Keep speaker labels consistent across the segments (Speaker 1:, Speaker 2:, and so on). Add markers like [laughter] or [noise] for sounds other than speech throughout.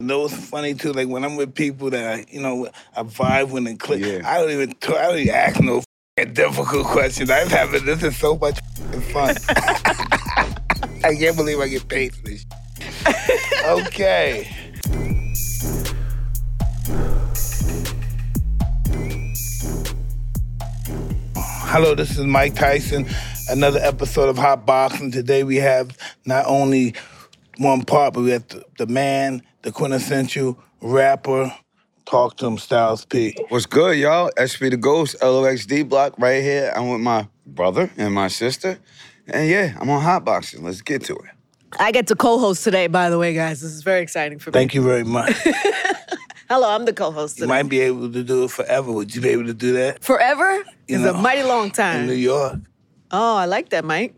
Speaker 1: You know, it's funny too. Like when I'm with people that I, you know, I vibe with and click.
Speaker 2: Yeah.
Speaker 1: I don't even, talk, I don't even ask no f***ing difficult questions. I'm having this is so much f***ing fun. [laughs] I can't believe I get paid for this. shit. okay. Hello, this is Mike Tyson. Another episode of Hot Boxing. Today we have not only one part, but we have the, the man, the quintessential rapper. Talk to him, Styles P.
Speaker 2: What's good, y'all? SB the Ghost, LOXD Block, right here. I'm with my brother and my sister. And yeah, I'm on Hotboxing. Let's get to it.
Speaker 3: I get to co-host today, by the way, guys. This is very exciting for me.
Speaker 1: Thank you very much.
Speaker 3: Hello, I'm the co-host
Speaker 1: You
Speaker 3: today.
Speaker 1: might be able to do it forever. Would you be able to do that
Speaker 3: Forever
Speaker 1: You
Speaker 3: is
Speaker 1: know,
Speaker 3: a mighty long
Speaker 1: in New
Speaker 3: time.
Speaker 1: York?
Speaker 3: Oh, I like that, Mike.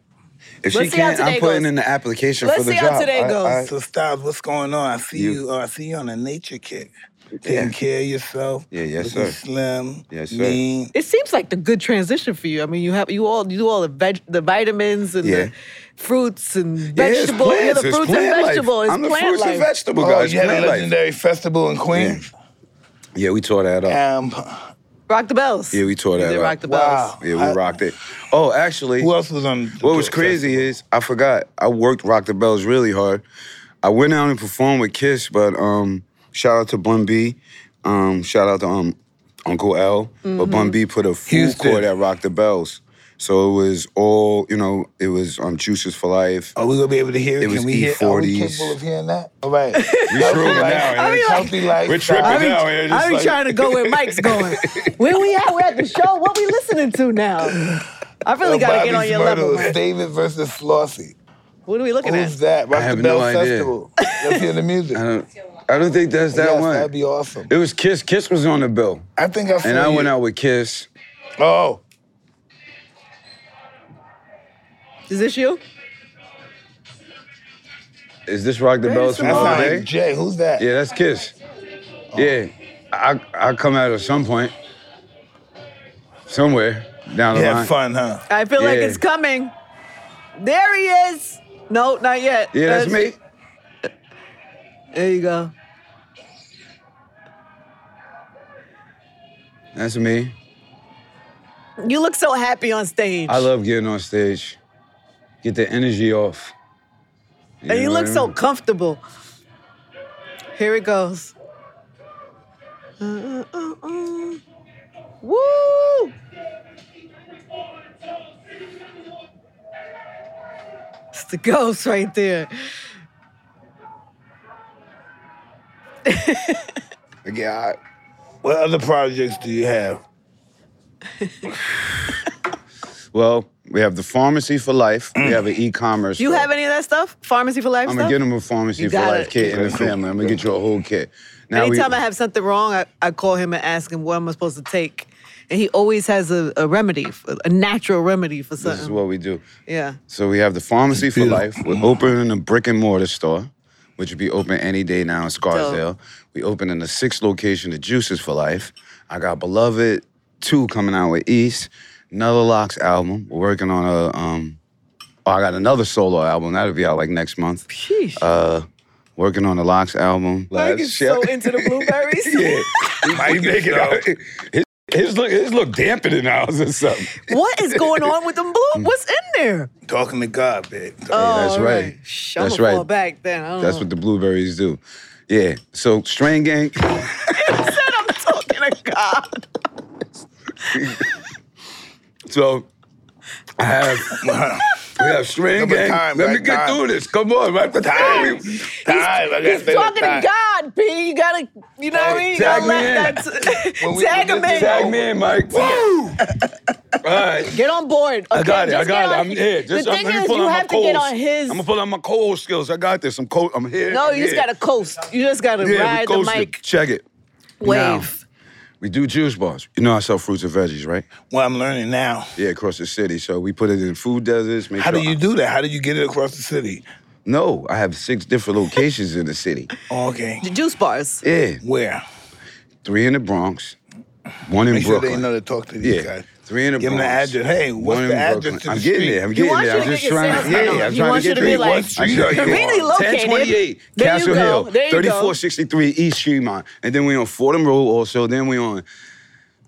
Speaker 2: If
Speaker 3: Let's
Speaker 2: she
Speaker 3: see how
Speaker 2: can't, I'm
Speaker 3: today
Speaker 2: putting
Speaker 3: goes.
Speaker 2: in the application
Speaker 3: Let's
Speaker 2: for the
Speaker 3: see how
Speaker 2: job.
Speaker 3: today
Speaker 2: I-
Speaker 3: goes.
Speaker 2: I-
Speaker 1: So Styles, what's going on? I see
Speaker 2: You-
Speaker 1: you. uh, I see you on a nature kick. Taking
Speaker 2: Yeah.
Speaker 1: care of yourself.
Speaker 2: Yeah, yes,
Speaker 1: looking
Speaker 2: sir.
Speaker 1: Slim.
Speaker 2: Yes, sir.
Speaker 1: Mean.
Speaker 3: It seems like the good transition for you. I mean, you have you all you do all the veg, the vitamins and
Speaker 2: Yeah.
Speaker 3: the fruits and
Speaker 2: it's
Speaker 3: vegetables. You're
Speaker 2: plants.
Speaker 3: the
Speaker 2: It's
Speaker 3: fruits
Speaker 2: plant
Speaker 3: and
Speaker 2: life.
Speaker 3: vegetables. It's
Speaker 2: I'm the
Speaker 3: plant
Speaker 2: fruits
Speaker 3: life.
Speaker 2: and vegetable
Speaker 1: Oh,
Speaker 2: guy. It's
Speaker 1: you had a
Speaker 2: plant life.
Speaker 1: legendary festival in Queens.
Speaker 2: Yeah, we tore that up.
Speaker 1: Um,
Speaker 3: Rock the bells.
Speaker 2: Yeah, we tore
Speaker 3: You
Speaker 2: that
Speaker 3: did
Speaker 2: up.
Speaker 3: Rock the
Speaker 1: Wow.
Speaker 3: bells.
Speaker 2: Yeah, we
Speaker 1: I-
Speaker 2: rocked it. Oh, actually,
Speaker 1: who else was on?
Speaker 2: what was crazy is I forgot. I worked Rock the Bells really hard. I went out and performed with Kiss, but um, shout out to Bun B. Um, shout out to um, Uncle L. But Bun B put a full
Speaker 1: Mm-hmm. Houston.
Speaker 2: court at Rock the Bells. So it was all, you know, it was um, Juices for Life.
Speaker 1: Are we gonna be able to hear?
Speaker 2: It
Speaker 1: Can
Speaker 2: was
Speaker 1: we hear? Are we
Speaker 2: E40s.
Speaker 1: capable of hearing that? All
Speaker 2: [laughs]
Speaker 1: right. We
Speaker 2: tripping now, yeah. I
Speaker 3: be like-
Speaker 1: Healthy life.
Speaker 2: We're tripping
Speaker 3: I be,
Speaker 2: now, yeah, just
Speaker 3: I be
Speaker 2: like-
Speaker 3: trying to go where
Speaker 2: [laughs]
Speaker 3: Mike's going. where we at? We're at the show. What we listening to now? I really
Speaker 2: Oh,
Speaker 3: got to get on your level. Mike.
Speaker 1: David versus Flossie.
Speaker 3: What are we looking
Speaker 1: Who's that?
Speaker 3: at?
Speaker 1: Rock
Speaker 2: have
Speaker 1: the
Speaker 2: no
Speaker 1: Bell
Speaker 2: idea.
Speaker 1: Festival. Let's
Speaker 2: [laughs]
Speaker 1: hear the music.
Speaker 2: I don't, I don't think that's that
Speaker 1: Oh, yes,
Speaker 2: one.
Speaker 1: that'd be awesome.
Speaker 2: it was Kiss. Kiss was on the bill.
Speaker 1: I think I saw
Speaker 2: And I
Speaker 1: you.
Speaker 2: went out with Kiss.
Speaker 1: Oh,
Speaker 3: Is this you?
Speaker 2: Is this Rock the
Speaker 3: That
Speaker 2: Bells
Speaker 3: is
Speaker 2: from
Speaker 1: that
Speaker 3: Oh,
Speaker 1: sounds
Speaker 2: LA?
Speaker 1: like Jay. Who's that?
Speaker 2: Yeah, that's Kiss. Yeah, I I come out at some point, somewhere down
Speaker 1: You
Speaker 2: the
Speaker 1: had
Speaker 2: line.
Speaker 1: fun, huh?
Speaker 3: I feel like
Speaker 2: Yeah.
Speaker 3: it's coming. There he is. No, not yet.
Speaker 2: Yeah, that's me.
Speaker 3: There you go.
Speaker 2: That's me.
Speaker 3: You look so happy on stage.
Speaker 2: I love getting on stage, get the energy off.
Speaker 3: And you
Speaker 2: know
Speaker 3: look
Speaker 2: what I
Speaker 3: so
Speaker 2: mean?
Speaker 3: comfortable. Here it goes. Uh, uh, uh, uh. Woo! It's the ghost right there.
Speaker 2: Yeah,
Speaker 1: What other projects do you have?
Speaker 2: I- well, we have the pharmacy for life. We
Speaker 3: [clears throat]
Speaker 2: have an e-commerce.
Speaker 3: Do you
Speaker 2: store.
Speaker 3: have any of that stuff? Pharmacy for Life
Speaker 2: I'm
Speaker 3: stuff?
Speaker 2: gonna get them a pharmacy
Speaker 3: You
Speaker 2: for
Speaker 3: got
Speaker 2: life
Speaker 3: it.
Speaker 2: kit and a family. I'm gonna get you a whole kit. Now we-
Speaker 3: Anytime I have something wrong, I, I call him and ask him what am I supposed to take, and he always has a, a remedy, for, a natural remedy for
Speaker 2: this is
Speaker 3: something.
Speaker 2: what we do.
Speaker 3: yeah.
Speaker 2: So we have the pharmacy for
Speaker 1: Beautiful.
Speaker 2: life. We're opening a brick and mortar store, which will be open any day now in Scarsdale. We open in the sixth location, the Juices for Life. I got Beloved two coming out with East, another Locks album. We're working on a um. Oh, I got another solo album that'll be out like next month.
Speaker 3: Sheesh.
Speaker 2: Uh, working on the Locks album.
Speaker 3: Mike is so into the blueberries.
Speaker 2: [laughs] yeah,
Speaker 1: Mike
Speaker 2: making out. His, his look, his look damper than [laughs] ours or something.
Speaker 3: What is going on with them blue? What's in there?
Speaker 1: Talking to God, babe.
Speaker 3: Oh,
Speaker 2: that's
Speaker 3: all
Speaker 2: right.
Speaker 3: Shh,
Speaker 2: That's
Speaker 3: I'm gonna fall
Speaker 2: right.
Speaker 3: back then. I don't
Speaker 2: That's
Speaker 3: know.
Speaker 2: what the blueberries do. Yeah. So Strain
Speaker 3: [laughs]
Speaker 2: Gang.
Speaker 3: said. I'm talking to God.
Speaker 2: [laughs] So I have
Speaker 3: [laughs]
Speaker 2: we have Strain
Speaker 1: Number
Speaker 2: Gang.
Speaker 1: time,
Speaker 2: Let me
Speaker 1: right
Speaker 2: get
Speaker 1: time.
Speaker 2: through this. Come on, right for time.
Speaker 1: Time. Time. I gotta
Speaker 3: He's
Speaker 1: say
Speaker 3: talking to
Speaker 1: time.
Speaker 3: God, P. You gotta, you know what I mean? You
Speaker 2: tag
Speaker 3: gotta
Speaker 2: me
Speaker 3: let
Speaker 2: in.
Speaker 3: [laughs] that-
Speaker 1: When we
Speaker 3: tag
Speaker 1: do
Speaker 3: him
Speaker 1: this,
Speaker 3: in.
Speaker 2: Tag me in, Mike. Woo! All right.
Speaker 3: Get on board.
Speaker 2: I
Speaker 3: okay?
Speaker 2: got it. I got
Speaker 3: Just get
Speaker 2: it.
Speaker 3: on-
Speaker 2: I'm here. Just,
Speaker 3: the
Speaker 2: I'm,
Speaker 3: thing
Speaker 2: let me
Speaker 3: is,
Speaker 2: pull
Speaker 3: you
Speaker 2: out my
Speaker 3: have to get
Speaker 2: coals.
Speaker 3: on his.
Speaker 2: I'm gonna pull out my cold skills. I got this. I'm cold. I'm here.
Speaker 3: No,
Speaker 2: I'm
Speaker 3: you just
Speaker 2: here.
Speaker 3: gotta coast. You just gotta
Speaker 2: yeah, we
Speaker 3: ride the
Speaker 2: coasted.
Speaker 3: mic
Speaker 2: Check it.
Speaker 3: wave.
Speaker 2: We do juice bars. You know I sell fruits and veggies, right?
Speaker 1: Well, I'm learning now.
Speaker 2: Yeah, across the city. So we put it in food deserts. Make
Speaker 1: How do
Speaker 2: sure
Speaker 1: you do that? How do you get it across the city?
Speaker 2: No, I have six different locations in the city.
Speaker 1: Oh, okay.
Speaker 3: The juice bars.
Speaker 2: Yeah,
Speaker 1: Where?
Speaker 2: three in the Bronx, one in
Speaker 1: Make sure
Speaker 2: Brooklyn.
Speaker 1: they know to talk to these
Speaker 2: yeah,
Speaker 1: guys.
Speaker 2: Three in the
Speaker 1: Give him the
Speaker 2: Bronx,
Speaker 1: address. Hey, what's
Speaker 2: one in
Speaker 1: the address
Speaker 2: Brooklyn.
Speaker 1: to the
Speaker 2: I'm getting
Speaker 1: street?
Speaker 2: there. I'm
Speaker 1: He
Speaker 2: getting
Speaker 3: wants
Speaker 2: there.
Speaker 3: you
Speaker 2: I'm
Speaker 3: to
Speaker 2: just
Speaker 3: get your
Speaker 2: trying.
Speaker 3: sales
Speaker 2: yeah,
Speaker 3: number.
Speaker 2: I'm
Speaker 3: He
Speaker 2: trying
Speaker 3: wants
Speaker 2: to
Speaker 3: you
Speaker 2: get
Speaker 3: to be
Speaker 2: there.
Speaker 3: like,
Speaker 2: What street
Speaker 3: "You're
Speaker 2: are you on?"
Speaker 3: conveniently located.
Speaker 2: 1028
Speaker 3: There you
Speaker 2: Castle
Speaker 3: go.
Speaker 2: Hill,
Speaker 3: There you go.
Speaker 2: 3463 East Tremont, and then we on Fordham Road. Also, then we on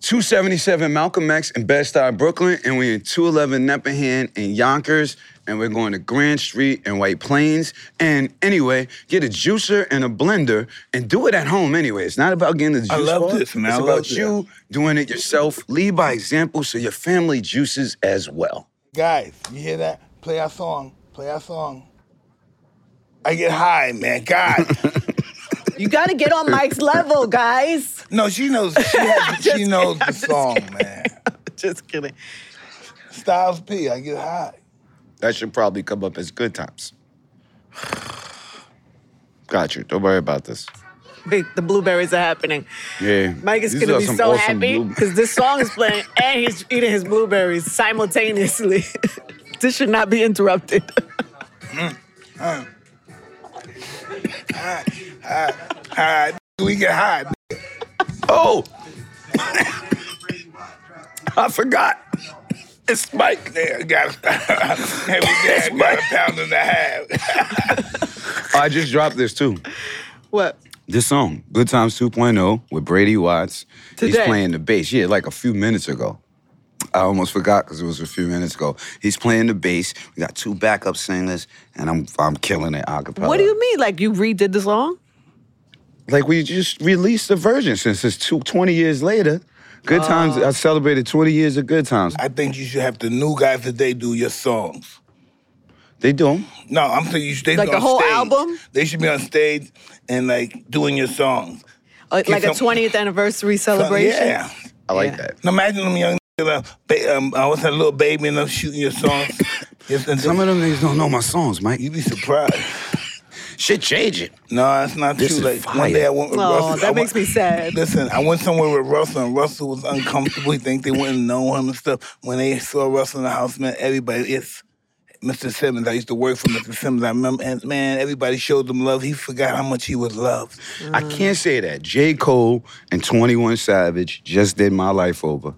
Speaker 2: 277 Malcolm X in Bed-Stuy, Brooklyn, and we in 211 Neppahan in Yonkers, and we're going to Grand Street and White Plains. And anyway, get a juicer and a blender and do it at home anyway. It's not about getting the juice.
Speaker 1: I love
Speaker 2: bar.
Speaker 1: this, man.
Speaker 2: It's
Speaker 1: I
Speaker 2: about
Speaker 1: love this.
Speaker 2: you doing it yourself. Lead by example so your family juices as well.
Speaker 1: Guys, you hear that? Play our song. Play our song. I get high, man.
Speaker 2: [laughs]
Speaker 1: God.
Speaker 3: You got to get on Mike's level, guys.
Speaker 1: no, she knows. She, has, she knows the song, man.
Speaker 3: [laughs] Just kidding.
Speaker 1: Styles P. I get high.
Speaker 2: That should probably come up as good times. [sighs] Got you. Don't worry about this.
Speaker 3: Big, the blueberries are happening.
Speaker 2: Yeah.
Speaker 3: Mike is
Speaker 2: These
Speaker 3: gonna
Speaker 2: are
Speaker 3: be
Speaker 2: some
Speaker 3: so
Speaker 2: awesome
Speaker 3: happy
Speaker 2: blue-
Speaker 3: because this song
Speaker 2: [laughs]
Speaker 3: is playing and he's eating his blueberries simultaneously. [laughs] this should not be interrupted. [laughs]
Speaker 1: High. We get high.
Speaker 3: [coughs]
Speaker 2: Oh! I forgot. It's Mike.
Speaker 1: Yeah, got [laughs] every day. I got a pound and a half.
Speaker 2: I just dropped this too.
Speaker 3: what?
Speaker 2: This song, Good Times 2.0 with Brady Watts. He's
Speaker 3: Today.
Speaker 2: playing the bass. Yeah, like a few minutes ago. I almost forgot because it was a few minutes ago. He's playing the bass. We got two backup singers, and I'm I'm killing it acapella.
Speaker 3: What do you mean? Like you redid the song?
Speaker 2: like we just released the version since it's two, 20 years later. Good times.
Speaker 3: Oh.
Speaker 2: I celebrated 20 years of good times.
Speaker 1: I think you should have the new guys today do your songs.
Speaker 2: They do 'em.
Speaker 1: No, I'm saying you should they should
Speaker 3: Like
Speaker 1: be
Speaker 3: the
Speaker 1: on
Speaker 3: whole
Speaker 1: stage.
Speaker 3: album?
Speaker 1: They should be on stage and like doing your songs.
Speaker 3: Uh, like a
Speaker 1: some-
Speaker 3: 20th anniversary celebration?
Speaker 1: Yeah.
Speaker 2: I like
Speaker 3: Yeah.
Speaker 2: that.
Speaker 1: Now imagine them young niggas, uh, ba- um, I was a little baby and them shooting your songs.
Speaker 3: [laughs]
Speaker 1: Yes, and
Speaker 2: Some of them niggas don't know my songs, Mike.
Speaker 1: you'd be surprised.
Speaker 2: Shit changing.
Speaker 1: No, that's not true.
Speaker 2: This is
Speaker 1: like
Speaker 2: fire.
Speaker 1: one day I went with
Speaker 3: Aw,
Speaker 1: Russell.
Speaker 3: that
Speaker 1: I went-
Speaker 3: makes me
Speaker 1: [laughs]
Speaker 3: sad.
Speaker 1: Listen, I went somewhere with Russell and Russell was
Speaker 2: [laughs]
Speaker 1: uncomfortable. he think they wouldn't know him and stuff. When they saw Russell in the house, man, everybody it's Mr. Simmons. I used to work for Mr. Simmons. I remember and man, everybody showed him love. He forgot how much he was loved.
Speaker 2: I can't say that. J. Cole and 21 Savage just did my life over. Me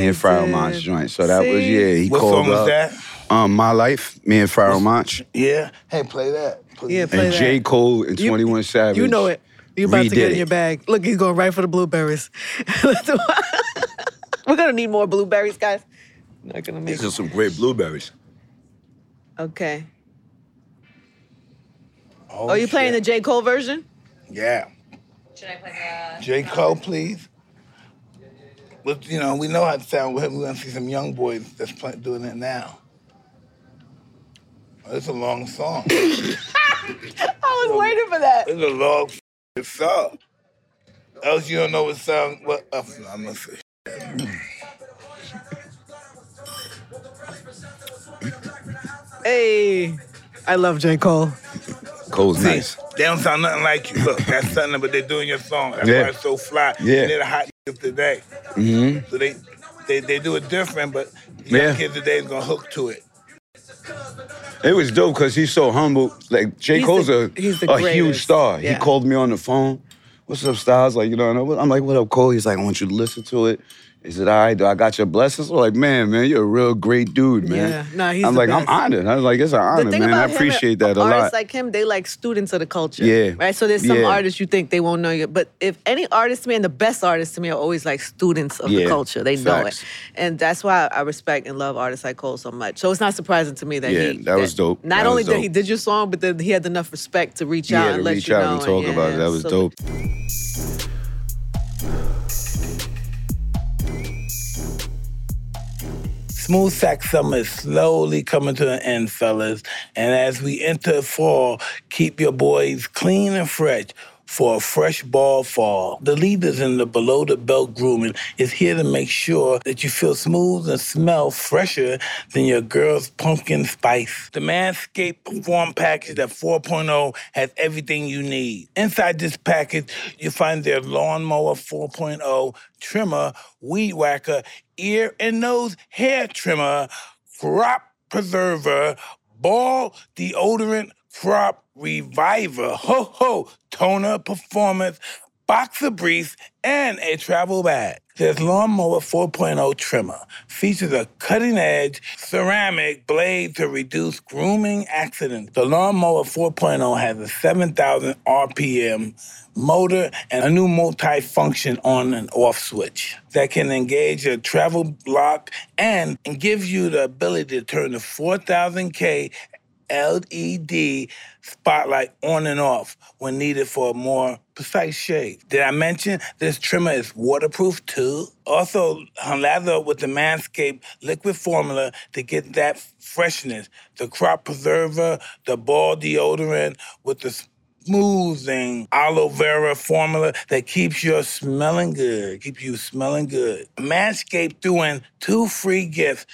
Speaker 2: and
Speaker 3: They
Speaker 2: Farrell
Speaker 3: did.
Speaker 2: Monch joint. So that was,
Speaker 3: See?
Speaker 2: yeah, he
Speaker 1: What
Speaker 2: called
Speaker 1: song was
Speaker 2: up.
Speaker 1: that?
Speaker 2: Um, my Life, me and Farrell Monch.
Speaker 1: Yeah. Hey, play that. please.
Speaker 3: Yeah, play
Speaker 2: And
Speaker 3: that.
Speaker 2: J. Cole and 21 Savage.
Speaker 3: You know it. You're about to
Speaker 2: redid
Speaker 3: get in
Speaker 2: it.
Speaker 3: your bag. Look, he's going right for the blueberries. [laughs] We're gonna need more blueberries, guys. Not gonna make.
Speaker 2: These are some great blueberries.
Speaker 3: Okay. Oh, you playing the J Cole version?
Speaker 1: Yeah.
Speaker 4: Should I play the?
Speaker 1: J. Cole, please. But you know, we know how to sound with him. We're gonna see some young boys that's play, doing it now. Oh, it's a long song. it's
Speaker 3: I was waiting for that.
Speaker 1: a long f***ing song. Else you don't know what song. What? Uh, I'm gonna say.
Speaker 3: Hey, I love J Cole.
Speaker 2: Cole's
Speaker 1: See,
Speaker 2: nice.
Speaker 1: They don't sound nothing like you. Look, that's something, but they're doing your song. That's
Speaker 2: Yeah.
Speaker 1: why it's so fly.
Speaker 2: Yeah.
Speaker 1: And they're the hot kids today. Mm-hmm. So they, they they do it different, but young
Speaker 2: Yeah.
Speaker 1: kids today is gonna hook to it.
Speaker 2: It was dope because he's so humble. Like J.
Speaker 3: He's
Speaker 2: Cole's
Speaker 3: the-
Speaker 2: a,
Speaker 3: he's the
Speaker 2: a huge
Speaker 3: greatest.
Speaker 2: star. He
Speaker 3: Yeah.
Speaker 2: called me on the phone. What's up, Styles? Like, you know, and I'm like, what up, Cole? He's like, I want you to listen to it. Is it all right? Do I got your blessings? I'm like, man, man, you're a real great dude, man.
Speaker 3: Yeah. Nah, he's
Speaker 2: I'm
Speaker 3: the
Speaker 2: like,
Speaker 3: best.
Speaker 2: I'm honored. I was like, it's an honor, man. I
Speaker 3: him,
Speaker 2: appreciate that a
Speaker 3: artists
Speaker 2: lot.
Speaker 3: like him, they like students of the culture.
Speaker 2: Yeah.
Speaker 3: Right. So there's some
Speaker 2: Yeah.
Speaker 3: artists you think they won't know you, but if any artist to me, and the best artists to me are always like students of
Speaker 2: Yeah.
Speaker 3: the culture. They know
Speaker 2: Facts.
Speaker 3: it, and that's why I respect and love artists like Cole so much. So it's not surprising to me that
Speaker 2: Yeah,
Speaker 3: he.
Speaker 2: that was dope.
Speaker 3: Not
Speaker 2: That
Speaker 3: only
Speaker 2: was
Speaker 3: did he
Speaker 2: dope.
Speaker 3: did your song, but then he had enough respect to reach out
Speaker 2: yeah, to
Speaker 3: and let
Speaker 2: reach
Speaker 3: you
Speaker 2: out
Speaker 3: know.
Speaker 2: and talk about it.
Speaker 3: yeah,
Speaker 2: That was
Speaker 3: so-
Speaker 2: dope.
Speaker 3: [laughs]
Speaker 1: Smooth Sack Summer is slowly coming to an end, fellas. And as we enter fall, keep your boys clean and fresh for a fresh ball fall. The leaders in the below the belt grooming is here to make sure that you feel smooth and smell fresher than your girl's pumpkin spice. The Manscaped Perform Package at 4.0 has everything you need. Inside this package, you find their lawnmower 4.0 trimmer, weed whacker, ear and nose hair trimmer, crop preserver, ball deodorant, crop reviver, ho ho, toner performance, box of briefs, and a travel bag. This lawnmower 4.0 trimmer features a cutting edge ceramic blade to reduce grooming accidents. The lawnmower 4.0 has a 7,000 RPM motor and a new multi-function on and off switch that can engage your travel lock and, and gives you the ability to turn the 4,000K LED E spotlight on and off when needed for a more precise shave. Did I mention this trimmer is waterproof too? Also, um, lather up with the Manscaped liquid formula to get that freshness. The crop preserver, the ball deodorant with the smoothing aloe vera formula that keeps your smelling good, keeps you smelling good. Manscaped threw in two free gifts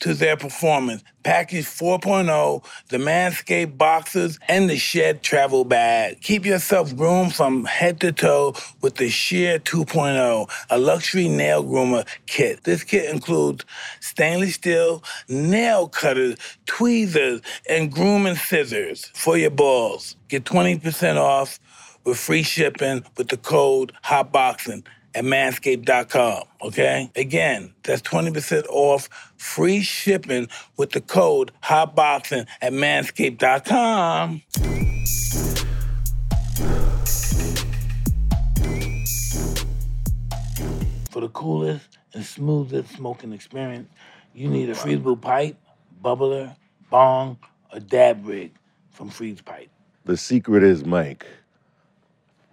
Speaker 1: to their performance. Package 4.0, the Manscaped boxers, and the Shed travel bag. Keep yourself groomed from head to toe with the Sheer 2.0, a luxury nail groomer kit. This kit includes stainless steel nail cutters, tweezers, and grooming scissors for your balls. Get 20% off with free shipping with the code HOTBOXING at manscaped.com. Okay? Again, that's 20% off free shipping with the code HOTBOXING at manscaped.com. For the coolest and smoothest smoking experience, you need a freezable pipe, bubbler, bong, or dab rig from Freeze Pipe.
Speaker 5: The secret is, Mike,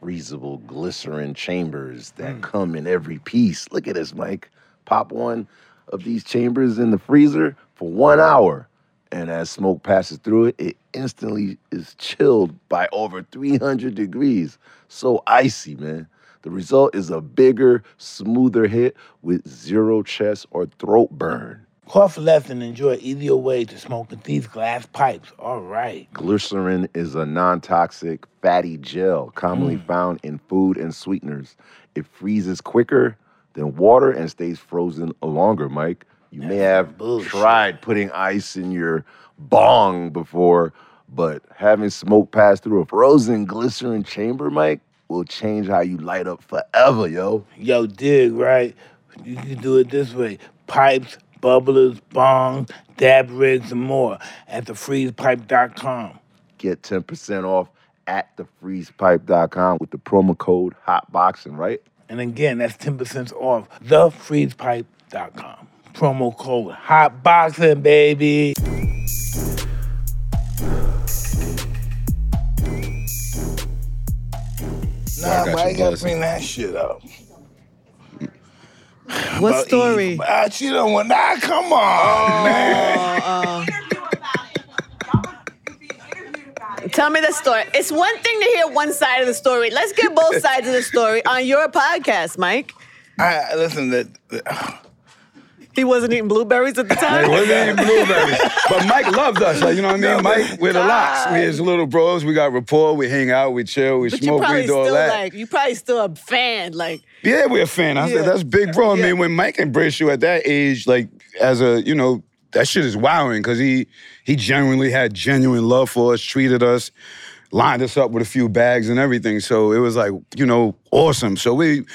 Speaker 5: reasonable glycerin chambers that come in every piece. Look at this, Mike. Pop one of these chambers in the freezer for one hour. And as smoke passes through it, it instantly is chilled by over 300 degrees. So icy, man. The result is a bigger, smoother hit with zero chest or throat burn.
Speaker 1: Cough less and enjoy easier way to smoke with these glass pipes. All right.
Speaker 5: Glycerin is a non toxic fatty gel commonly
Speaker 1: Mm.
Speaker 5: found in food and sweeteners. It freezes quicker than water and stays frozen longer, Mike. You may have
Speaker 1: bullshit.
Speaker 5: tried putting ice in your bong before, but having smoke pass through a frozen glycerin chamber, Mike, will change how you light up forever, yo.
Speaker 1: Yo, dig, right? You can do it this way pipes, bubblers, bongs, dab rigs, and more at thefreezepipe.com.
Speaker 5: Get 10% off at thefreezepipe.com with the promo code HOTBOXING, right?
Speaker 1: And again, that's 10% off thefreezepipe.com. Promo code HOTBOXING, baby. Nah,
Speaker 2: got
Speaker 1: why
Speaker 2: your
Speaker 1: you gotta
Speaker 2: blessing.
Speaker 1: bring that shit up?
Speaker 3: What
Speaker 1: About
Speaker 3: story?
Speaker 1: Eve. Ah, she don't want. Nah, come on,
Speaker 2: Oh.
Speaker 1: man.
Speaker 4: Interview about it. Y'all want to be interviewed about it.
Speaker 3: Tell me the story. It's one thing to hear one side of the story. Let's get
Speaker 2: [laughs]
Speaker 3: both sides of the story on your podcast, Mike.
Speaker 1: I listen. That
Speaker 3: He wasn't eating blueberries at the
Speaker 2: Hey,
Speaker 3: time.
Speaker 2: we're eating blueberries. But Mike loved us. Like, you know what I mean? Mike, we're the locks. We're his little bros. We got rapport. We hang out. We chill. We
Speaker 3: But you
Speaker 2: smoke. We
Speaker 3: probably
Speaker 2: do
Speaker 3: still
Speaker 2: all that.
Speaker 3: like you probably still a fan. Like
Speaker 2: Yeah, we're a fan. I
Speaker 3: Yeah.
Speaker 2: said that's big, bro. I
Speaker 3: Yeah.
Speaker 2: mean, when Mike embraced you at that age, like as a you know, that shit is wowing because he he genuinely had genuine love for us, treated us, lined us up with a few bags and everything. So it was like you know, awesome. So we.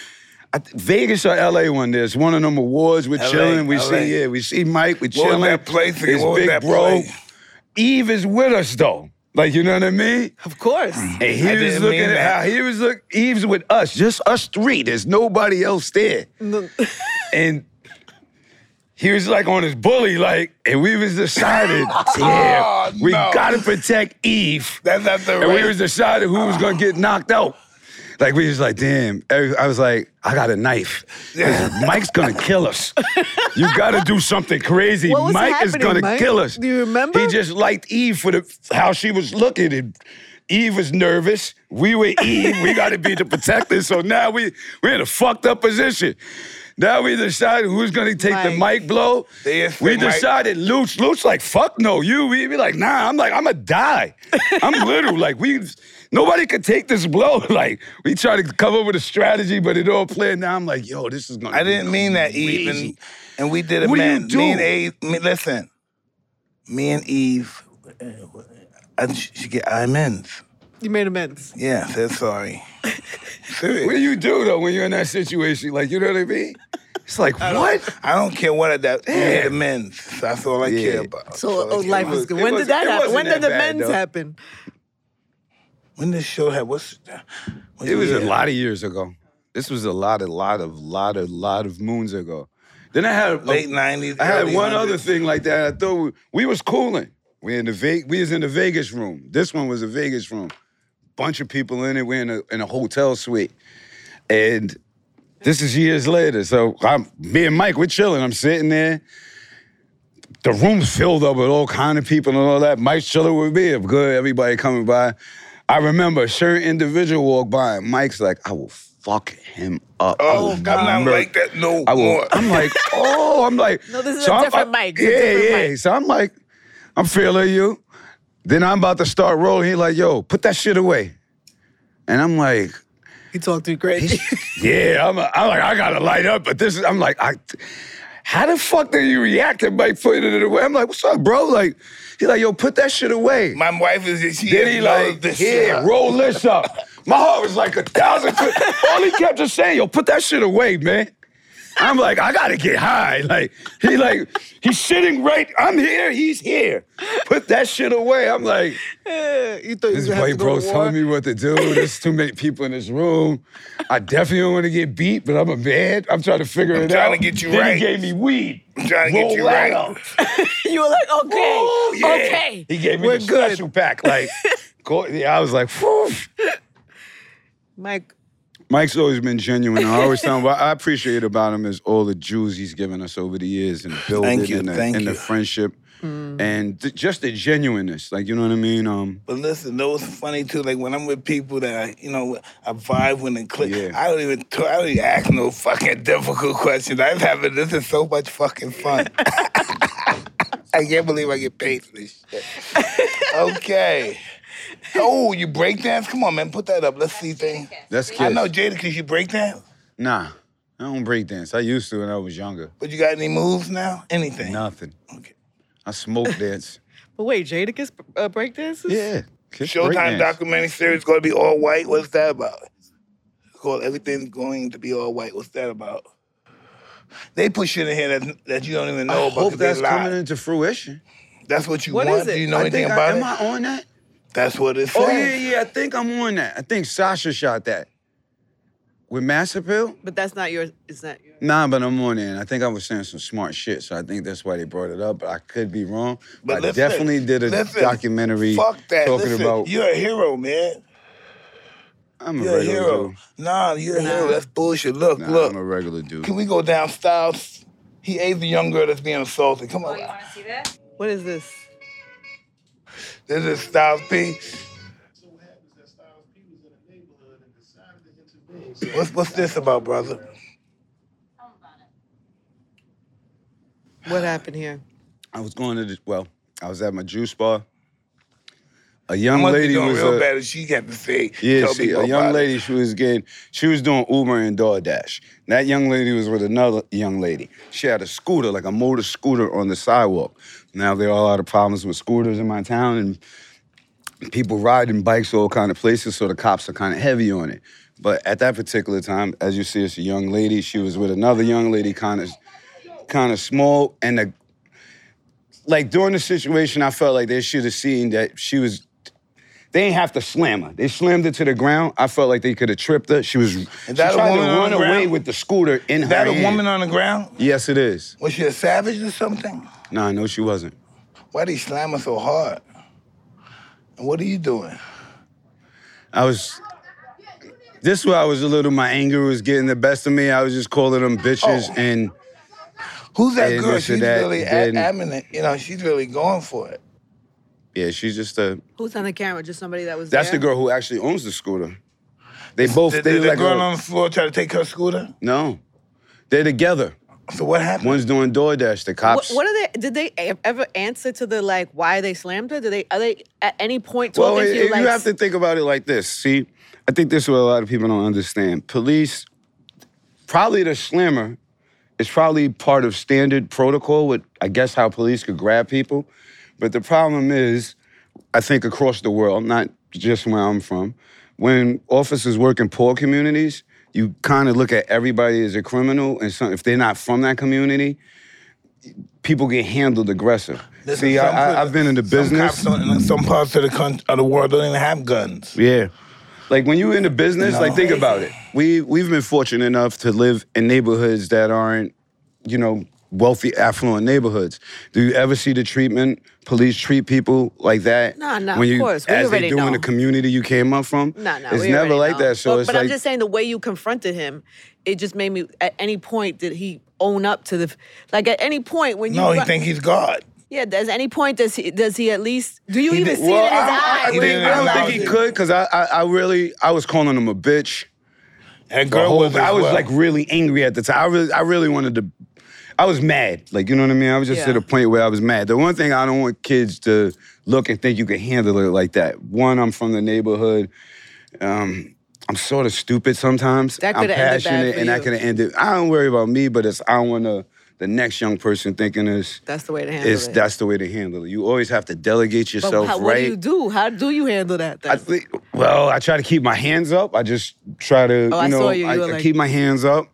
Speaker 2: I, th- Vegas or LA one day. It's one of them awards. We're
Speaker 1: LA,
Speaker 2: chilling. We
Speaker 1: LA.
Speaker 2: see, yeah, we see Mike. We're
Speaker 1: was
Speaker 2: chilling.
Speaker 1: that place again?
Speaker 2: His
Speaker 1: What was
Speaker 2: big
Speaker 1: that
Speaker 2: bro.
Speaker 1: place?
Speaker 2: Eve is with us though. Like you know what I mean?
Speaker 3: of course.
Speaker 2: And he
Speaker 1: I
Speaker 2: was
Speaker 1: didn't
Speaker 2: looking
Speaker 1: mean
Speaker 2: at
Speaker 1: that.
Speaker 2: how he was look. Eve's with us, just us three. There's nobody else there. and he was like on his bully, like, and we was decided, yeah,
Speaker 1: [laughs] Oh,
Speaker 2: we
Speaker 1: no.
Speaker 2: gotta protect Eve.
Speaker 1: that's not the
Speaker 2: And
Speaker 1: right.
Speaker 2: we was deciding who was gonna get knocked out. Like we was like, damn. Every- I was like, I got a knife. 'Cause Mike's gonna kill us. You gotta do something crazy.
Speaker 3: What was
Speaker 2: Mike is
Speaker 3: happening,
Speaker 2: gonna
Speaker 3: Mike?
Speaker 2: kill us.
Speaker 3: Do you remember?
Speaker 2: He just liked Eve for the how she was looking. And Eve was nervous. We were Eve. we gotta be the protectors. So now we we're in a fucked up position. Now we decided who's gonna take the
Speaker 3: Mike.
Speaker 2: mic blow.
Speaker 1: They just
Speaker 2: we
Speaker 1: think Mike-
Speaker 2: decided Luch. Luch like fuck no. You we be like nah. I'm like I'ma die. [laughs] I'm little. Like we nobody could take this blow. [laughs] Like we try to come up with a strategy, but it all planned. Now I'm like yo, this is gonna.
Speaker 1: I
Speaker 2: be
Speaker 1: didn't mean that,
Speaker 2: crazy.
Speaker 1: Eve. And, and we did it,
Speaker 2: What do you
Speaker 1: man. Me and
Speaker 2: do?
Speaker 1: Eve. Me, listen, me and Eve. uh, I should get amends.
Speaker 3: [laughs] You made amends.
Speaker 2: [laughs]
Speaker 1: Yeah, said sorry.
Speaker 6: serious.
Speaker 2: What do you do though when you're in that situation? Like, you know what I mean? It's like what?
Speaker 6: I don't care what I that
Speaker 2: Yeah.
Speaker 6: yeah. the men's. That's all I
Speaker 2: Yeah.
Speaker 6: care about.
Speaker 3: So
Speaker 6: That's all I
Speaker 3: oh,
Speaker 6: care
Speaker 3: life
Speaker 6: about.
Speaker 3: is good.
Speaker 2: it
Speaker 3: When
Speaker 2: wasn't-
Speaker 3: did that
Speaker 2: it
Speaker 3: happen?
Speaker 2: wasn't
Speaker 3: When did
Speaker 2: that
Speaker 3: the
Speaker 2: bad,
Speaker 3: men's
Speaker 2: though.
Speaker 3: happen?
Speaker 6: When this show had what's
Speaker 2: [laughs]
Speaker 6: what
Speaker 2: It was a
Speaker 6: year?
Speaker 2: lot of years ago. This was a lot, a lot of, lot of, lot of moons ago. Then I had a-
Speaker 6: late nineties.
Speaker 2: I had one other thing like that. I thought we, we was cooling. We in the Ve- we was in the Vegas room. This one was a Vegas room. Bunch of people in it. We're in a in a hotel suite, and this is years later. So I'm me and Mike, we're chilling. I'm sitting there. The room's filled up with all kind of people and all that. Mike's chilling with me. I'm good. Everybody coming by. I remember a certain individual walked by, and Mike's like, "I will fuck him up." I will
Speaker 6: Oh, I'm not
Speaker 2: murder-
Speaker 6: like that no
Speaker 2: I will.
Speaker 6: more.
Speaker 2: I'm like, oh, I'm like.
Speaker 3: No, this is
Speaker 2: so
Speaker 3: a
Speaker 2: I'm-
Speaker 3: different
Speaker 2: I-
Speaker 3: mic. It's a
Speaker 2: Yeah,
Speaker 3: different
Speaker 2: yeah.
Speaker 3: mic.
Speaker 2: So I'm like, I'm feeling you. Then I'm about to start rolling. He like, yo, put that shit away. And I'm like,
Speaker 3: He talked to
Speaker 2: [laughs]
Speaker 3: you crazy.
Speaker 2: yeah, I'm, I'm like, I gotta light up. But this is, I'm like, I, how the fuck did you react to Mike putting it away? I'm like, what's up, bro? Like, he like, yo, put that shit away.
Speaker 6: My wife is she
Speaker 2: Then he
Speaker 6: knows
Speaker 2: like,
Speaker 6: this shit.
Speaker 2: yeah, roll this up. My heart was like a thousand. twi- All he kept just saying, yo, put that shit away, man. I'm like, I gotta get high. Like he like he's sitting right. I'm here. He's here. Put that shit away. I'm like,
Speaker 3: [laughs] you thought
Speaker 2: this
Speaker 3: you had to
Speaker 2: white
Speaker 3: go
Speaker 2: bro's
Speaker 3: to war.
Speaker 2: telling me what to do. There's too many people in this room. I definitely don't want to get beat, but I'm a man. I'm trying to figure it out.
Speaker 6: trying to get you
Speaker 2: Then
Speaker 6: right.
Speaker 2: He gave me weed.
Speaker 6: I'm trying to get
Speaker 2: Roll
Speaker 6: you
Speaker 2: that
Speaker 6: right.
Speaker 2: up.
Speaker 3: [laughs] You were like, okay,
Speaker 2: Ooh, Oh, yeah.
Speaker 3: okay.
Speaker 2: He gave me
Speaker 3: We're
Speaker 2: the
Speaker 3: good.
Speaker 2: special pack. Like, [laughs] go- yeah, I was like, whew.
Speaker 3: Mike,
Speaker 2: Mike's always been genuine. I always tell him what I appreciate about him is all the Jews he's given us over the years and building
Speaker 6: you,
Speaker 2: and, the,
Speaker 6: thank
Speaker 2: and the
Speaker 6: you.
Speaker 2: friendship
Speaker 3: Mm.
Speaker 2: and th- just the genuineness. Like you know what I mean? Um,
Speaker 6: But listen, that was funny too. Like when I'm with people that I, you know, I vibe with and click.
Speaker 2: Yeah.
Speaker 6: I don't even, talk, I don't even ask no fucking difficult questions. I'm having this is so much fucking fun. [laughs] I can't believe I get paid for this shit. Okay. Oh, you break dance? Come on, man, put that up. Let's see things.
Speaker 2: that's kids.
Speaker 6: I know Jada, cause you break dance.
Speaker 2: Nah, I don't break dance. I used to when I was younger.
Speaker 6: But you got any moves now? Anything?
Speaker 2: Nothing.
Speaker 6: Okay.
Speaker 2: I smoke
Speaker 6: [laughs]
Speaker 2: dance.
Speaker 3: but wait, Jadakiss uh, break dances?
Speaker 2: yeah. Kids break
Speaker 6: Showtime
Speaker 2: dance.
Speaker 6: documentary series going to be all white. What's that about? It's called Everything's Going to Be All White. What's that about? They put shit in here that, that you don't even know
Speaker 2: I
Speaker 6: about.
Speaker 2: hope
Speaker 6: 'cause they
Speaker 2: that's
Speaker 6: lie.
Speaker 2: coming into fruition.
Speaker 6: That's what you
Speaker 3: What
Speaker 6: want.
Speaker 3: is it?
Speaker 6: Do you know
Speaker 2: I
Speaker 6: anything
Speaker 2: think
Speaker 6: about
Speaker 2: I,
Speaker 6: it?
Speaker 2: Am I on that?
Speaker 6: That's what it says.
Speaker 2: Oh yeah, yeah. I think I'm on that. I think Sasha shot that with Mass Appeal.
Speaker 3: But that's not your. It's not your.
Speaker 2: Nah, but I'm on it. And I think I was saying some smart shit, so I think that's why they brought it up. But I could be wrong.
Speaker 6: But
Speaker 2: I
Speaker 6: listen,
Speaker 2: definitely did a
Speaker 6: listen,
Speaker 2: documentary
Speaker 6: Fuck that.
Speaker 2: talking
Speaker 6: Listen,
Speaker 2: about.
Speaker 6: You're a hero, man.
Speaker 2: I'm a
Speaker 6: You're a
Speaker 2: regular
Speaker 6: hero.
Speaker 2: dude.
Speaker 6: Nah, you're a hero. That's bullshit. Look,
Speaker 2: Nah,
Speaker 6: look.
Speaker 2: I'm a regular dude.
Speaker 6: Can we go down Styles? He ate the young girl that's being assaulted. Come
Speaker 4: Oh,
Speaker 6: on.
Speaker 4: you want to see this?
Speaker 3: What is this?
Speaker 6: This is Styles P.
Speaker 7: So what happens that Styles P was in a neighborhood and decided to intervene. So
Speaker 6: What's, what's this about, brother?
Speaker 4: Tell them about it.
Speaker 3: What happened here?
Speaker 2: I was going to the, well, I was at my juice bar. A young
Speaker 6: I must be
Speaker 2: lady
Speaker 6: doing
Speaker 2: was
Speaker 6: real
Speaker 2: a,
Speaker 6: bad if she got to say.
Speaker 2: Yeah,
Speaker 6: tell
Speaker 2: see,
Speaker 6: people
Speaker 2: a young
Speaker 6: about it.
Speaker 2: lady, she was getting, she was doing Uber and DoorDash. And that young lady was with another young lady. She had a scooter, like a motor scooter on the sidewalk. Now there are a lot of problems with scooters in my town and people riding bikes all kind of places, so the cops are kind of heavy on it. But at that particular time, as you see, it's a young lady. She was with another young lady, kind of, kind of small, and the, like during the situation, I felt like they should have seen that she was they ain't have to slam her. They slammed her to the ground. I felt like they could have tripped her. She was she
Speaker 6: Is that a
Speaker 2: tried to
Speaker 6: woman on
Speaker 2: run
Speaker 6: the
Speaker 2: away
Speaker 6: ground?
Speaker 2: with the scooter in
Speaker 6: Is
Speaker 2: her
Speaker 6: that a
Speaker 2: hand.
Speaker 6: woman on the ground?
Speaker 2: Yes, it is.
Speaker 6: Was she a savage or something?
Speaker 2: Nah, no, she wasn't.
Speaker 6: Why they slam her so hard? And what are you doing?
Speaker 2: I was. This where I was a little. My anger was getting the best of me. I was just calling them bitches,
Speaker 6: Oh.
Speaker 2: and
Speaker 6: Who's that
Speaker 2: Hey,
Speaker 6: girl?
Speaker 2: listen,
Speaker 6: She's
Speaker 2: that
Speaker 6: really
Speaker 2: didn't-
Speaker 6: a- adamant. You know, she's really going for it.
Speaker 2: yeah, she's just a.
Speaker 3: Who's on the camera? Just somebody that was.
Speaker 2: That's
Speaker 3: there?
Speaker 2: the girl who actually owns the scooter. They both.
Speaker 6: Did,
Speaker 2: they
Speaker 6: did the
Speaker 2: like
Speaker 6: girl
Speaker 2: a-
Speaker 6: on the floor try to take her scooter?
Speaker 2: no, they're together.
Speaker 6: So what happened?
Speaker 2: One's doing DoorDash. The cops.
Speaker 3: What, what are they? Did they e- ever answer to the like why they slammed her? Did they are they at any point talking
Speaker 2: Well,
Speaker 3: to you
Speaker 2: you,
Speaker 3: like
Speaker 2: you have to think about it like this. See, I think this is what a lot of people don't understand. Police, probably the slammer, is probably part of standard protocol with, I guess, how police could grab people. But the problem is, I think across the world, not just where I'm from, when officers work in poor communities, you kind of look at everybody as a criminal, and some, if they're not from that community, people get handled aggressive.
Speaker 6: Listen,
Speaker 2: See,
Speaker 6: some
Speaker 2: I,
Speaker 6: prison-
Speaker 2: I, I've been in the business.
Speaker 6: Some cops don't, in some parts of the country, of the world don't even have guns.
Speaker 2: Yeah. Like when you in the business, like think about it. We we've been fortunate enough to live in neighborhoods that aren't, you know, wealthy, affluent neighborhoods. Do you ever see the treatment police treat people like that?
Speaker 3: No, no,
Speaker 2: when
Speaker 3: of
Speaker 2: you,
Speaker 3: course. We
Speaker 2: as they
Speaker 3: already
Speaker 2: do in
Speaker 3: know.
Speaker 2: the community you came up from.
Speaker 3: No, no,
Speaker 2: it's
Speaker 3: we
Speaker 2: never
Speaker 3: already
Speaker 2: like
Speaker 3: know.
Speaker 2: that. So
Speaker 3: but,
Speaker 2: it's
Speaker 3: but
Speaker 2: like
Speaker 3: I'm just saying the way you confronted him, it just made me. At any point did he own up to the? f- Like at any point when you
Speaker 6: No, he
Speaker 3: run-
Speaker 6: think he's God.
Speaker 3: yeah, does any point does he does he at least do you
Speaker 6: He
Speaker 3: even
Speaker 6: did-
Speaker 3: see
Speaker 6: well,
Speaker 3: it in his
Speaker 6: I- I-
Speaker 3: eyes?
Speaker 6: he
Speaker 2: I,
Speaker 6: didn't
Speaker 2: I don't
Speaker 6: allow
Speaker 2: think he
Speaker 6: it.
Speaker 2: could because I, I I really I was calling him a bitch.
Speaker 6: That
Speaker 2: the
Speaker 6: girl
Speaker 2: whole
Speaker 6: was.
Speaker 2: thing.
Speaker 6: as
Speaker 2: I was
Speaker 6: well.
Speaker 2: like really angry at the time. I really, I really wanted to. I was mad. Like you know what I mean. I was just
Speaker 3: Yeah.
Speaker 2: at a point where I was mad. The one thing I don't want kids to look and think you can handle it like that. One, I'm from the neighborhood. Um, I'm sort of stupid sometimes.
Speaker 3: That
Speaker 2: I'm
Speaker 3: coulda ended bad
Speaker 2: passionate,
Speaker 3: for
Speaker 2: and I
Speaker 3: you.
Speaker 2: could have ended. I don't worry about me, but it's I want to. The next young person thinking is
Speaker 3: That's the way to handle
Speaker 2: is
Speaker 3: it.
Speaker 2: that's the way to handle it. You always have to delegate
Speaker 3: but
Speaker 2: yourself
Speaker 3: how,
Speaker 2: right.
Speaker 3: what do you do? How do you handle that? Then?
Speaker 2: I think. Well, I try to keep my hands up. I just try to,
Speaker 3: Oh, I
Speaker 2: you know,
Speaker 3: saw you. You
Speaker 2: I,
Speaker 3: were
Speaker 2: I
Speaker 3: like- Mm-hmm.
Speaker 2: keep my hands up.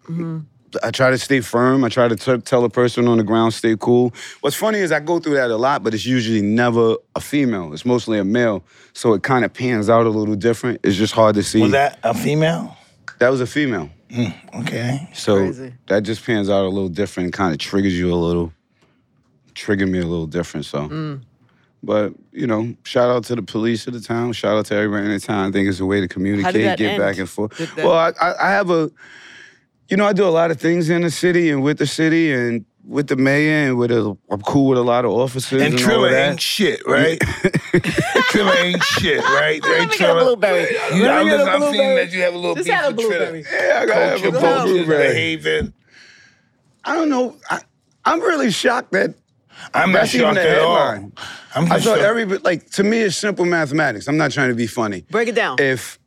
Speaker 2: I try to stay firm. I try to t- tell a person on the ground, stay cool. What's funny is I go through that a lot, but it's usually never a female. It's mostly a male, so it kind of pans out a little different. It's just hard to see.
Speaker 6: was that a female?
Speaker 2: That was a female,
Speaker 6: Okay.
Speaker 2: so
Speaker 3: Crazy.
Speaker 2: that just pans out a little different. Kind of triggers you a little, triggered me a little different. So.
Speaker 3: Mm.
Speaker 2: But you know, shout out to the police of the town. Shout out to everybody in the town. I think it's a way to communicate,
Speaker 3: that
Speaker 2: get
Speaker 3: end?
Speaker 2: back and forth.
Speaker 3: Did that-
Speaker 2: Well, I, I, I have a, you know, I do a lot of things in the city and with the city and with the mayor and with a, I'm cool with a lot of officers and,
Speaker 6: And
Speaker 2: all
Speaker 6: Triller
Speaker 2: of that.
Speaker 6: ain't shit,
Speaker 2: [laughs]
Speaker 6: right? Triller ain't shit, right? Let
Speaker 3: me get a blueberry.
Speaker 6: You,
Speaker 3: Let
Speaker 6: I'm,
Speaker 3: me get a
Speaker 6: just, I'm seeing
Speaker 3: blueberry.
Speaker 6: that you have a little
Speaker 3: Just
Speaker 6: beef
Speaker 3: have a
Speaker 6: with Triller.
Speaker 3: blueberry.
Speaker 2: yeah, I gotta have
Speaker 6: Culture,
Speaker 2: a
Speaker 3: Culture,
Speaker 2: bold
Speaker 6: vultures,
Speaker 2: blueberry.
Speaker 6: behaving.
Speaker 2: I don't know. I, I'm really shocked that
Speaker 6: I'm not
Speaker 2: That's even
Speaker 6: shocked
Speaker 2: the
Speaker 6: at all.
Speaker 2: headline.
Speaker 6: I'm
Speaker 2: I
Speaker 6: just
Speaker 2: thought
Speaker 6: shocked.
Speaker 2: every like to me it's simple mathematics. I'm not trying to be funny.
Speaker 3: Break it down.
Speaker 2: If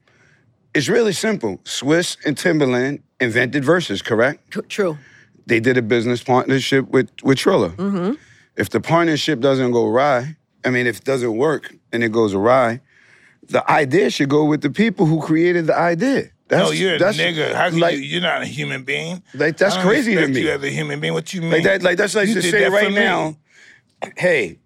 Speaker 2: it's really simple, Swiss and Timberland invented verses, correct?
Speaker 3: Tr- True.
Speaker 2: they did a business partnership with with Triller. If the partnership doesn't go awry, I mean, if it doesn't work and it goes awry, the idea should go with the people who created the idea. That's,
Speaker 6: no, you're a
Speaker 2: that's,
Speaker 6: nigga. How can
Speaker 2: like,
Speaker 6: you? You're not a human being.
Speaker 2: Like, that's
Speaker 6: I don't
Speaker 2: crazy to
Speaker 6: respect
Speaker 2: me.
Speaker 6: You as a human being, what you mean?
Speaker 2: Like that, like that's like
Speaker 6: You
Speaker 2: to
Speaker 6: did
Speaker 2: say
Speaker 6: that for
Speaker 2: right
Speaker 6: me.
Speaker 2: now, hey,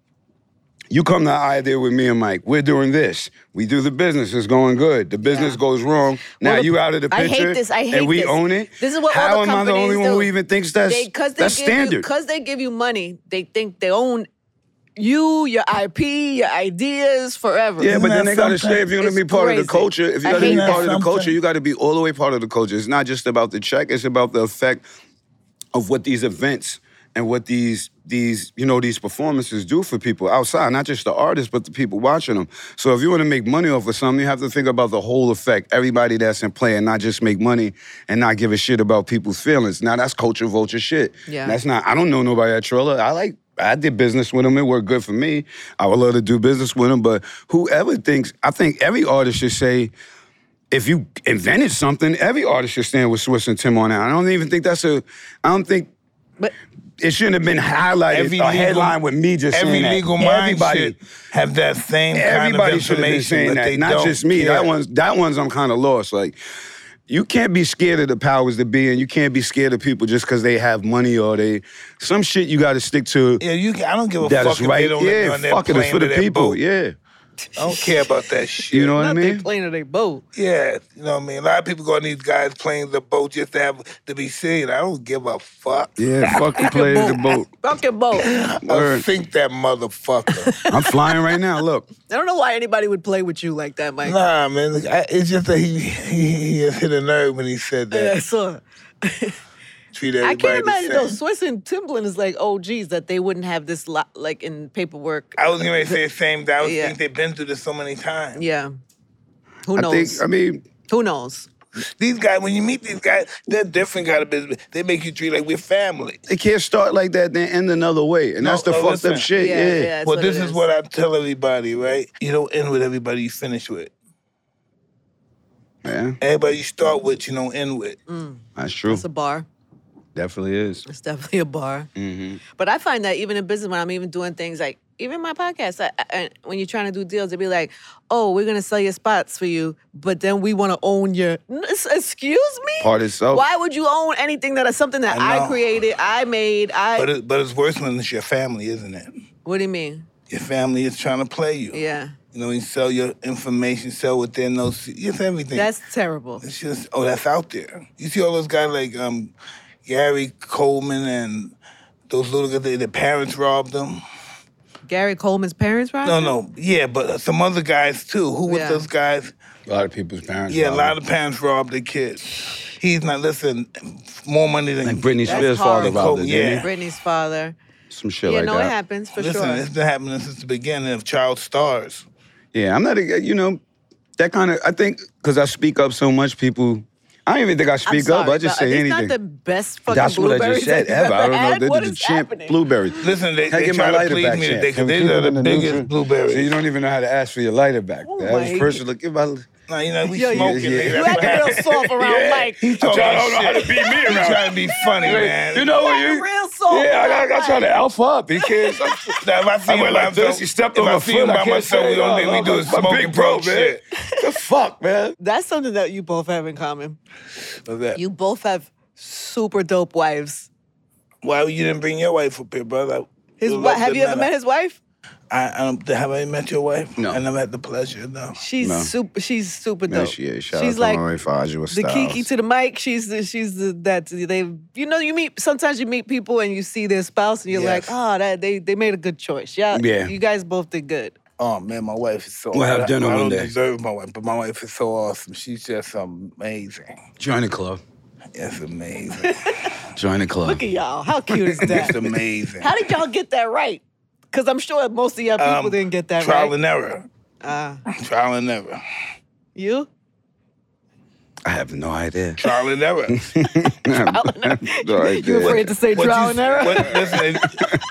Speaker 2: you come to the idea with me and Mike. We're doing this. We do the business. It's going good. The business
Speaker 3: Yeah.
Speaker 2: goes wrong. Now
Speaker 3: the-
Speaker 2: you out of the
Speaker 3: I hate
Speaker 2: picture.
Speaker 3: this. I hate
Speaker 2: and we
Speaker 3: this.
Speaker 2: own it.
Speaker 3: This is what all
Speaker 2: How am
Speaker 3: the
Speaker 2: I the
Speaker 3: companies
Speaker 2: only one who
Speaker 3: do.
Speaker 2: even thinks that's
Speaker 3: they because they
Speaker 2: that's
Speaker 3: give
Speaker 2: standard?
Speaker 3: you because they give you money, they think they own you, your IP, your ideas forever.
Speaker 2: Yeah, but then
Speaker 6: Isn't that
Speaker 2: they gotta
Speaker 6: something?
Speaker 2: say if you're gonna be
Speaker 3: It's
Speaker 2: part of
Speaker 3: crazy.
Speaker 2: the culture, if
Speaker 3: I
Speaker 2: you're gonna
Speaker 3: hate
Speaker 2: be
Speaker 3: that
Speaker 2: part of the culture,
Speaker 6: something.
Speaker 2: you gotta be all the way part of the culture. It's not just about the check, it's about the effect of what these events and what these these you know these performances do for people outside, not just the artists, but the people watching them. So if you want to make money off of something, you have to think about the whole effect, everybody that's in play, and not just make money and not give a shit about people's feelings. Now that's culture vulture shit.
Speaker 3: Yeah.
Speaker 2: that's not. I don't know nobody at Triller. I like. I did business with them. It worked good for me. I would love to do business with them. But whoever thinks, I think every artist should say, if you invented something, every artist should stand with Swiss and Tim on that. I don't even think that's a. I don't think
Speaker 3: But
Speaker 2: it shouldn't have been highlighted.
Speaker 6: Every
Speaker 2: a
Speaker 6: legal-
Speaker 2: headline with me just
Speaker 6: Every
Speaker 2: saying that.
Speaker 6: legal mind
Speaker 2: everybody,
Speaker 6: should have that same kind
Speaker 2: everybody
Speaker 6: of
Speaker 2: should have been
Speaker 6: information,
Speaker 2: saying
Speaker 6: but they
Speaker 2: that. Not
Speaker 6: don't
Speaker 2: just me.
Speaker 6: care.
Speaker 2: That one's that one's. I'm kind of lost. Like. You can't be scared of the powers that be, and you can't be scared of people just because they have money or they some shit. You got to stick to
Speaker 6: Yeah, you. I don't give a
Speaker 2: that
Speaker 6: fuck
Speaker 2: is
Speaker 6: if they
Speaker 2: right.
Speaker 6: don't let me
Speaker 2: Yeah,
Speaker 6: on that
Speaker 2: fuck it,
Speaker 6: plane
Speaker 2: it's for
Speaker 6: to
Speaker 2: the
Speaker 6: that
Speaker 2: people.
Speaker 6: boat.
Speaker 2: Yeah,
Speaker 6: I don't care about that shit.
Speaker 2: [laughs] you know what I
Speaker 3: not they
Speaker 2: mean.
Speaker 3: playing or they both.
Speaker 6: Yeah, you know what I mean. A lot of people go on these guys' planes, the boat, just to have to be seen. I don't give a fuck.
Speaker 2: Yeah, fuck the play the boat.
Speaker 3: Fuck your boat. I
Speaker 6: I
Speaker 2: Word.
Speaker 6: think
Speaker 2: [laughs]
Speaker 6: that motherfucker.
Speaker 2: I'm flying right now. Look,
Speaker 3: don't know why anybody would play with you like that, Mike.
Speaker 6: nah, man. I, it's just that he, he he just hit a nerve when he said that.
Speaker 3: Yeah, [laughs] so
Speaker 6: Treat
Speaker 3: I
Speaker 6: everybody
Speaker 3: can't imagine
Speaker 6: the
Speaker 3: though.
Speaker 6: same.
Speaker 3: Swiss and Timberland is like OGs that they wouldn't have this lot like in paperwork.
Speaker 6: I was gonna say the same. That I was
Speaker 3: Yeah.
Speaker 6: think they've been through this so many times.
Speaker 3: Yeah. Who
Speaker 2: I
Speaker 3: knows?
Speaker 2: think um, I mean
Speaker 3: Who knows?
Speaker 6: These guys, when you meet these guys, they're different kind of business. They make you treat like we're family.
Speaker 2: it can't start like that, then end another way. And that's the
Speaker 6: no,
Speaker 2: fucked
Speaker 6: listen.
Speaker 2: up shit.
Speaker 3: Yeah,
Speaker 2: Yeah.
Speaker 3: yeah, That's
Speaker 6: well,
Speaker 3: what
Speaker 6: this
Speaker 3: it
Speaker 6: is
Speaker 3: is.
Speaker 6: what I tell everybody, right? You don't end with everybody you finish with.
Speaker 2: Man,
Speaker 6: Everybody you start with, you don't end with.
Speaker 3: Mm.
Speaker 2: that's true.
Speaker 3: It's a bar.
Speaker 2: Definitely is. Mm-hmm.
Speaker 3: It's definitely a bar. But I find that even in business, when I'm even doing things like even my podcast, I, I, and when you're trying to do deals, they'd be like, "Oh, we're gonna sell your spots for you, but then we want to own your." N- s- Excuse me.
Speaker 2: Part itself.
Speaker 3: Why would you own anything that is something that
Speaker 6: I
Speaker 3: I,
Speaker 6: know.
Speaker 3: created, I made? I.
Speaker 6: But it, but it's worse when it's your family, isn't it?
Speaker 3: what do you mean?
Speaker 6: Your family is trying to play you.
Speaker 3: Yeah,
Speaker 6: You know, you sell your information, sell within those. It's everything.
Speaker 3: that's terrible.
Speaker 6: It's just oh, that's out there. You see all those guys like um, Gary Coleman and those little guys. They, their parents robbed them.
Speaker 3: Gary Coleman's parents, right?
Speaker 6: No, no, yeah, but some other guys too. Who was
Speaker 3: Yeah.
Speaker 6: those guys?
Speaker 2: A lot of people's parents.
Speaker 6: Yeah, a
Speaker 2: robbed
Speaker 6: lot
Speaker 2: them.
Speaker 6: of parents robbed their kids. He's not listen. More money than
Speaker 2: Like Britney
Speaker 3: That's
Speaker 2: Spears' father
Speaker 3: horrible.
Speaker 2: robbed it, didn't
Speaker 6: Yeah.
Speaker 2: he?
Speaker 3: Britney's father.
Speaker 2: Some shit
Speaker 3: yeah,
Speaker 2: like
Speaker 3: no,
Speaker 2: that.
Speaker 3: it happens for
Speaker 6: Listen,
Speaker 3: sure.
Speaker 6: it's been happening since the beginning of child stars.
Speaker 2: Yeah, I'm not, a, you know, that kind of, I think, because I speak up so much, people, I don't even think I
Speaker 3: I'm
Speaker 2: speak up.
Speaker 3: sorry,
Speaker 2: I just
Speaker 3: but
Speaker 2: say
Speaker 3: these
Speaker 2: anything.
Speaker 3: not the best fucking
Speaker 2: That's what I just
Speaker 3: blueberries
Speaker 2: said
Speaker 3: that
Speaker 2: ever.
Speaker 3: you've
Speaker 2: I don't know.
Speaker 3: had.
Speaker 2: They
Speaker 3: What
Speaker 2: did the
Speaker 3: is
Speaker 2: champ
Speaker 3: happening?
Speaker 2: blueberry.
Speaker 6: Listen, they,
Speaker 2: Can I
Speaker 6: they
Speaker 2: get my
Speaker 6: try to
Speaker 2: lighter
Speaker 6: please
Speaker 2: back,
Speaker 6: me
Speaker 2: champ?
Speaker 6: today
Speaker 2: Can
Speaker 6: because
Speaker 2: we
Speaker 6: they
Speaker 2: keep
Speaker 6: are
Speaker 2: it
Speaker 6: the
Speaker 2: in the
Speaker 6: biggest
Speaker 2: neutral? So
Speaker 6: blueberries.
Speaker 2: you don't even know how to ask for your lighter back.
Speaker 3: Oh
Speaker 2: the average
Speaker 3: my
Speaker 2: person, look, give my. li-
Speaker 6: Nah, you know we
Speaker 3: Yo, you-
Speaker 6: smoking.
Speaker 2: Yeah, [laughs] yeah.
Speaker 6: nigga.
Speaker 3: You
Speaker 6: That's
Speaker 3: acting
Speaker 6: what
Speaker 3: real soft around Mike.
Speaker 6: He talking
Speaker 2: trying- I don't know how to
Speaker 6: shit.
Speaker 2: beat me
Speaker 6: He
Speaker 2: around.
Speaker 6: trying to be funny, man.
Speaker 2: You know what
Speaker 3: Acting
Speaker 2: you?
Speaker 3: real soft
Speaker 2: Yeah, I,
Speaker 3: around
Speaker 2: got, I try
Speaker 3: Mike.
Speaker 2: to alpha up. He can't.
Speaker 6: Now, if I see
Speaker 2: I
Speaker 6: him
Speaker 2: went
Speaker 6: by
Speaker 2: like
Speaker 6: myself,
Speaker 2: this. He stepped
Speaker 6: if
Speaker 2: on
Speaker 6: I
Speaker 2: my
Speaker 6: see him
Speaker 2: foot.
Speaker 6: by
Speaker 2: I can't
Speaker 6: myself,
Speaker 2: say
Speaker 6: the only
Speaker 2: no.
Speaker 6: thing we do
Speaker 2: I'm
Speaker 6: is
Speaker 2: a
Speaker 6: smoke
Speaker 2: big
Speaker 6: and
Speaker 2: bro,
Speaker 6: broke
Speaker 2: man. The fuck, man.
Speaker 3: That's something that you both have in common.
Speaker 6: What's that?
Speaker 3: You both have super dope wives.
Speaker 6: Why you didn't bring your wife up here, brother?
Speaker 3: His
Speaker 6: We'd
Speaker 3: wi-
Speaker 6: love
Speaker 3: have
Speaker 6: to
Speaker 3: you ever
Speaker 6: know
Speaker 3: met
Speaker 6: that.
Speaker 3: his wife?
Speaker 6: I, I don't, have I met your wife?
Speaker 2: No.
Speaker 6: I never had the pleasure. No.
Speaker 3: She's
Speaker 2: No.
Speaker 3: super. She's super dope.
Speaker 2: No, she is. Shout
Speaker 3: she's
Speaker 2: out
Speaker 3: like
Speaker 2: to Marie Fajua
Speaker 3: the Kiki to the mic. She's the, she's the, that they. You know, you meet sometimes you meet people and you see their spouse and you're
Speaker 6: Yes.
Speaker 3: like, oh, that they they made a good choice. Yeah,
Speaker 2: Yeah.
Speaker 3: You guys both did good.
Speaker 6: Oh man, my wife is so.
Speaker 2: We'll have
Speaker 6: I-
Speaker 2: dinner
Speaker 6: I,
Speaker 2: one
Speaker 6: don't
Speaker 2: day.
Speaker 6: deserve my wife, but my wife is so awesome. She's just amazing.
Speaker 2: Join the club.
Speaker 6: It's amazing.
Speaker 2: Join the club.
Speaker 3: Look at y'all. How cute
Speaker 2: [laughs]
Speaker 3: is
Speaker 6: it's
Speaker 3: that?
Speaker 6: amazing.
Speaker 3: How did y'all get that right? Because I'm sure most of y'all people
Speaker 6: Um,
Speaker 3: didn't get that
Speaker 6: Trial
Speaker 3: right.
Speaker 6: and error.
Speaker 3: Uh,
Speaker 6: Trial and error.
Speaker 3: you?
Speaker 2: I have no idea.
Speaker 6: Trial and error.
Speaker 2: no
Speaker 3: You afraid to say
Speaker 6: What
Speaker 3: trial
Speaker 6: you-
Speaker 3: and error?
Speaker 6: What, listen,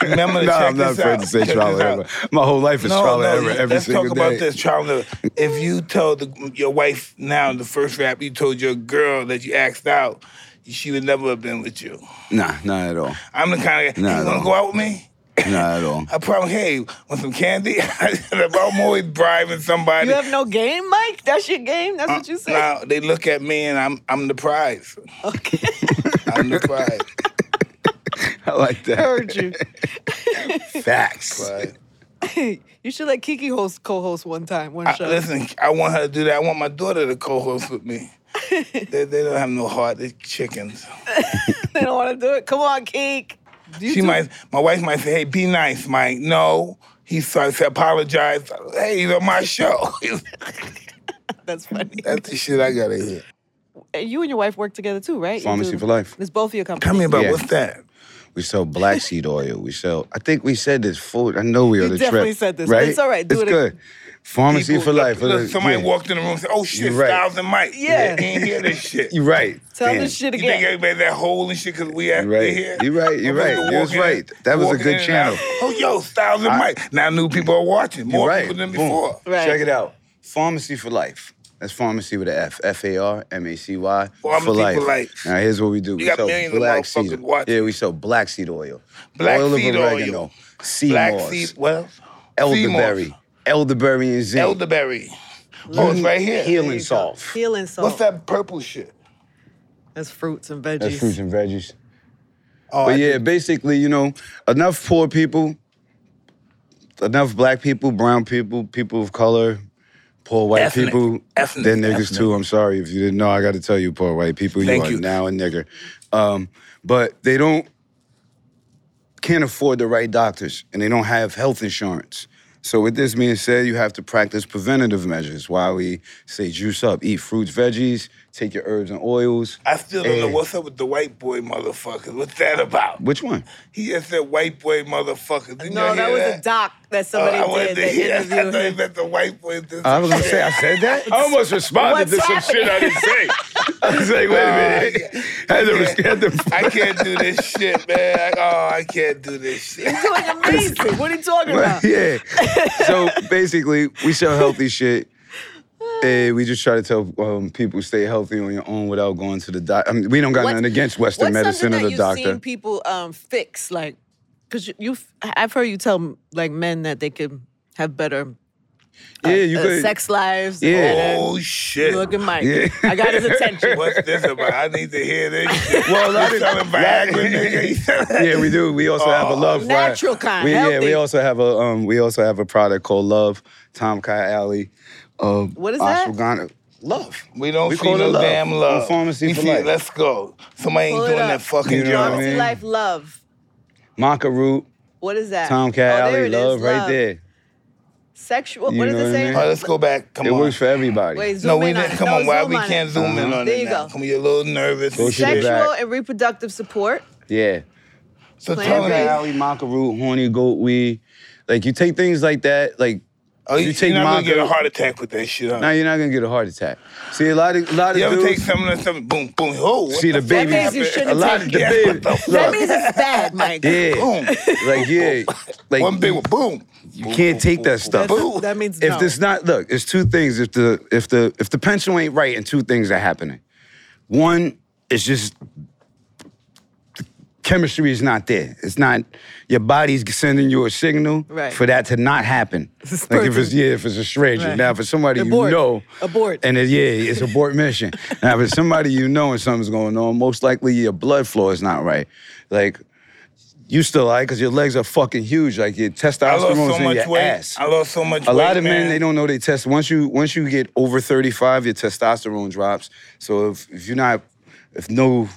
Speaker 6: remember to
Speaker 2: [laughs] No,
Speaker 6: check
Speaker 2: I'm not
Speaker 6: this
Speaker 2: afraid
Speaker 6: out.
Speaker 2: to say
Speaker 6: Check
Speaker 2: trial and
Speaker 6: this out.
Speaker 2: error. My whole life is trial and error every
Speaker 6: let's
Speaker 2: single
Speaker 6: talk
Speaker 2: day.
Speaker 6: about this trial and error. If you told the, your wife now in the first rap, you told your girl that you asked out, she would never have been with you.
Speaker 2: Nah, not at all.
Speaker 6: I'm the kind of guy,
Speaker 2: Nah,
Speaker 6: you want
Speaker 2: no.
Speaker 6: to go out with me?
Speaker 2: Not at all.
Speaker 6: I probably, hey, want some candy? [laughs] I'm always bribing somebody.
Speaker 3: You have no game, Mike? That's your game? That's what you said?
Speaker 6: Now they look at me and I'm I'm the prize.
Speaker 3: Okay. [laughs]
Speaker 6: I'm the prize.
Speaker 2: [laughs] I like that.
Speaker 3: Heard you. [laughs]
Speaker 2: Facts.
Speaker 6: But,
Speaker 3: you should let Kiki host co-host one time, one
Speaker 6: I-
Speaker 3: show.
Speaker 6: Uh, listen, I want her to do that. I want my daughter to co-host with me. they, they don't have no heart. They're chickens.
Speaker 3: [laughs] They don't want to do it. Come on, Kiki. You
Speaker 6: She
Speaker 3: two-
Speaker 6: might. My wife might say, "Hey, be nice, Mike." No, he starts to apologize. Hey, he's on my show. [laughs]
Speaker 3: That's funny.
Speaker 6: That's the shit I gotta hear.
Speaker 3: And you and your wife work together too, right? You
Speaker 2: Pharmacy
Speaker 3: do-
Speaker 2: for life.
Speaker 3: It's both of your companies.
Speaker 6: Tell me about
Speaker 2: Yeah.
Speaker 6: what's that.
Speaker 2: We sell
Speaker 6: [laughs]
Speaker 2: black seed oil. We sell. I think we said this. Food. I know we
Speaker 3: You
Speaker 2: on the trip.
Speaker 3: definitely said this, but
Speaker 2: Right?
Speaker 3: it's all right. Do
Speaker 2: it's
Speaker 3: it
Speaker 2: good. Pharmacy
Speaker 6: People-
Speaker 2: for life.
Speaker 6: look,
Speaker 2: Look,
Speaker 6: somebody
Speaker 2: yeah.
Speaker 6: walked in the room and said, "Oh shit,
Speaker 2: You're right.
Speaker 6: Styles and Mike."
Speaker 3: Yeah.
Speaker 6: they ain't hear this shit.
Speaker 2: [laughs] You're right.
Speaker 3: Tell
Speaker 2: Damn.
Speaker 3: this shit
Speaker 6: You think
Speaker 3: again.
Speaker 6: everybody that hole and shit because we at
Speaker 2: You're right.
Speaker 6: here?
Speaker 2: You're right. You're
Speaker 6: Motherfucker
Speaker 2: right. You was
Speaker 6: walking in-
Speaker 2: right. That was a
Speaker 6: walking
Speaker 2: good
Speaker 6: in and out.
Speaker 2: channel.
Speaker 6: Oh, yo, Styles and
Speaker 2: I-
Speaker 6: Mike. Now new people are watching.
Speaker 2: You're
Speaker 6: More
Speaker 2: right.
Speaker 6: people than
Speaker 2: Boom.
Speaker 6: before.
Speaker 3: Right.
Speaker 2: Check it out. Pharmacy for life. That's pharmacy with a F. F A R M A C Y.
Speaker 6: Pharmacy
Speaker 2: for
Speaker 6: for
Speaker 2: life.
Speaker 6: life.
Speaker 2: Now here's what we do. we
Speaker 6: got
Speaker 2: sell
Speaker 6: millions of
Speaker 2: black
Speaker 6: motherfuckers
Speaker 2: seed.
Speaker 6: watching.
Speaker 2: Yeah, we sell black seed oil.
Speaker 6: Black
Speaker 2: oil
Speaker 6: seed
Speaker 2: of
Speaker 6: oil.
Speaker 2: oregano. Sea
Speaker 6: Black
Speaker 2: moss.
Speaker 6: seed. Well,
Speaker 2: elderberry. Elderberry and zinc.
Speaker 6: Elderberry. Oh, it's right here.
Speaker 2: Healing salt.
Speaker 3: Healing salt.
Speaker 6: What's that purple shit?
Speaker 3: That's fruits and
Speaker 2: That's
Speaker 3: veggies.
Speaker 2: fruits and veggies.
Speaker 6: Oh, I
Speaker 2: But yeah, basically, you know, enough poor people, enough black people, brown people, people of color, poor white
Speaker 6: Ethnic.
Speaker 2: people.
Speaker 6: Ethnic.
Speaker 2: They're niggas
Speaker 6: Ethnic.
Speaker 2: too. I'm sorry if you didn't know. I got to tell you, poor white people,
Speaker 6: Thank
Speaker 2: you are
Speaker 6: you.
Speaker 2: now a nigger. Um, but they don't can't afford the right doctors, and they don't have health insurance. So with this being said, you have to practice preventative measures. Why we say juice up, eat fruits, veggies, take your herbs and oils.
Speaker 6: I still don't know
Speaker 2: Hey.
Speaker 6: what's up with the white boy motherfuckers. What's that about?
Speaker 2: Which one?
Speaker 6: He just said white boy motherfuckers. Didn't
Speaker 3: No,
Speaker 6: y'all
Speaker 3: that
Speaker 6: hear
Speaker 3: was
Speaker 6: that?
Speaker 3: a doc that somebody
Speaker 6: Oh, I wanted
Speaker 3: did.
Speaker 6: to
Speaker 3: They
Speaker 6: hear that. [laughs] I
Speaker 3: interviewed
Speaker 6: thought he
Speaker 3: him.
Speaker 6: meant the white boy. did
Speaker 2: I was
Speaker 6: some
Speaker 2: gonna say I said that. I almost responded
Speaker 3: What's Oh, to some shit I
Speaker 2: didn't say. I was like, wait
Speaker 6: minute.
Speaker 2: [laughs] had
Speaker 6: to res-
Speaker 2: [laughs]
Speaker 3: [laughs]
Speaker 6: had
Speaker 2: to.
Speaker 6: I can't do this shit, man. Like, oh, I can't do
Speaker 2: [laughs]
Speaker 6: this shit. [laughs]
Speaker 3: You're doing amazing. what are you talking about?
Speaker 2: yeah. So basically, we sell healthy shit. And we just try to tell um, people stay healthy on your own without going to the doctor. I mean, we don't got
Speaker 3: What's-
Speaker 2: nothing against Western
Speaker 3: What's
Speaker 2: medicine
Speaker 3: something
Speaker 2: or
Speaker 3: that
Speaker 2: the
Speaker 3: you've
Speaker 2: doctor.
Speaker 3: seen people um, fix? Like, because you, you, I've heard you tell like men that they could have better uh,
Speaker 2: Yeah, you
Speaker 3: uh,
Speaker 2: could.
Speaker 3: sex lives.
Speaker 2: Yeah.
Speaker 3: better.
Speaker 6: Oh shit!
Speaker 3: Look at Mike.
Speaker 2: Yeah.
Speaker 3: I got his
Speaker 6: [laughs]
Speaker 3: attention.
Speaker 6: What's this about? I need to hear this. Shit.
Speaker 2: Well, a lot
Speaker 6: you
Speaker 2: of-
Speaker 6: selling
Speaker 2: [laughs]
Speaker 6: Viagra, nigga. You selling-
Speaker 2: [laughs] yeah, we do. We also have a love
Speaker 3: Oh, Natural
Speaker 2: product.
Speaker 3: kind,
Speaker 2: We, yeah,
Speaker 3: healthy.
Speaker 2: we also have a um, we also have a product called Love. Tom Kai Alley. Um,
Speaker 3: What is that?
Speaker 2: ashwagandha. Love.
Speaker 6: We don't
Speaker 2: We
Speaker 6: see
Speaker 2: call it
Speaker 6: no
Speaker 2: love.
Speaker 6: damn love.
Speaker 2: On Pharmacy
Speaker 6: we
Speaker 2: for
Speaker 6: see,
Speaker 2: Life.
Speaker 6: Let's go. Somebody ain't
Speaker 3: Pull it
Speaker 6: doing
Speaker 3: up.
Speaker 6: that fucking
Speaker 2: You know what I
Speaker 6: job.
Speaker 3: Pharmacy
Speaker 2: mean?
Speaker 3: life, love.
Speaker 2: Maca root.
Speaker 3: What is that?
Speaker 2: Tom
Speaker 3: Oh,
Speaker 2: Cat
Speaker 3: there
Speaker 2: Alley.
Speaker 3: it is,
Speaker 2: Love, right there.
Speaker 3: Sexual.
Speaker 2: You
Speaker 3: what
Speaker 2: know
Speaker 3: does
Speaker 2: what
Speaker 3: it
Speaker 2: I
Speaker 3: say?
Speaker 2: mean?
Speaker 6: All right, let's go back. Come
Speaker 2: it
Speaker 6: on.
Speaker 2: works for everybody.
Speaker 3: Wait, zoom
Speaker 6: no, we
Speaker 3: in on
Speaker 6: didn't.
Speaker 3: it.
Speaker 6: Come
Speaker 3: No,
Speaker 6: on, why
Speaker 3: zoom
Speaker 6: we
Speaker 3: on it.
Speaker 6: can't zoom in
Speaker 2: Uh-huh.
Speaker 6: on
Speaker 3: There
Speaker 6: it
Speaker 3: you
Speaker 6: now?
Speaker 3: go.
Speaker 6: Come on, you're a little nervous.
Speaker 2: Go
Speaker 6: and
Speaker 2: to the
Speaker 6: shit.
Speaker 2: back.
Speaker 3: Sexual and reproductive support.
Speaker 2: yeah.
Speaker 6: So
Speaker 3: Plant
Speaker 6: tell
Speaker 2: Tom
Speaker 6: me,
Speaker 2: Cat
Speaker 3: based.
Speaker 2: Alley, Oh, Maca root, horny goat weed. Like you take things like that, like
Speaker 6: oh, you,
Speaker 2: You take
Speaker 6: are not gonna
Speaker 2: Mongo-
Speaker 6: get a heart attack with that shit. Huh?
Speaker 2: now you're not gonna get a heart attack. See a lot of a lot of
Speaker 6: you ever
Speaker 2: dudes.
Speaker 6: take something and something, boom, boom, oh, what
Speaker 2: see
Speaker 6: the
Speaker 2: the baby.
Speaker 3: means you
Speaker 2: a
Speaker 3: shouldn't
Speaker 2: lot
Speaker 3: take
Speaker 2: of the
Speaker 6: it.
Speaker 2: baby.
Speaker 6: What the fuck?
Speaker 3: That
Speaker 2: Look,
Speaker 3: means it's bad, Mike.
Speaker 2: yeah.
Speaker 6: boom.
Speaker 2: Like yeah, like
Speaker 6: One big one, boom.
Speaker 2: you can't take that stuff.
Speaker 3: That's- that means
Speaker 2: If
Speaker 3: no.
Speaker 2: there's not, look, it's two things. If the if the if the pencil ain't right, and two things are happening. One, it's just chemistry is not there. It's not your body's sending you a signal
Speaker 3: Right.
Speaker 2: for that to not
Speaker 3: [laughs]
Speaker 2: happen.
Speaker 3: This
Speaker 2: Like if it's
Speaker 3: person-
Speaker 2: yeah, if it's a stranger.
Speaker 3: Right.
Speaker 2: Now for
Speaker 3: [laughs]
Speaker 2: somebody
Speaker 3: Abort.
Speaker 2: you know,
Speaker 3: Abort.
Speaker 2: and it, yeah, it's abort
Speaker 3: [laughs]
Speaker 2: mission. now if it's somebody you know and something's going on, most likely your blood flow is not right. Like. You still like because your legs are fucking huge. Like your
Speaker 6: I lost
Speaker 2: testosterone's
Speaker 6: so
Speaker 2: in
Speaker 6: much
Speaker 2: your
Speaker 6: weight.
Speaker 2: ass.
Speaker 6: I lost so much
Speaker 2: A
Speaker 6: weight.
Speaker 2: lot of men
Speaker 6: man.
Speaker 2: they don't know they test once you once you get over 35 your testosterone drops. So if, if you're not if no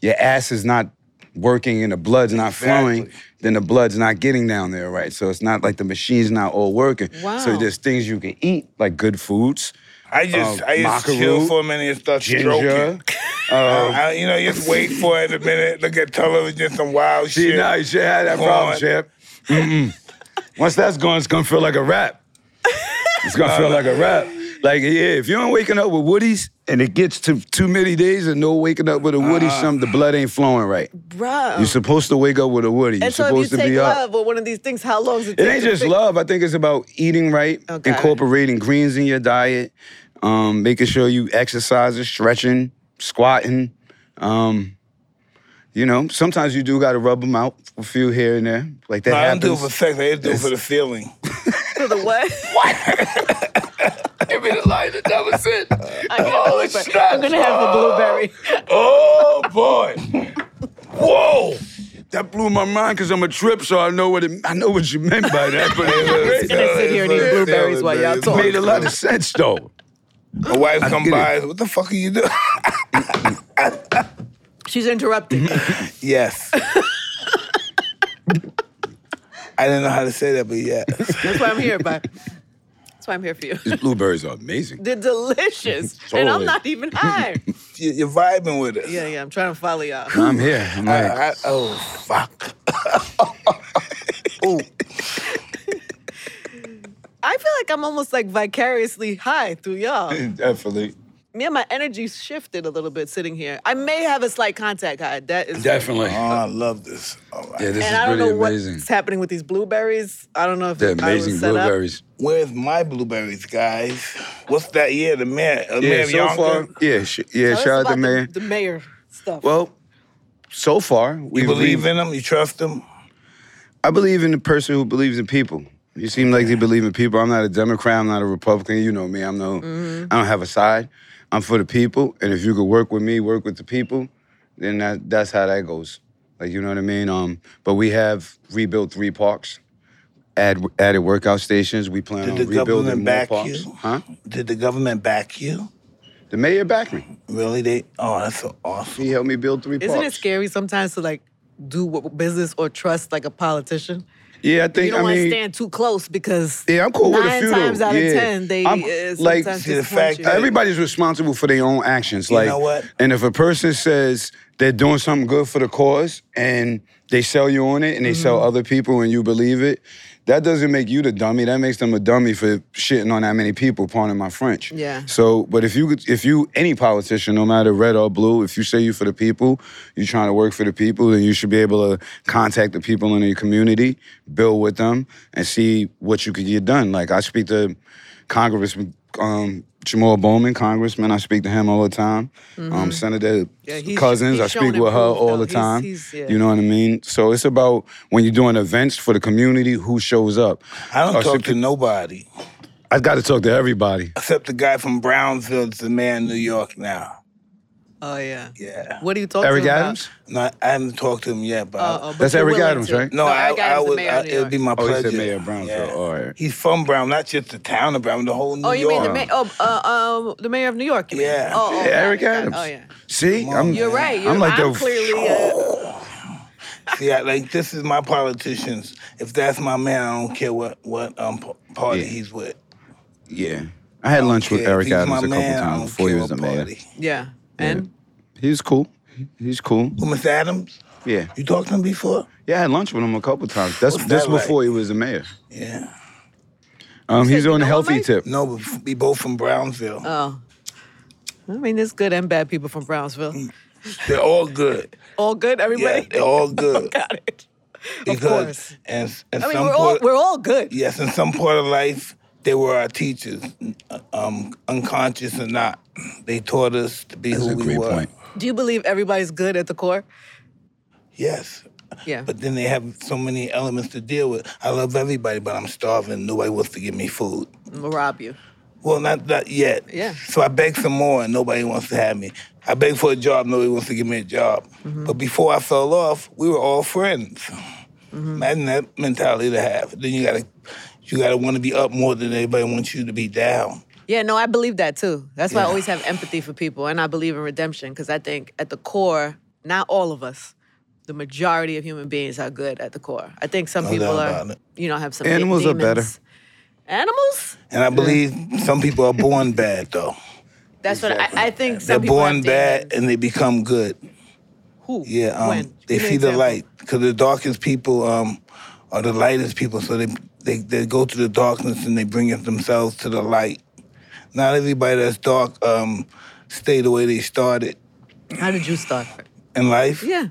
Speaker 2: your ass is not working and the blood's not flowing,
Speaker 6: Exactly.
Speaker 2: then the blood's not getting down there right. So it's not like the machine's not all working.
Speaker 3: Wow.
Speaker 2: So there's things you can eat like good foods,
Speaker 6: I just,
Speaker 2: uh,
Speaker 6: I just
Speaker 2: maca
Speaker 6: chill
Speaker 2: root,
Speaker 6: for a minute and start
Speaker 2: ginger.
Speaker 6: stroking.
Speaker 2: Um,
Speaker 6: Uh, I- you know, just wait for it a minute. Look at television, some wild
Speaker 2: See,
Speaker 6: shit.
Speaker 2: now you should have that
Speaker 6: Corn.
Speaker 2: problem, champ. Mm-mm. Once that's gone, it's gonna feel like a rap. It's gonna feel like a rap. Like, yeah, if you ain't waking up with Woodies and it gets to too many days and no waking up with a Woody,
Speaker 3: Uh-huh.
Speaker 2: something, the blood ain't flowing right.
Speaker 3: Bruh.
Speaker 2: You're supposed to wake up with a Woody. You're
Speaker 3: Uh-huh. and so if
Speaker 2: supposed
Speaker 3: you
Speaker 2: to
Speaker 3: take
Speaker 2: be up.
Speaker 3: love with one of these things, how long does it
Speaker 2: It
Speaker 3: take?
Speaker 2: ain't
Speaker 3: to
Speaker 2: just
Speaker 3: fix-
Speaker 2: love. I think it's about eating right,
Speaker 3: Oh, got it.
Speaker 2: incorporating greens in your diet, um, making sure you exercising, stretching, squatting. Um, you know, sometimes you do got to rub them out a few here and there, like that
Speaker 6: No, I don't
Speaker 2: happens.
Speaker 6: do it for sex. I just do it for the
Speaker 2: [laughs]
Speaker 6: feeling.
Speaker 3: For the what?
Speaker 2: Give me the light. That was
Speaker 6: [laughs]
Speaker 2: it.
Speaker 3: I got
Speaker 2: Oh,
Speaker 3: a
Speaker 2: it's
Speaker 3: blueberry.
Speaker 2: not-
Speaker 3: I'm gonna have a blueberry.
Speaker 2: Oh boy! Whoa! That blew my mind because I'm a trip, so I know what it, I know what you meant by that. But it,
Speaker 3: gonna sit here and eat blueberries while
Speaker 2: [laughs]
Speaker 3: y'all
Speaker 2: it
Speaker 3: talk.
Speaker 2: made a lot of sense though.
Speaker 6: My wife come
Speaker 2: get
Speaker 6: by. What the fuck are you doing?
Speaker 3: She's interrupting.
Speaker 6: [laughs]
Speaker 3: [laughs]
Speaker 6: yes. I didn't know how to say that,
Speaker 3: [laughs]
Speaker 6: but yes.
Speaker 3: That's why I'm here, but that's why I'm here for you.
Speaker 2: These blueberries are amazing.
Speaker 3: They're delicious,
Speaker 2: [laughs]
Speaker 3: and
Speaker 2: Totally.
Speaker 3: I'm not
Speaker 2: [laughs]
Speaker 3: even high.
Speaker 6: You- You're vibing with us.
Speaker 3: yeah, yeah. I'm trying to follow y'all.
Speaker 2: I'm here. I'm
Speaker 6: I-
Speaker 2: like,
Speaker 6: I- oh fuck. Ooh.
Speaker 3: I feel like I'm almost like vicariously high through y'all.
Speaker 2: [laughs] definitely,
Speaker 3: Yeah, my energy shifted a little bit sitting here. I may have a slight contact high. That is,
Speaker 2: definitely.
Speaker 6: Oh, I love this. Oh, All right.
Speaker 2: yeah, this is
Speaker 3: and I don't
Speaker 2: pretty
Speaker 3: know
Speaker 2: amazing.
Speaker 3: what's happening with these blueberries. I don't know if
Speaker 2: They're
Speaker 3: I was
Speaker 2: amazing
Speaker 3: set up.
Speaker 2: blueberries.
Speaker 6: Where's my blueberries, guys? What's that year? The mayor, uh,
Speaker 2: Yeah,
Speaker 6: mayor of
Speaker 2: so
Speaker 6: Yonkers?
Speaker 2: far, yeah, sh- yeah.
Speaker 3: Tell us
Speaker 2: shout out to
Speaker 3: about the-
Speaker 2: Mayor.
Speaker 3: The, mayor stuff.
Speaker 2: Well, so far we
Speaker 6: You believe
Speaker 2: we've-
Speaker 6: in them? You trust them?
Speaker 2: I believe in the person who believes in people. You seem like you believe in people. I'm not a Democrat. I'm not a Republican. You know me. I'm no.
Speaker 6: Mm-hmm.
Speaker 2: I don't have a side. I'm for the people. And if you could work with me, work with the people, then that, that's how that goes. Like you know what I mean. Um, but we have rebuilt three parks, add, added workout stations. We plan
Speaker 6: Did
Speaker 2: on
Speaker 6: the
Speaker 2: rebuilding
Speaker 6: government
Speaker 2: more
Speaker 6: back
Speaker 2: parks.
Speaker 6: you?
Speaker 2: Huh?
Speaker 6: Did the government back you?
Speaker 2: The mayor backed me.
Speaker 6: Really? They? Oh, that's so awesome.
Speaker 2: He helped me build three
Speaker 3: Isn't
Speaker 2: parks.
Speaker 3: it scary sometimes to like do what business or trust like a politician?
Speaker 2: Yeah, I think.
Speaker 3: You don't
Speaker 2: I
Speaker 3: want to
Speaker 2: mean,
Speaker 3: stand too close because
Speaker 2: yeah, I'm cool with a
Speaker 3: nine
Speaker 2: few. though.
Speaker 3: times out of
Speaker 2: Yeah.
Speaker 3: ten they
Speaker 2: I'm-
Speaker 3: uh, sometimes
Speaker 2: like
Speaker 6: See, the
Speaker 3: disappoint
Speaker 6: fact
Speaker 3: you.
Speaker 6: that- Every-
Speaker 2: Everybody's responsible for their own actions.
Speaker 6: You
Speaker 2: like,
Speaker 6: know what?
Speaker 2: And if a person says they're doing something good for the cause and they sell you on it and they sell
Speaker 6: Mm-hmm.
Speaker 2: other people and you believe it, that doesn't make you the dummy. That makes them a dummy for shitting on that many people. Pardon my French.
Speaker 3: Yeah.
Speaker 2: So, but if you if you any politician, no matter red or blue, if you say you for the people, you're trying to work for the people, then you should be able to contact the people in your community, build with them, and see what you could get done. Like I speak to Congressman um, Jamal Bowman, congressman. I speak to him all the time. Um, Senator
Speaker 3: Mm-hmm. Yeah, he's-
Speaker 2: Cousins,
Speaker 3: he's
Speaker 2: I
Speaker 3: shown
Speaker 2: speak with her
Speaker 3: improved,
Speaker 2: all the
Speaker 3: though. He's-
Speaker 2: time.
Speaker 3: he's- yeah.
Speaker 2: You know what I mean? So it's about when you're doing events for the community, who shows up.
Speaker 6: I don't
Speaker 2: Or
Speaker 6: talk
Speaker 2: should
Speaker 6: to nobody
Speaker 2: I got to talk to everybody.
Speaker 6: except the guy from Brownsville. That's the mayor of New York now.
Speaker 3: Oh yeah.
Speaker 6: Yeah.
Speaker 3: What do you talk
Speaker 2: Eric
Speaker 3: to him about?
Speaker 2: Adams?
Speaker 6: No, I haven't talked to him yet, but. I-
Speaker 3: Uh, uh, but
Speaker 2: That's
Speaker 3: you're
Speaker 2: Eric
Speaker 3: willing
Speaker 2: Adams,
Speaker 3: to.
Speaker 2: right?
Speaker 6: No, I,
Speaker 3: Eric Adams
Speaker 6: I
Speaker 3: is the
Speaker 6: would.
Speaker 3: mayor
Speaker 6: I,
Speaker 3: of New
Speaker 6: it would be
Speaker 3: York.
Speaker 6: my
Speaker 2: Oh, he said
Speaker 6: pleasure.
Speaker 2: mayor of Brownsville. All right.
Speaker 6: He's from Brown, not just the town of Brown, the whole New
Speaker 3: Oh, you
Speaker 6: York.
Speaker 3: mean the mayor? Oh, uh, um, the mayor of New York. You mean?
Speaker 6: Yeah.
Speaker 3: Oh, oh,
Speaker 2: Yeah,
Speaker 3: got
Speaker 2: Eric
Speaker 3: it, got it.
Speaker 2: Adams.
Speaker 3: Oh yeah.
Speaker 2: See, I'm,
Speaker 3: You're right. You're,
Speaker 2: I'm like the [laughs]
Speaker 3: clearly. Uh,
Speaker 6: Yeah, like this is my politicians. If that's my man, I don't care what what um p- party
Speaker 2: Yeah.
Speaker 6: he's with.
Speaker 2: yeah. I had lunch with
Speaker 6: Yeah, if
Speaker 2: Eric
Speaker 6: he's my
Speaker 2: Adams a couple
Speaker 6: man, I
Speaker 2: times
Speaker 6: don't
Speaker 2: before he
Speaker 6: care
Speaker 2: was the
Speaker 6: what
Speaker 2: mayor.
Speaker 6: party.
Speaker 3: yeah. And
Speaker 2: He's cool. He's cool.
Speaker 6: Who, Mr. Adams?
Speaker 2: Yeah.
Speaker 6: You talked to him before?
Speaker 2: Yeah, I had lunch with him a couple times. That's
Speaker 6: What's
Speaker 2: that's
Speaker 6: that like?
Speaker 2: before he was the mayor.
Speaker 6: Yeah.
Speaker 2: Um,
Speaker 3: You
Speaker 2: he's
Speaker 3: said you
Speaker 2: on the
Speaker 3: know him,
Speaker 2: healthy
Speaker 3: Mike?
Speaker 2: tip.
Speaker 6: No, but f- we both from Brownsville.
Speaker 3: oh, I mean, there's good and bad people from Brownsville.
Speaker 6: they're all
Speaker 3: [laughs]
Speaker 6: good.
Speaker 3: All good,
Speaker 6: Mm. Yeah,
Speaker 3: everybody.
Speaker 6: they're all good.
Speaker 3: [laughs] got it. Of
Speaker 6: because
Speaker 3: course.
Speaker 6: and and
Speaker 3: I mean,
Speaker 6: some
Speaker 3: we're all
Speaker 6: part,
Speaker 3: we're all good.
Speaker 6: yes, in some part of life they were our teachers, um, unconscious or not. They taught us to be
Speaker 2: That's
Speaker 6: who
Speaker 2: a
Speaker 6: we
Speaker 2: great
Speaker 6: were.
Speaker 2: point.
Speaker 3: Do you believe everybody's good at the core?
Speaker 6: Yes,
Speaker 3: Yeah.
Speaker 6: But then they have so many elements to deal with. I love everybody, but I'm starving. Nobody wants to give me food.
Speaker 3: We'll rob you.
Speaker 6: Well, not that yet.
Speaker 3: Yeah.
Speaker 6: So I beg some more, and nobody wants to have me. I beg for a job. Nobody wants to give me a job.
Speaker 3: Mm-hmm.
Speaker 6: But before I fell off, we were all friends.
Speaker 3: Mm-hmm.
Speaker 6: Imagine that mentality to have. Then you gotta, you gotta want to be up more than anybody wants you to be down.
Speaker 3: Yeah, no, I believe that too. That's why I
Speaker 6: Yeah.
Speaker 3: always have empathy for people and I believe in redemption because I think at the core, not all of us, the majority of human beings are good at the core. I think some
Speaker 6: No
Speaker 3: people
Speaker 6: doubt
Speaker 3: are,
Speaker 6: about it.
Speaker 3: you know, have some
Speaker 2: Animals
Speaker 3: de-
Speaker 2: are better.
Speaker 3: demons. Animals?
Speaker 6: And I believe some people are born bad though.
Speaker 3: That's what I, I think.
Speaker 6: They're
Speaker 3: Some people
Speaker 6: born
Speaker 3: have
Speaker 6: bad
Speaker 3: demons.
Speaker 6: and they become good.
Speaker 3: Who?
Speaker 6: Yeah, um,
Speaker 3: when?
Speaker 6: they
Speaker 3: Give me an
Speaker 6: see the
Speaker 3: example.
Speaker 6: light because the darkest people um, are the lightest people. So they, they they go to the darkness and they bring it themselves to the light. Not everybody that's dark um, stay the way they started
Speaker 3: How did you start?
Speaker 6: in life.
Speaker 3: Yeah.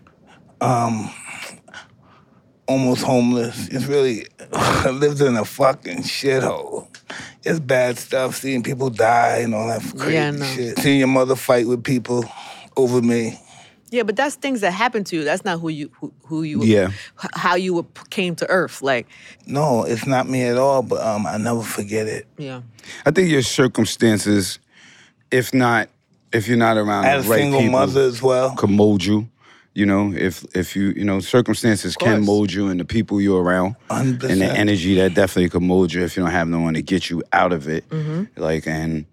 Speaker 6: Almost homeless. It's really [laughs] I lived in a fucking shithole. It's bad stuff. Seeing people die and all that crazy
Speaker 3: Yeah, I know.
Speaker 6: shit. Seeing your mother fight with people over me.
Speaker 3: Yeah, but that's things that happen to you. That's not who you who, who you
Speaker 2: Yeah.
Speaker 3: h- how you were, p- came to earth. Like
Speaker 6: No, it's not me at all. But um, I never forget it.
Speaker 2: [laughs]
Speaker 3: yeah.
Speaker 2: I think your circumstances, if not, if you're not around
Speaker 6: I had a
Speaker 2: the right
Speaker 6: single
Speaker 2: people,
Speaker 6: mother as well.
Speaker 2: could mold you. You know, if if you you know circumstances can
Speaker 3: course.
Speaker 2: mold you and the people you're around
Speaker 6: 100%.
Speaker 2: and the energy that definitely could mold you if you don't have no one to get you out of it. Like and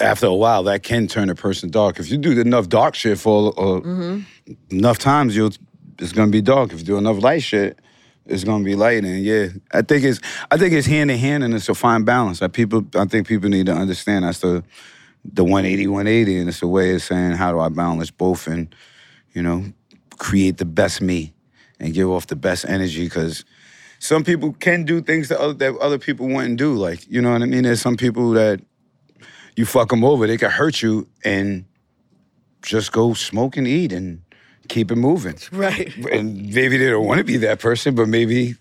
Speaker 2: after a while, that can turn a person dark. If you do enough dark shit for uh, enough times, you'll it's gonna be dark. If you do enough light shit, it's gonna be light. And yeah, I think it's I think it's hand in hand and it's a fine balance. Like people, I think people need to understand that's the the 180, 180, and it's a way of saying how do I balance both and you know create the best me and give off the best energy because some people can do things that other, that other people wouldn't do. Like you know what I mean? There's some people that you fuck them over, they can hurt you and just go smoke and eat and keep it moving.
Speaker 3: Right.
Speaker 2: And maybe they don't want to be that person, but maybe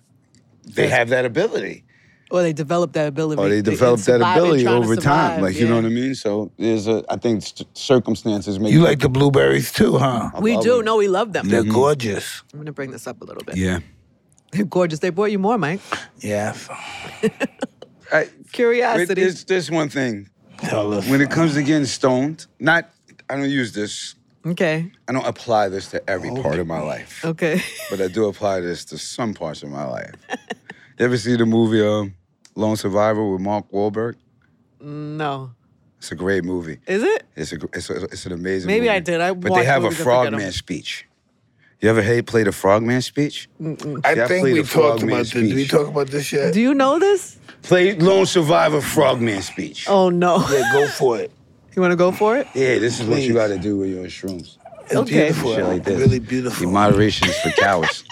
Speaker 2: they have that ability.
Speaker 3: Or they develop that ability.
Speaker 2: Or they
Speaker 3: and
Speaker 2: develop that
Speaker 3: survive and
Speaker 2: ability
Speaker 3: trying to
Speaker 2: over time.
Speaker 3: survive,
Speaker 2: Like, you know
Speaker 3: yeah.
Speaker 2: what I mean? So there's a, I think c- circumstances make
Speaker 6: You like the blueberries too, huh?
Speaker 3: We
Speaker 2: love
Speaker 3: do.
Speaker 2: it.
Speaker 3: No, we love them.
Speaker 6: They're gorgeous.
Speaker 3: I'm gonna bring this up a little bit.
Speaker 2: Yeah.
Speaker 3: They're gorgeous. They brought you more, Mike.
Speaker 6: Yeah.
Speaker 2: I, but
Speaker 3: Curiosity.
Speaker 2: there's, there's one thing.
Speaker 6: Tell us.
Speaker 2: When it comes to getting stoned, not, I don't use this,
Speaker 3: okay.
Speaker 2: I don't apply this to every part of my life.
Speaker 3: Okay. [laughs]
Speaker 2: but I do apply this to some parts of my life. you ever see the movie um, Lone Survivor with Mark Wahlberg?
Speaker 3: no.
Speaker 2: It's a great movie.
Speaker 3: Is it?
Speaker 2: It's a gr- it's, a, it's an amazing.
Speaker 3: Maybe I
Speaker 2: movie.
Speaker 3: did. I
Speaker 2: but they
Speaker 3: watched
Speaker 2: have a
Speaker 3: movies, I forget 'em.
Speaker 2: frogman speech. You ever hey played a frogman speech? See,
Speaker 6: I
Speaker 2: I
Speaker 6: think
Speaker 2: played
Speaker 6: we
Speaker 2: the
Speaker 6: talked
Speaker 2: frogman
Speaker 6: about this. Did we
Speaker 2: speech.
Speaker 6: talk about this yet?
Speaker 3: Do you know this?
Speaker 2: Play Lone Survivor frogman speech.
Speaker 3: Oh no.
Speaker 6: [laughs] yeah, go for it.
Speaker 3: [laughs] You wanna go for it?
Speaker 2: Yeah, this is what
Speaker 6: Please.
Speaker 2: you got to do with your shrooms.
Speaker 6: It's
Speaker 3: Okay.
Speaker 6: beautiful.
Speaker 2: Shit like this.
Speaker 6: Really beautiful.
Speaker 2: Your moderation is for cowards.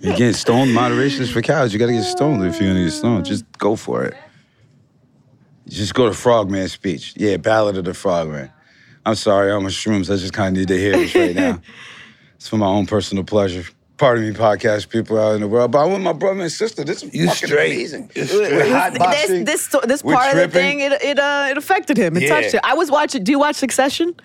Speaker 2: You're getting stoned. Moderation is for cowards. You got to get stoned if you're going to get stoned. Just go for it. Just go to Frogman speech. Yeah, Ballad of the Frogman.
Speaker 6: [laughs]
Speaker 2: I'm sorry, I'm on shrooms. I just kind of need to hear this right now. it's for my own personal pleasure. Pardon me, podcast people out in the world, but I'm with my brother and sister. This is
Speaker 6: You
Speaker 2: fucking
Speaker 6: straight.
Speaker 2: amazing.
Speaker 6: You
Speaker 2: We're
Speaker 6: straight.
Speaker 2: hot boxing.
Speaker 3: This this sto- this
Speaker 2: We're
Speaker 3: part of the
Speaker 2: tripping.
Speaker 3: thing it it uh it affected him. It
Speaker 6: Yeah.
Speaker 3: touched him. I was watching. Do you watch Succession?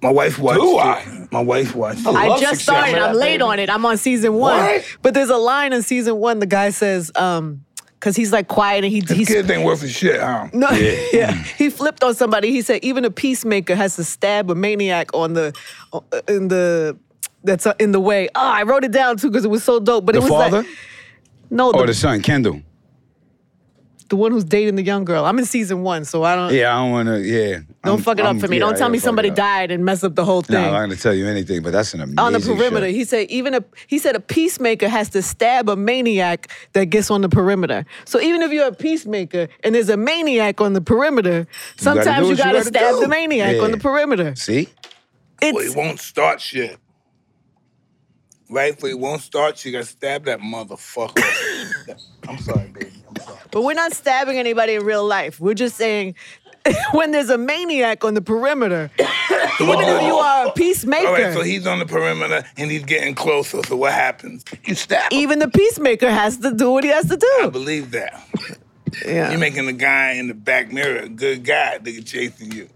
Speaker 6: My wife watched
Speaker 2: Do
Speaker 6: it.
Speaker 2: I?
Speaker 6: My wife watched it.
Speaker 3: I
Speaker 2: love
Speaker 3: just
Speaker 2: Succession.
Speaker 3: started. I'm
Speaker 2: Remember that
Speaker 3: late on it. I'm on season one.
Speaker 2: What?
Speaker 3: But there's a line in season one. The guy says, um, because he's like quiet and he
Speaker 6: This
Speaker 3: he's
Speaker 6: kid ain't worth a shit, huh?
Speaker 3: No, [laughs] yeah. He flipped on somebody. He said even a peacemaker has to stab a maniac on the uh, in the that's uh, in the way. Oh, I wrote it down too because it was so dope. But
Speaker 2: the
Speaker 3: it was
Speaker 2: father
Speaker 3: like no,
Speaker 2: or
Speaker 3: the,
Speaker 2: the son, Kendall.
Speaker 3: the one who's dating the young girl. I'm in season one, so I don't.
Speaker 2: Yeah, I don't want to. Yeah,
Speaker 3: Don't fuck it up for me. don't tell me somebody died and mess up the whole thing.
Speaker 2: No, I'm not gonna tell you anything, but that's an amazing
Speaker 3: on the perimeter.
Speaker 2: show.
Speaker 3: He said even a he said a peacemaker has to stab a maniac that gets on the perimeter. So even if you're a peacemaker and there's a maniac on the perimeter,
Speaker 2: gotta do
Speaker 3: sometimes you
Speaker 2: what you
Speaker 3: gotta,
Speaker 2: gotta
Speaker 3: stab
Speaker 2: do.
Speaker 3: the maniac on
Speaker 2: Yeah.
Speaker 3: the perimeter.
Speaker 2: See,
Speaker 6: Well, he
Speaker 3: It's
Speaker 6: won't start shit. Rightfully won't start shit. You gotta stab that [laughs] motherfucker. I'm sorry, baby. I'm sorry.
Speaker 3: but we're not stabbing anybody in real life. We're just saying [laughs] when there's a maniac on the perimeter, even if you are a peacemaker,
Speaker 6: All right, so he's on the perimeter and he's getting closer. So what happens? You stab him.
Speaker 3: even the peacemaker has to do what he has to
Speaker 6: I
Speaker 3: do.
Speaker 6: believe that.
Speaker 3: Yeah.
Speaker 6: You're making the guy in the back mirror a good guy. Nigga chasing you.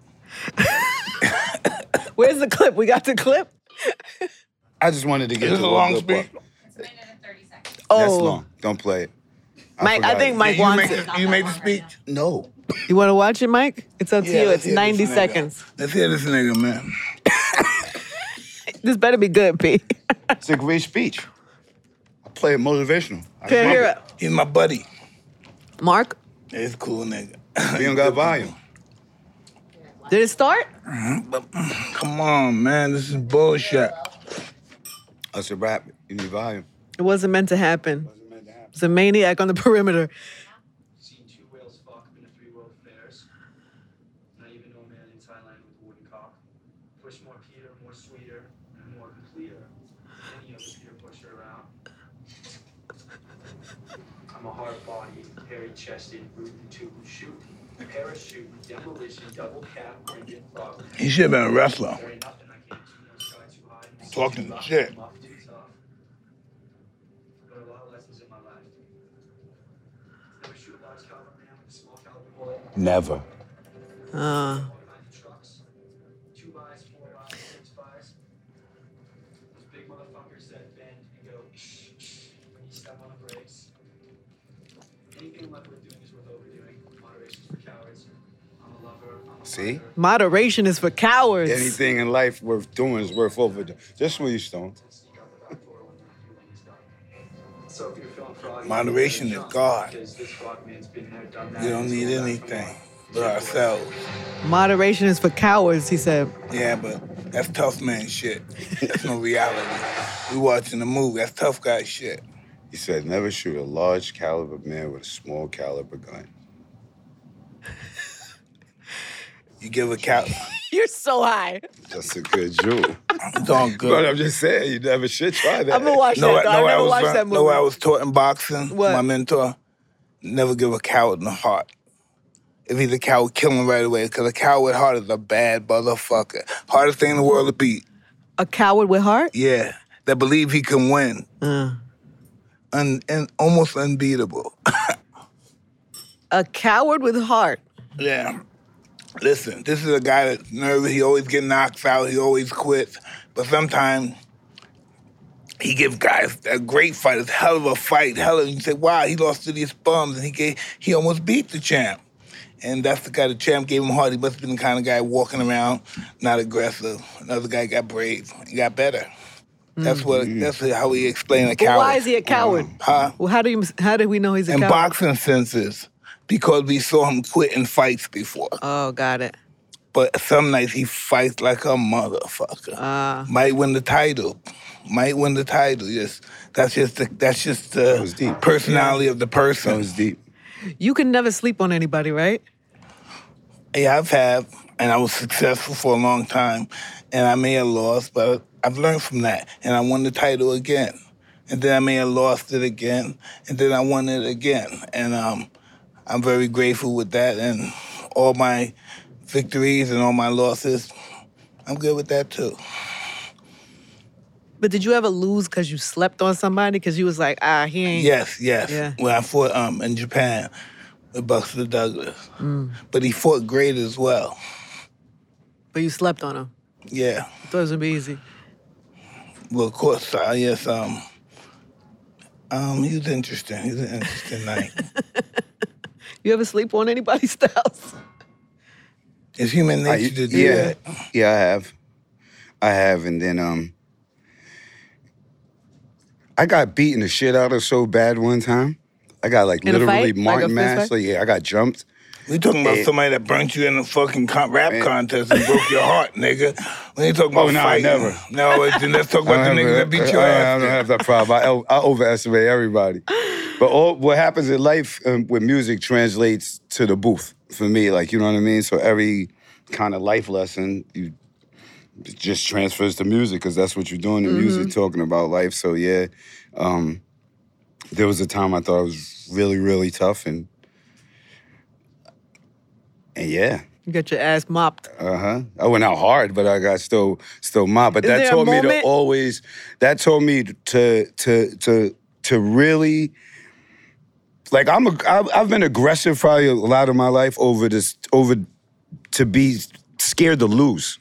Speaker 3: Where's the clip? We got the clip.
Speaker 2: I just wanted to get
Speaker 6: Is this
Speaker 2: to
Speaker 6: a
Speaker 2: the
Speaker 6: long
Speaker 2: good
Speaker 6: speech?
Speaker 2: part.
Speaker 4: It's a minute and 30 seconds.
Speaker 3: Oh,
Speaker 2: That's long. Don't play it.
Speaker 3: Mike, I
Speaker 2: forgot
Speaker 3: think
Speaker 2: it.
Speaker 3: Mike
Speaker 6: you
Speaker 3: wants
Speaker 6: make
Speaker 3: it.
Speaker 6: the- you make the speech.
Speaker 2: No.
Speaker 3: You want to watch it, Mike? It's up to
Speaker 6: Yeah,
Speaker 3: you.
Speaker 6: let's
Speaker 3: It's
Speaker 6: hear this
Speaker 3: 90
Speaker 6: nigga.
Speaker 3: seconds.
Speaker 6: Let's hear this nigga, man.
Speaker 3: This better be good, P.
Speaker 2: It's a great speech. I play it motivational. I
Speaker 3: Can't
Speaker 2: love
Speaker 3: hear
Speaker 2: it.
Speaker 6: He's my buddy.
Speaker 3: it. Mark,
Speaker 6: He's a cool nigga.
Speaker 2: We don't got volume.
Speaker 3: did it start?
Speaker 6: But [clears throat] come on, man. This is bullshit.
Speaker 2: That's a rap. You need volume.
Speaker 3: It wasn't meant to happen. It's a maniac on the perimeter.
Speaker 8: seen two whales fuck in the three world fairs. Not even know a man in Thailand with a wooden cock. Push more Peter, more sweeter, and more clear than any other Peter pusher around. I'm a hard body, hairy chested, root and tube shoot. Parachute, demolition, double cap, and get fucked.
Speaker 6: He should have been a wrestler.
Speaker 8: There ain't nothing I can't do, no sky too high. no sea
Speaker 6: Talking
Speaker 8: too rough,
Speaker 6: shit.
Speaker 8: no muff too tough. Learned a lot of lessons in my life. Never shoot a large caliber man with a small caliber bullet.
Speaker 2: Never.
Speaker 3: Uh,
Speaker 8: Behind the trucks. Two buys, four buys, six buys. Those big motherfuckers that bend and go when you step on the brakes. Anything left with doing is worth overdoing. Moderation's for cowards. I'm a lover. I'm a
Speaker 2: See?
Speaker 8: fighter.
Speaker 3: moderation is for cowards.
Speaker 2: Anything in life worth doing is worth overdoing. Just when you stoned.
Speaker 8: Sneak out the back door when the fueling is done. So if you're feeling froggy,
Speaker 6: Moderation is
Speaker 8: jump,
Speaker 6: God.
Speaker 8: because this frog man's been there, done that.
Speaker 6: We don't
Speaker 8: He's
Speaker 6: need
Speaker 8: going back for
Speaker 6: anything
Speaker 8: more.
Speaker 6: but ourselves.
Speaker 3: Moderation is for cowards, he said.
Speaker 6: Yeah, but that's tough man shit. That's no reality. We watching a movie. That's tough guy shit.
Speaker 2: He said, never shoot a large caliber man with a small caliber gun.
Speaker 6: You give a cow.
Speaker 3: You're so high.
Speaker 2: That's a good
Speaker 6: [laughs]
Speaker 2: jewel.
Speaker 6: It's all
Speaker 2: but
Speaker 6: good.
Speaker 2: I'm just saying, you never should try that.
Speaker 3: I'm gonna watch
Speaker 6: No,
Speaker 3: that. Though. I never
Speaker 6: was,
Speaker 3: watched
Speaker 6: learn-
Speaker 3: that movie.
Speaker 6: know what I was taught in boxing.
Speaker 3: What?
Speaker 6: My mentor never give a coward in the heart. If he's a coward, kill him right away. Because a coward heart is a bad motherfucker. Hardest thing in the world to beat.
Speaker 3: a coward with heart.
Speaker 6: Yeah, that believe he can win.
Speaker 3: Mm.
Speaker 6: Un- and almost unbeatable.
Speaker 3: A coward with heart.
Speaker 6: Yeah. Listen, this is a guy that's nervous. He always get knocked out. He always quits. But sometimes he give guys a great fight. It's hell of a fight. Hell of, you say, wow, he lost to these bums. And he gave, he almost beat the champ. And that's the guy the champ gave him hard. He must have been the kind of guy walking around, not aggressive. Another guy got brave. He got better. That's what. That's how we explain a
Speaker 3: But
Speaker 6: coward.
Speaker 3: why is he a coward?
Speaker 2: Mm-hmm.
Speaker 6: Huh?
Speaker 3: Well, how do you? How do we know he's a
Speaker 6: In
Speaker 3: coward?
Speaker 6: boxing senses, because we saw him quit in fights before.
Speaker 3: oh, got it.
Speaker 6: But some nights he fights like a motherfucker.
Speaker 3: Ah.
Speaker 6: Might win the title. Might win the title. Yes, that's just the, that's just the
Speaker 2: That was deep.
Speaker 6: personality of the
Speaker 2: That
Speaker 6: person.
Speaker 2: was deep.
Speaker 3: You can never sleep on anybody, right?
Speaker 6: yeah, I've had, and I was successful for a long time, and I may have lost, but I've learned from that, and I won the title again, and then I may have lost it again, and then I won it again, and um, I'm very grateful with that, and all my victories and all my losses, I'm good with that too.
Speaker 3: But did you ever lose because you slept on somebody? Because you was like, ah, he ain't.
Speaker 6: Yes, yes.
Speaker 3: Yeah.
Speaker 6: When I fought um in Japan with Buster Douglas, but he fought great as well.
Speaker 3: But you slept on him.
Speaker 6: Yeah.
Speaker 3: I thought it was gonna be easy.
Speaker 6: Well, of course, uh, yes. Um, um, he was interesting. He was an
Speaker 2: [laughs]
Speaker 6: interesting night.
Speaker 3: You ever sleep on anybody's [laughs] house?
Speaker 6: It's human
Speaker 2: I-
Speaker 6: nature to do
Speaker 2: yeah,
Speaker 6: that.
Speaker 2: yeah, I have, I have, and then um, I got beaten the shit out of so bad one time. I got like
Speaker 3: In a
Speaker 2: literally
Speaker 3: fight? Like a
Speaker 2: Martin
Speaker 3: fist
Speaker 2: Mass.
Speaker 3: fight?
Speaker 2: Like, yeah, I got jumped.
Speaker 6: We talking about
Speaker 2: Eh.
Speaker 6: somebody that burnt you in a fucking con- rap
Speaker 2: Eh.
Speaker 6: contest and broke your heart, nigga. We ain't talking
Speaker 2: Oh,
Speaker 6: about
Speaker 2: no,
Speaker 6: fighting.
Speaker 2: never.
Speaker 6: No, it's- then let's talk about
Speaker 2: [laughs] I uh,
Speaker 6: the
Speaker 2: don't
Speaker 6: niggas that
Speaker 2: have-
Speaker 6: beat your
Speaker 2: I, I don't have
Speaker 6: ass.
Speaker 2: that problem. I, el- I overestimate everybody. But all what happens in life um, with music translates to the booth for me. Like you know what I mean. So every kind of life lesson you it just transfers to music because that's what you're doing in music,
Speaker 6: Mm-hmm.
Speaker 2: talking about life. So yeah, um, there was a time I thought I was really really tough and and yeah.
Speaker 3: You got your ass mopped.
Speaker 2: Uh huh. I went out hard, but I got still still mobbed. But
Speaker 3: Is
Speaker 2: that
Speaker 3: there a
Speaker 2: told me to
Speaker 3: moment-
Speaker 2: always. That told me to to to to really. Like I'm a, I've I've been aggressive probably a lot of my life over this over to be scared to lose.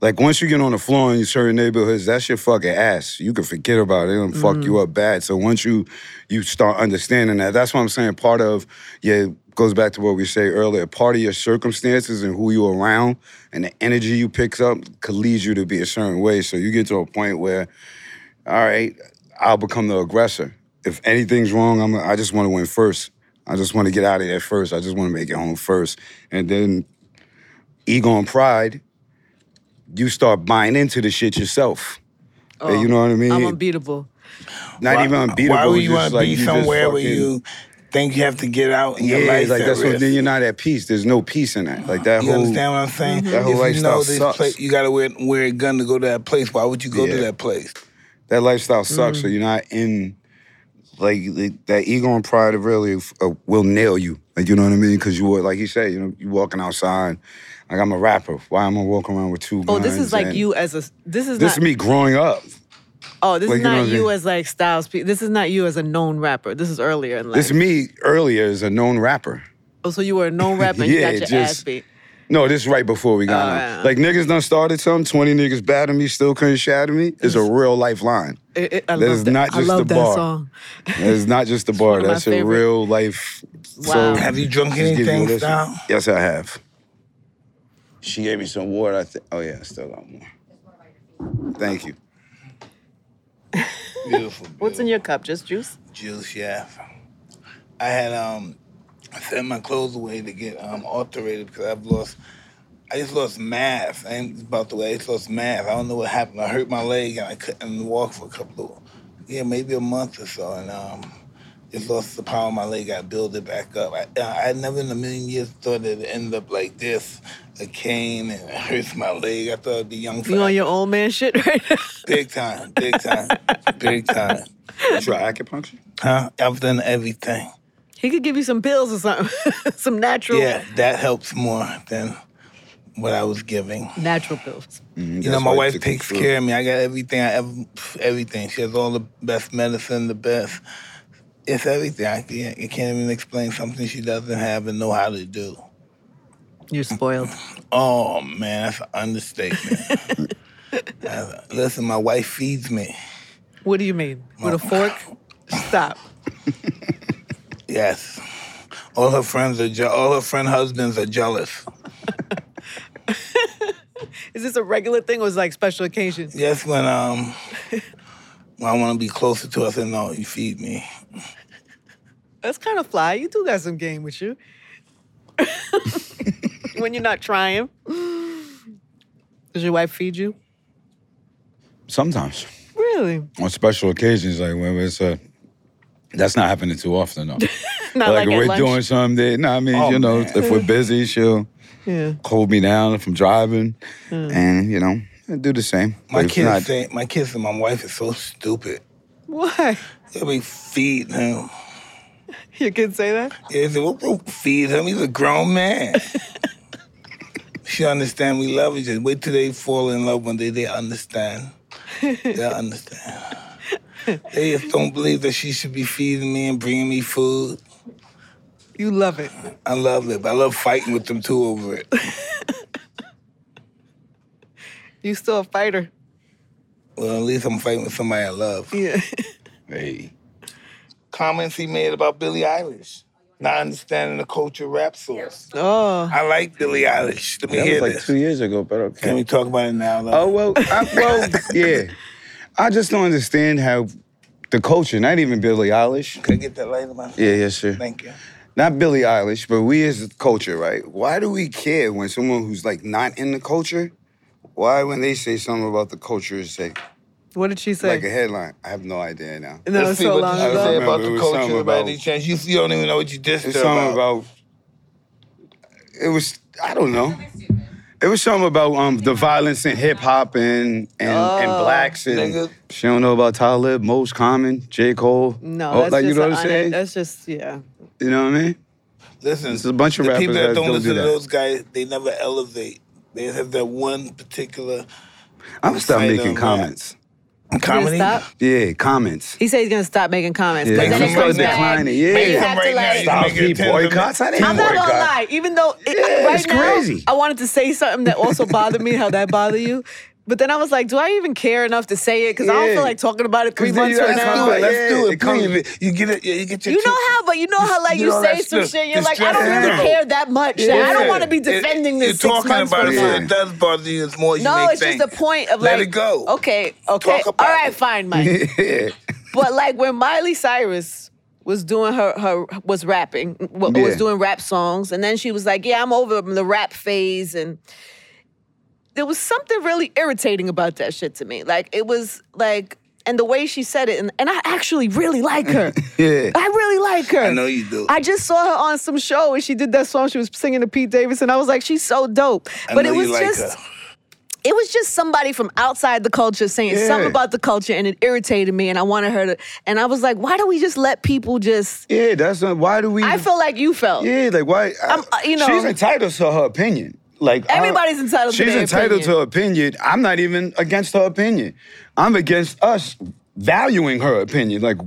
Speaker 2: Like once you get on the floor in certain neighborhoods, that's your fucking ass. You can forget about it. It'll fuck you up bad. So once you you start understanding that, that's what I'm saying. Part of yeah goes back to what we say earlier. Part of your circumstances and who you're around and the energy you picks up could lead you to be a certain way. So you get to a point where, all right, I'll become the aggressor. If anything's wrong, I'm I just want to win first. I just want to get out of there first. I just want to make it home first. And then ego and pride you start buying into the shit yourself.
Speaker 3: Oh,
Speaker 2: you know what I mean?
Speaker 3: I'm unbeatable.
Speaker 2: Not even unbeatable.
Speaker 6: Why would you
Speaker 2: just
Speaker 6: want to
Speaker 2: like
Speaker 6: be
Speaker 2: just
Speaker 6: somewhere where
Speaker 2: fucking-
Speaker 6: you think you have to get out and
Speaker 2: Yeah,
Speaker 6: your
Speaker 2: it's
Speaker 6: life's
Speaker 2: like
Speaker 6: at
Speaker 2: that's
Speaker 6: risk?
Speaker 2: what, then you're not at peace. There's no peace in that. Like that
Speaker 6: You
Speaker 2: whole.
Speaker 6: understand what I'm saying?
Speaker 2: That whole
Speaker 6: if you know
Speaker 2: lifestyle
Speaker 6: this
Speaker 2: sucks.
Speaker 6: place, you gotta wear, wear a gun to go to that place. Why would you go to
Speaker 2: Yeah.
Speaker 6: that place?
Speaker 2: That lifestyle
Speaker 3: Mm.
Speaker 2: sucks. So you're not in. Like the- that ego and pride really uh, will nail you. Like you know what I mean? Because you were like you said, you know, you walking outside. Like I'm a rapper. Why am I walking around with two?
Speaker 3: Oh, this
Speaker 2: guns
Speaker 3: is like
Speaker 2: and-
Speaker 3: you as a. This is
Speaker 2: This
Speaker 3: not.
Speaker 2: is me growing up.
Speaker 3: oh, this
Speaker 2: like,
Speaker 3: is
Speaker 2: you know
Speaker 3: not
Speaker 2: what I
Speaker 3: you
Speaker 2: mean?
Speaker 3: as like Styles. P. This is not you as a known rapper. This is earlier in life.
Speaker 2: This me earlier as a known rapper.
Speaker 3: oh, so you were
Speaker 2: [laughs]
Speaker 3: a known rapper and
Speaker 2: Yeah,
Speaker 3: you got your
Speaker 2: just-
Speaker 3: ass beat.
Speaker 2: No, this is right before we got
Speaker 3: Oh,
Speaker 2: on.
Speaker 3: yeah.
Speaker 2: Like niggas done started something. Twenty niggas battered me, still couldn't shatter me. It's a real lifeline.
Speaker 3: It, it, I
Speaker 2: That
Speaker 3: love
Speaker 2: is
Speaker 3: that.
Speaker 2: not
Speaker 3: I
Speaker 2: just
Speaker 3: love
Speaker 2: the
Speaker 3: that
Speaker 2: bar.
Speaker 3: song.
Speaker 2: It's not just the
Speaker 3: one
Speaker 2: bar.
Speaker 3: of my
Speaker 2: That's a
Speaker 3: favorite.
Speaker 2: real life.
Speaker 3: Wow.
Speaker 2: So
Speaker 6: Have you drunk
Speaker 2: just give you
Speaker 6: anything,
Speaker 2: this-
Speaker 6: Sal?
Speaker 2: Yes, I have. She gave me some water. I thi- oh yeah, I still got more. Thank you.
Speaker 6: Beautiful.
Speaker 3: What's in your cup? Just juice.
Speaker 6: Juice, yeah. I had um I sent my clothes away to get um alterated because I've lost I just lost mass. I ain't about the way I just lost mass. I don't know what happened. I hurt my leg and I couldn't walk for a couple of yeah, maybe a month or so and um just lost the power of my leg. I built it back up. I, uh, I I never in a million years thought it'd end up like this. A cane and it hurts my leg. I thought it'd be young
Speaker 3: You on your old man shit [laughs] right now?
Speaker 6: big time, big time,
Speaker 3: [laughs]
Speaker 6: big time.
Speaker 2: You try acupuncture?
Speaker 6: Huh? I've done everything.
Speaker 3: He could give you some pills or something. [laughs] some natural
Speaker 6: Yeah, that helps more than what I was giving.
Speaker 3: natural pills.
Speaker 6: You know, my
Speaker 2: why it
Speaker 6: wife
Speaker 2: took you
Speaker 6: takes
Speaker 2: through.
Speaker 6: care of me. I got everything. I ever, pff, everything. She has all the best medicine, the best. It's everything. I can't, I can't even explain something she doesn't have and know how to do.
Speaker 3: You're spoiled.
Speaker 6: Oh man, that's an understatement.
Speaker 2: [laughs]
Speaker 6: Uh, Listen, my wife feeds me.
Speaker 3: What do you mean? With a fork? Stop.
Speaker 6: Yes, all her friends are. Je- all her friend husbands are jealous.
Speaker 3: Is this a regular thing or is it like special occasions?
Speaker 6: Yes, when um, when I want to be closer to her, I say, "No, you feed me."
Speaker 3: That's kind of fly. You do got some game with you. [laughs] when you're not trying. Does your wife feed you?
Speaker 2: Sometimes
Speaker 3: Really?
Speaker 2: on special occasions, like when it's a. That's not happening too often
Speaker 3: [laughs]
Speaker 2: though.
Speaker 3: Not like,
Speaker 2: if
Speaker 3: at
Speaker 2: we're
Speaker 3: lunch.
Speaker 2: doing something. That, no, I mean
Speaker 6: Oh,
Speaker 2: you know
Speaker 6: man.
Speaker 2: if we're busy, she'll.
Speaker 3: yeah.
Speaker 2: hold me down if I'm driving, and you know, I do the same. But
Speaker 6: My
Speaker 2: if
Speaker 6: kids,
Speaker 2: not-
Speaker 6: say, my kids and my wife is so stupid.
Speaker 3: Why? [laughs]
Speaker 6: They'll be feeding him.
Speaker 3: Your kids say that?
Speaker 6: Yeah, they will we'll feed him. He's a grown
Speaker 2: [laughs]
Speaker 6: man. she understand we love each other. Wait till they fall in love one day. They understand.
Speaker 2: [laughs]
Speaker 6: They'll understand. They just don't believe that she should be feeding me and bringing me food.
Speaker 3: You love it.
Speaker 6: I love it, but I love fighting with them too over it.
Speaker 3: You still a fighter.
Speaker 6: Well, at least I'm fighting with somebody I love.
Speaker 3: Yeah. [laughs]
Speaker 2: Hey.
Speaker 6: Comments he made about Billie Eilish, not understanding the culture rap source.
Speaker 3: Oh.
Speaker 6: I like Billie Eilish. Let me
Speaker 2: That
Speaker 6: hear
Speaker 2: was like
Speaker 6: this.
Speaker 2: two years ago, but okay.
Speaker 6: Can we talk about it now? love?
Speaker 2: Oh well, I,
Speaker 6: [laughs]
Speaker 2: well, yeah. I just don't understand how the culture, not even Billie Eilish.
Speaker 6: Can I get that light in my
Speaker 2: Yeah, yes, sir.
Speaker 6: Thank you.
Speaker 2: Not Billie Eilish, but we as a culture, right? Why do we care when someone who's like not in the culture? Why, when they say something about the culture, is like
Speaker 3: What did she
Speaker 2: like a
Speaker 3: say?
Speaker 2: headline? I have no idea now.
Speaker 3: no,
Speaker 6: Let's
Speaker 3: it's
Speaker 6: see
Speaker 3: so
Speaker 6: what
Speaker 3: long
Speaker 6: you
Speaker 2: I
Speaker 6: say
Speaker 3: ago.
Speaker 2: remember
Speaker 6: about
Speaker 2: it
Speaker 6: the
Speaker 2: was
Speaker 6: culture
Speaker 2: something
Speaker 6: about
Speaker 2: about-
Speaker 6: these changes. You, you don't even know what you just
Speaker 2: It's
Speaker 6: said
Speaker 2: something
Speaker 6: about.
Speaker 2: about. It was I don't know. It was something about um the violence in hip hop and and, and
Speaker 3: Oh.
Speaker 2: blacks and
Speaker 6: Nigga.
Speaker 2: she don't know about Talib, Most Common, J Cole.
Speaker 3: No,
Speaker 2: Oh,
Speaker 3: that's
Speaker 2: like you
Speaker 3: just
Speaker 2: know what
Speaker 3: a-
Speaker 2: I'm saying?
Speaker 3: That's just yeah.
Speaker 2: You know what I mean?
Speaker 6: Listen,
Speaker 2: There's a bunch of
Speaker 6: the
Speaker 2: rappers
Speaker 6: people that
Speaker 2: that
Speaker 6: don't
Speaker 2: don't
Speaker 6: listen
Speaker 2: do
Speaker 6: to
Speaker 2: that.
Speaker 6: those guys, they never elevate. They have that one particular
Speaker 2: I'm gonna stop
Speaker 6: Say
Speaker 2: making
Speaker 6: no,
Speaker 2: comments.
Speaker 6: comedy.
Speaker 3: Stop.
Speaker 2: Yeah, comments.
Speaker 3: He said he's gonna stop making comments.
Speaker 2: Yeah,
Speaker 3: Cause then
Speaker 6: I'm
Speaker 3: it comes
Speaker 6: starting to
Speaker 3: back.
Speaker 2: decline it,
Speaker 3: Then
Speaker 2: yeah.
Speaker 3: you
Speaker 2: Come
Speaker 3: have to like
Speaker 6: right now, you can
Speaker 2: Stop
Speaker 6: make it
Speaker 2: these
Speaker 6: ten
Speaker 2: boycotts. I didn't
Speaker 3: I'm not gonna
Speaker 2: boycott.
Speaker 3: lie. Even though it,
Speaker 2: Oh Yeah,
Speaker 3: right
Speaker 2: it's
Speaker 3: now
Speaker 2: crazy.
Speaker 3: I wanted to say something that also bothered me, how that bothered you. But then I was like, do I even care enough to say it? Because I don't
Speaker 2: Yeah.
Speaker 3: feel like talking about it three
Speaker 2: 'Cause then
Speaker 3: months
Speaker 2: you
Speaker 3: from
Speaker 2: gotta
Speaker 3: now.
Speaker 2: come back.
Speaker 6: Let's do it.
Speaker 2: It
Speaker 6: Let's
Speaker 2: comes-
Speaker 6: do it. Please. You get it. You get your
Speaker 3: You know
Speaker 6: chick-
Speaker 3: how, but you know how like
Speaker 6: You
Speaker 3: you
Speaker 6: know,
Speaker 3: say
Speaker 6: that's
Speaker 3: some
Speaker 6: the-
Speaker 3: shit. You're
Speaker 6: it's
Speaker 3: like, I don't
Speaker 6: just-
Speaker 3: really
Speaker 6: no.
Speaker 3: care that much. Like, I don't
Speaker 6: Yeah.
Speaker 3: want to be
Speaker 6: It-
Speaker 3: defending this
Speaker 6: You're
Speaker 3: six
Speaker 6: talking
Speaker 3: months
Speaker 6: about
Speaker 3: from
Speaker 6: it,
Speaker 3: now.
Speaker 6: so it does bother you as more as you
Speaker 3: No,
Speaker 6: may
Speaker 3: it's
Speaker 6: think.
Speaker 3: just the point of
Speaker 6: Let
Speaker 3: like,
Speaker 6: it go.
Speaker 3: Okay, okay,
Speaker 6: Talk about
Speaker 3: all right,
Speaker 6: it.
Speaker 3: fine, Mike.
Speaker 6: [laughs]
Speaker 2: yeah.
Speaker 3: But like when Miley Cyrus was doing her her was rapping, wa- was
Speaker 2: Yeah.
Speaker 3: doing rap songs, and then she was like, "Yeah, I'm over the rap phase," and there was something really irritating about that shit to me. Like it was like, and the way she said it, and, and I actually really like
Speaker 6: [laughs]
Speaker 3: her.
Speaker 2: Yeah.
Speaker 3: I really like her.
Speaker 6: I know you do.
Speaker 3: I just saw her on some show and she did that song. She was singing to Pete Davidson. I was like, she's so dope.
Speaker 6: I
Speaker 3: But
Speaker 6: know
Speaker 3: it was
Speaker 6: you like
Speaker 3: just
Speaker 6: her.
Speaker 3: it was just somebody from outside the culture saying
Speaker 2: Yeah.
Speaker 3: something about the culture and it irritated me and I wanted her to and I was like, why don't we just let people just
Speaker 2: Yeah, that's not, why do we?
Speaker 3: I feel like you felt.
Speaker 2: yeah, like why?
Speaker 3: I'm, uh, you know-
Speaker 2: she's entitled to her opinion. Like I-
Speaker 3: Everybody's entitled to
Speaker 2: She's
Speaker 3: their
Speaker 2: entitled
Speaker 3: opinion.
Speaker 2: to her opinion. I'm not even against her opinion. I'm against us valuing her opinion. Like,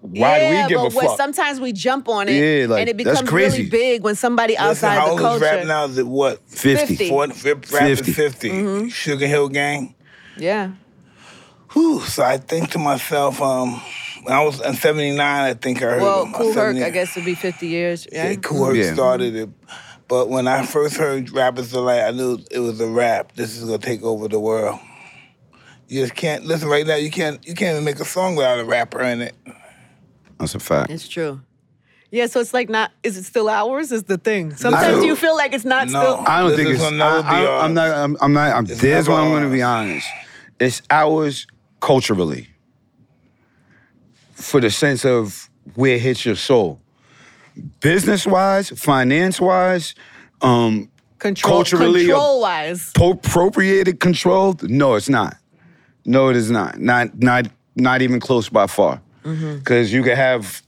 Speaker 2: why
Speaker 3: yeah,
Speaker 2: do we give
Speaker 3: but
Speaker 2: a
Speaker 3: when-
Speaker 2: fuck?
Speaker 3: sometimes we jump on it
Speaker 2: Yeah, like,
Speaker 3: and it
Speaker 2: that's
Speaker 3: becomes really
Speaker 2: crazy.
Speaker 3: big when somebody
Speaker 6: Listen,
Speaker 3: outside
Speaker 6: how old
Speaker 3: the
Speaker 6: is
Speaker 3: culture.
Speaker 6: rap now? Is it what?
Speaker 2: 50.
Speaker 3: 50.
Speaker 6: Forty- Rap is
Speaker 2: 50.
Speaker 6: 50.
Speaker 3: Mm-hmm.
Speaker 6: Sugar Hill Gang.
Speaker 3: Yeah.
Speaker 6: Whew, so I think to myself, um, when I was in 79, I think I heard
Speaker 3: Well,
Speaker 6: him.
Speaker 3: Cool Herc,
Speaker 6: 70
Speaker 3: I guess would be 50 years.
Speaker 6: Yeah,
Speaker 3: Yeah.
Speaker 6: Cool Herc
Speaker 2: Yeah.
Speaker 6: started it. But when I first heard Rappers Delight, I knew it was a rap. This is gonna take over the world. You just can't listen right now. You can't. You can't even make a song without a rapper in it.
Speaker 2: That's a fact.
Speaker 3: It's true. Yeah, so it's like not is it still ours is the thing. Sometimes
Speaker 2: No.
Speaker 3: you feel like it's not
Speaker 6: No.
Speaker 3: still
Speaker 2: I don't
Speaker 6: This
Speaker 2: think
Speaker 6: is
Speaker 2: it's. I,
Speaker 6: gonna never be
Speaker 2: I,
Speaker 6: ours.
Speaker 2: I'm not. I'm, I'm not. I'm,
Speaker 6: It's
Speaker 2: there's
Speaker 6: never
Speaker 2: where I'm going to be
Speaker 6: ours.
Speaker 2: honest. It's ours culturally, for the sense of where it hits your soul, business wise, finance wise, um,
Speaker 3: control
Speaker 2: culturally, uh,
Speaker 3: control wise.
Speaker 2: po- appropriated, controlled. No, it's not. No, it is not. Not not not even close by far.
Speaker 6: Mm-hmm.
Speaker 2: Because you could have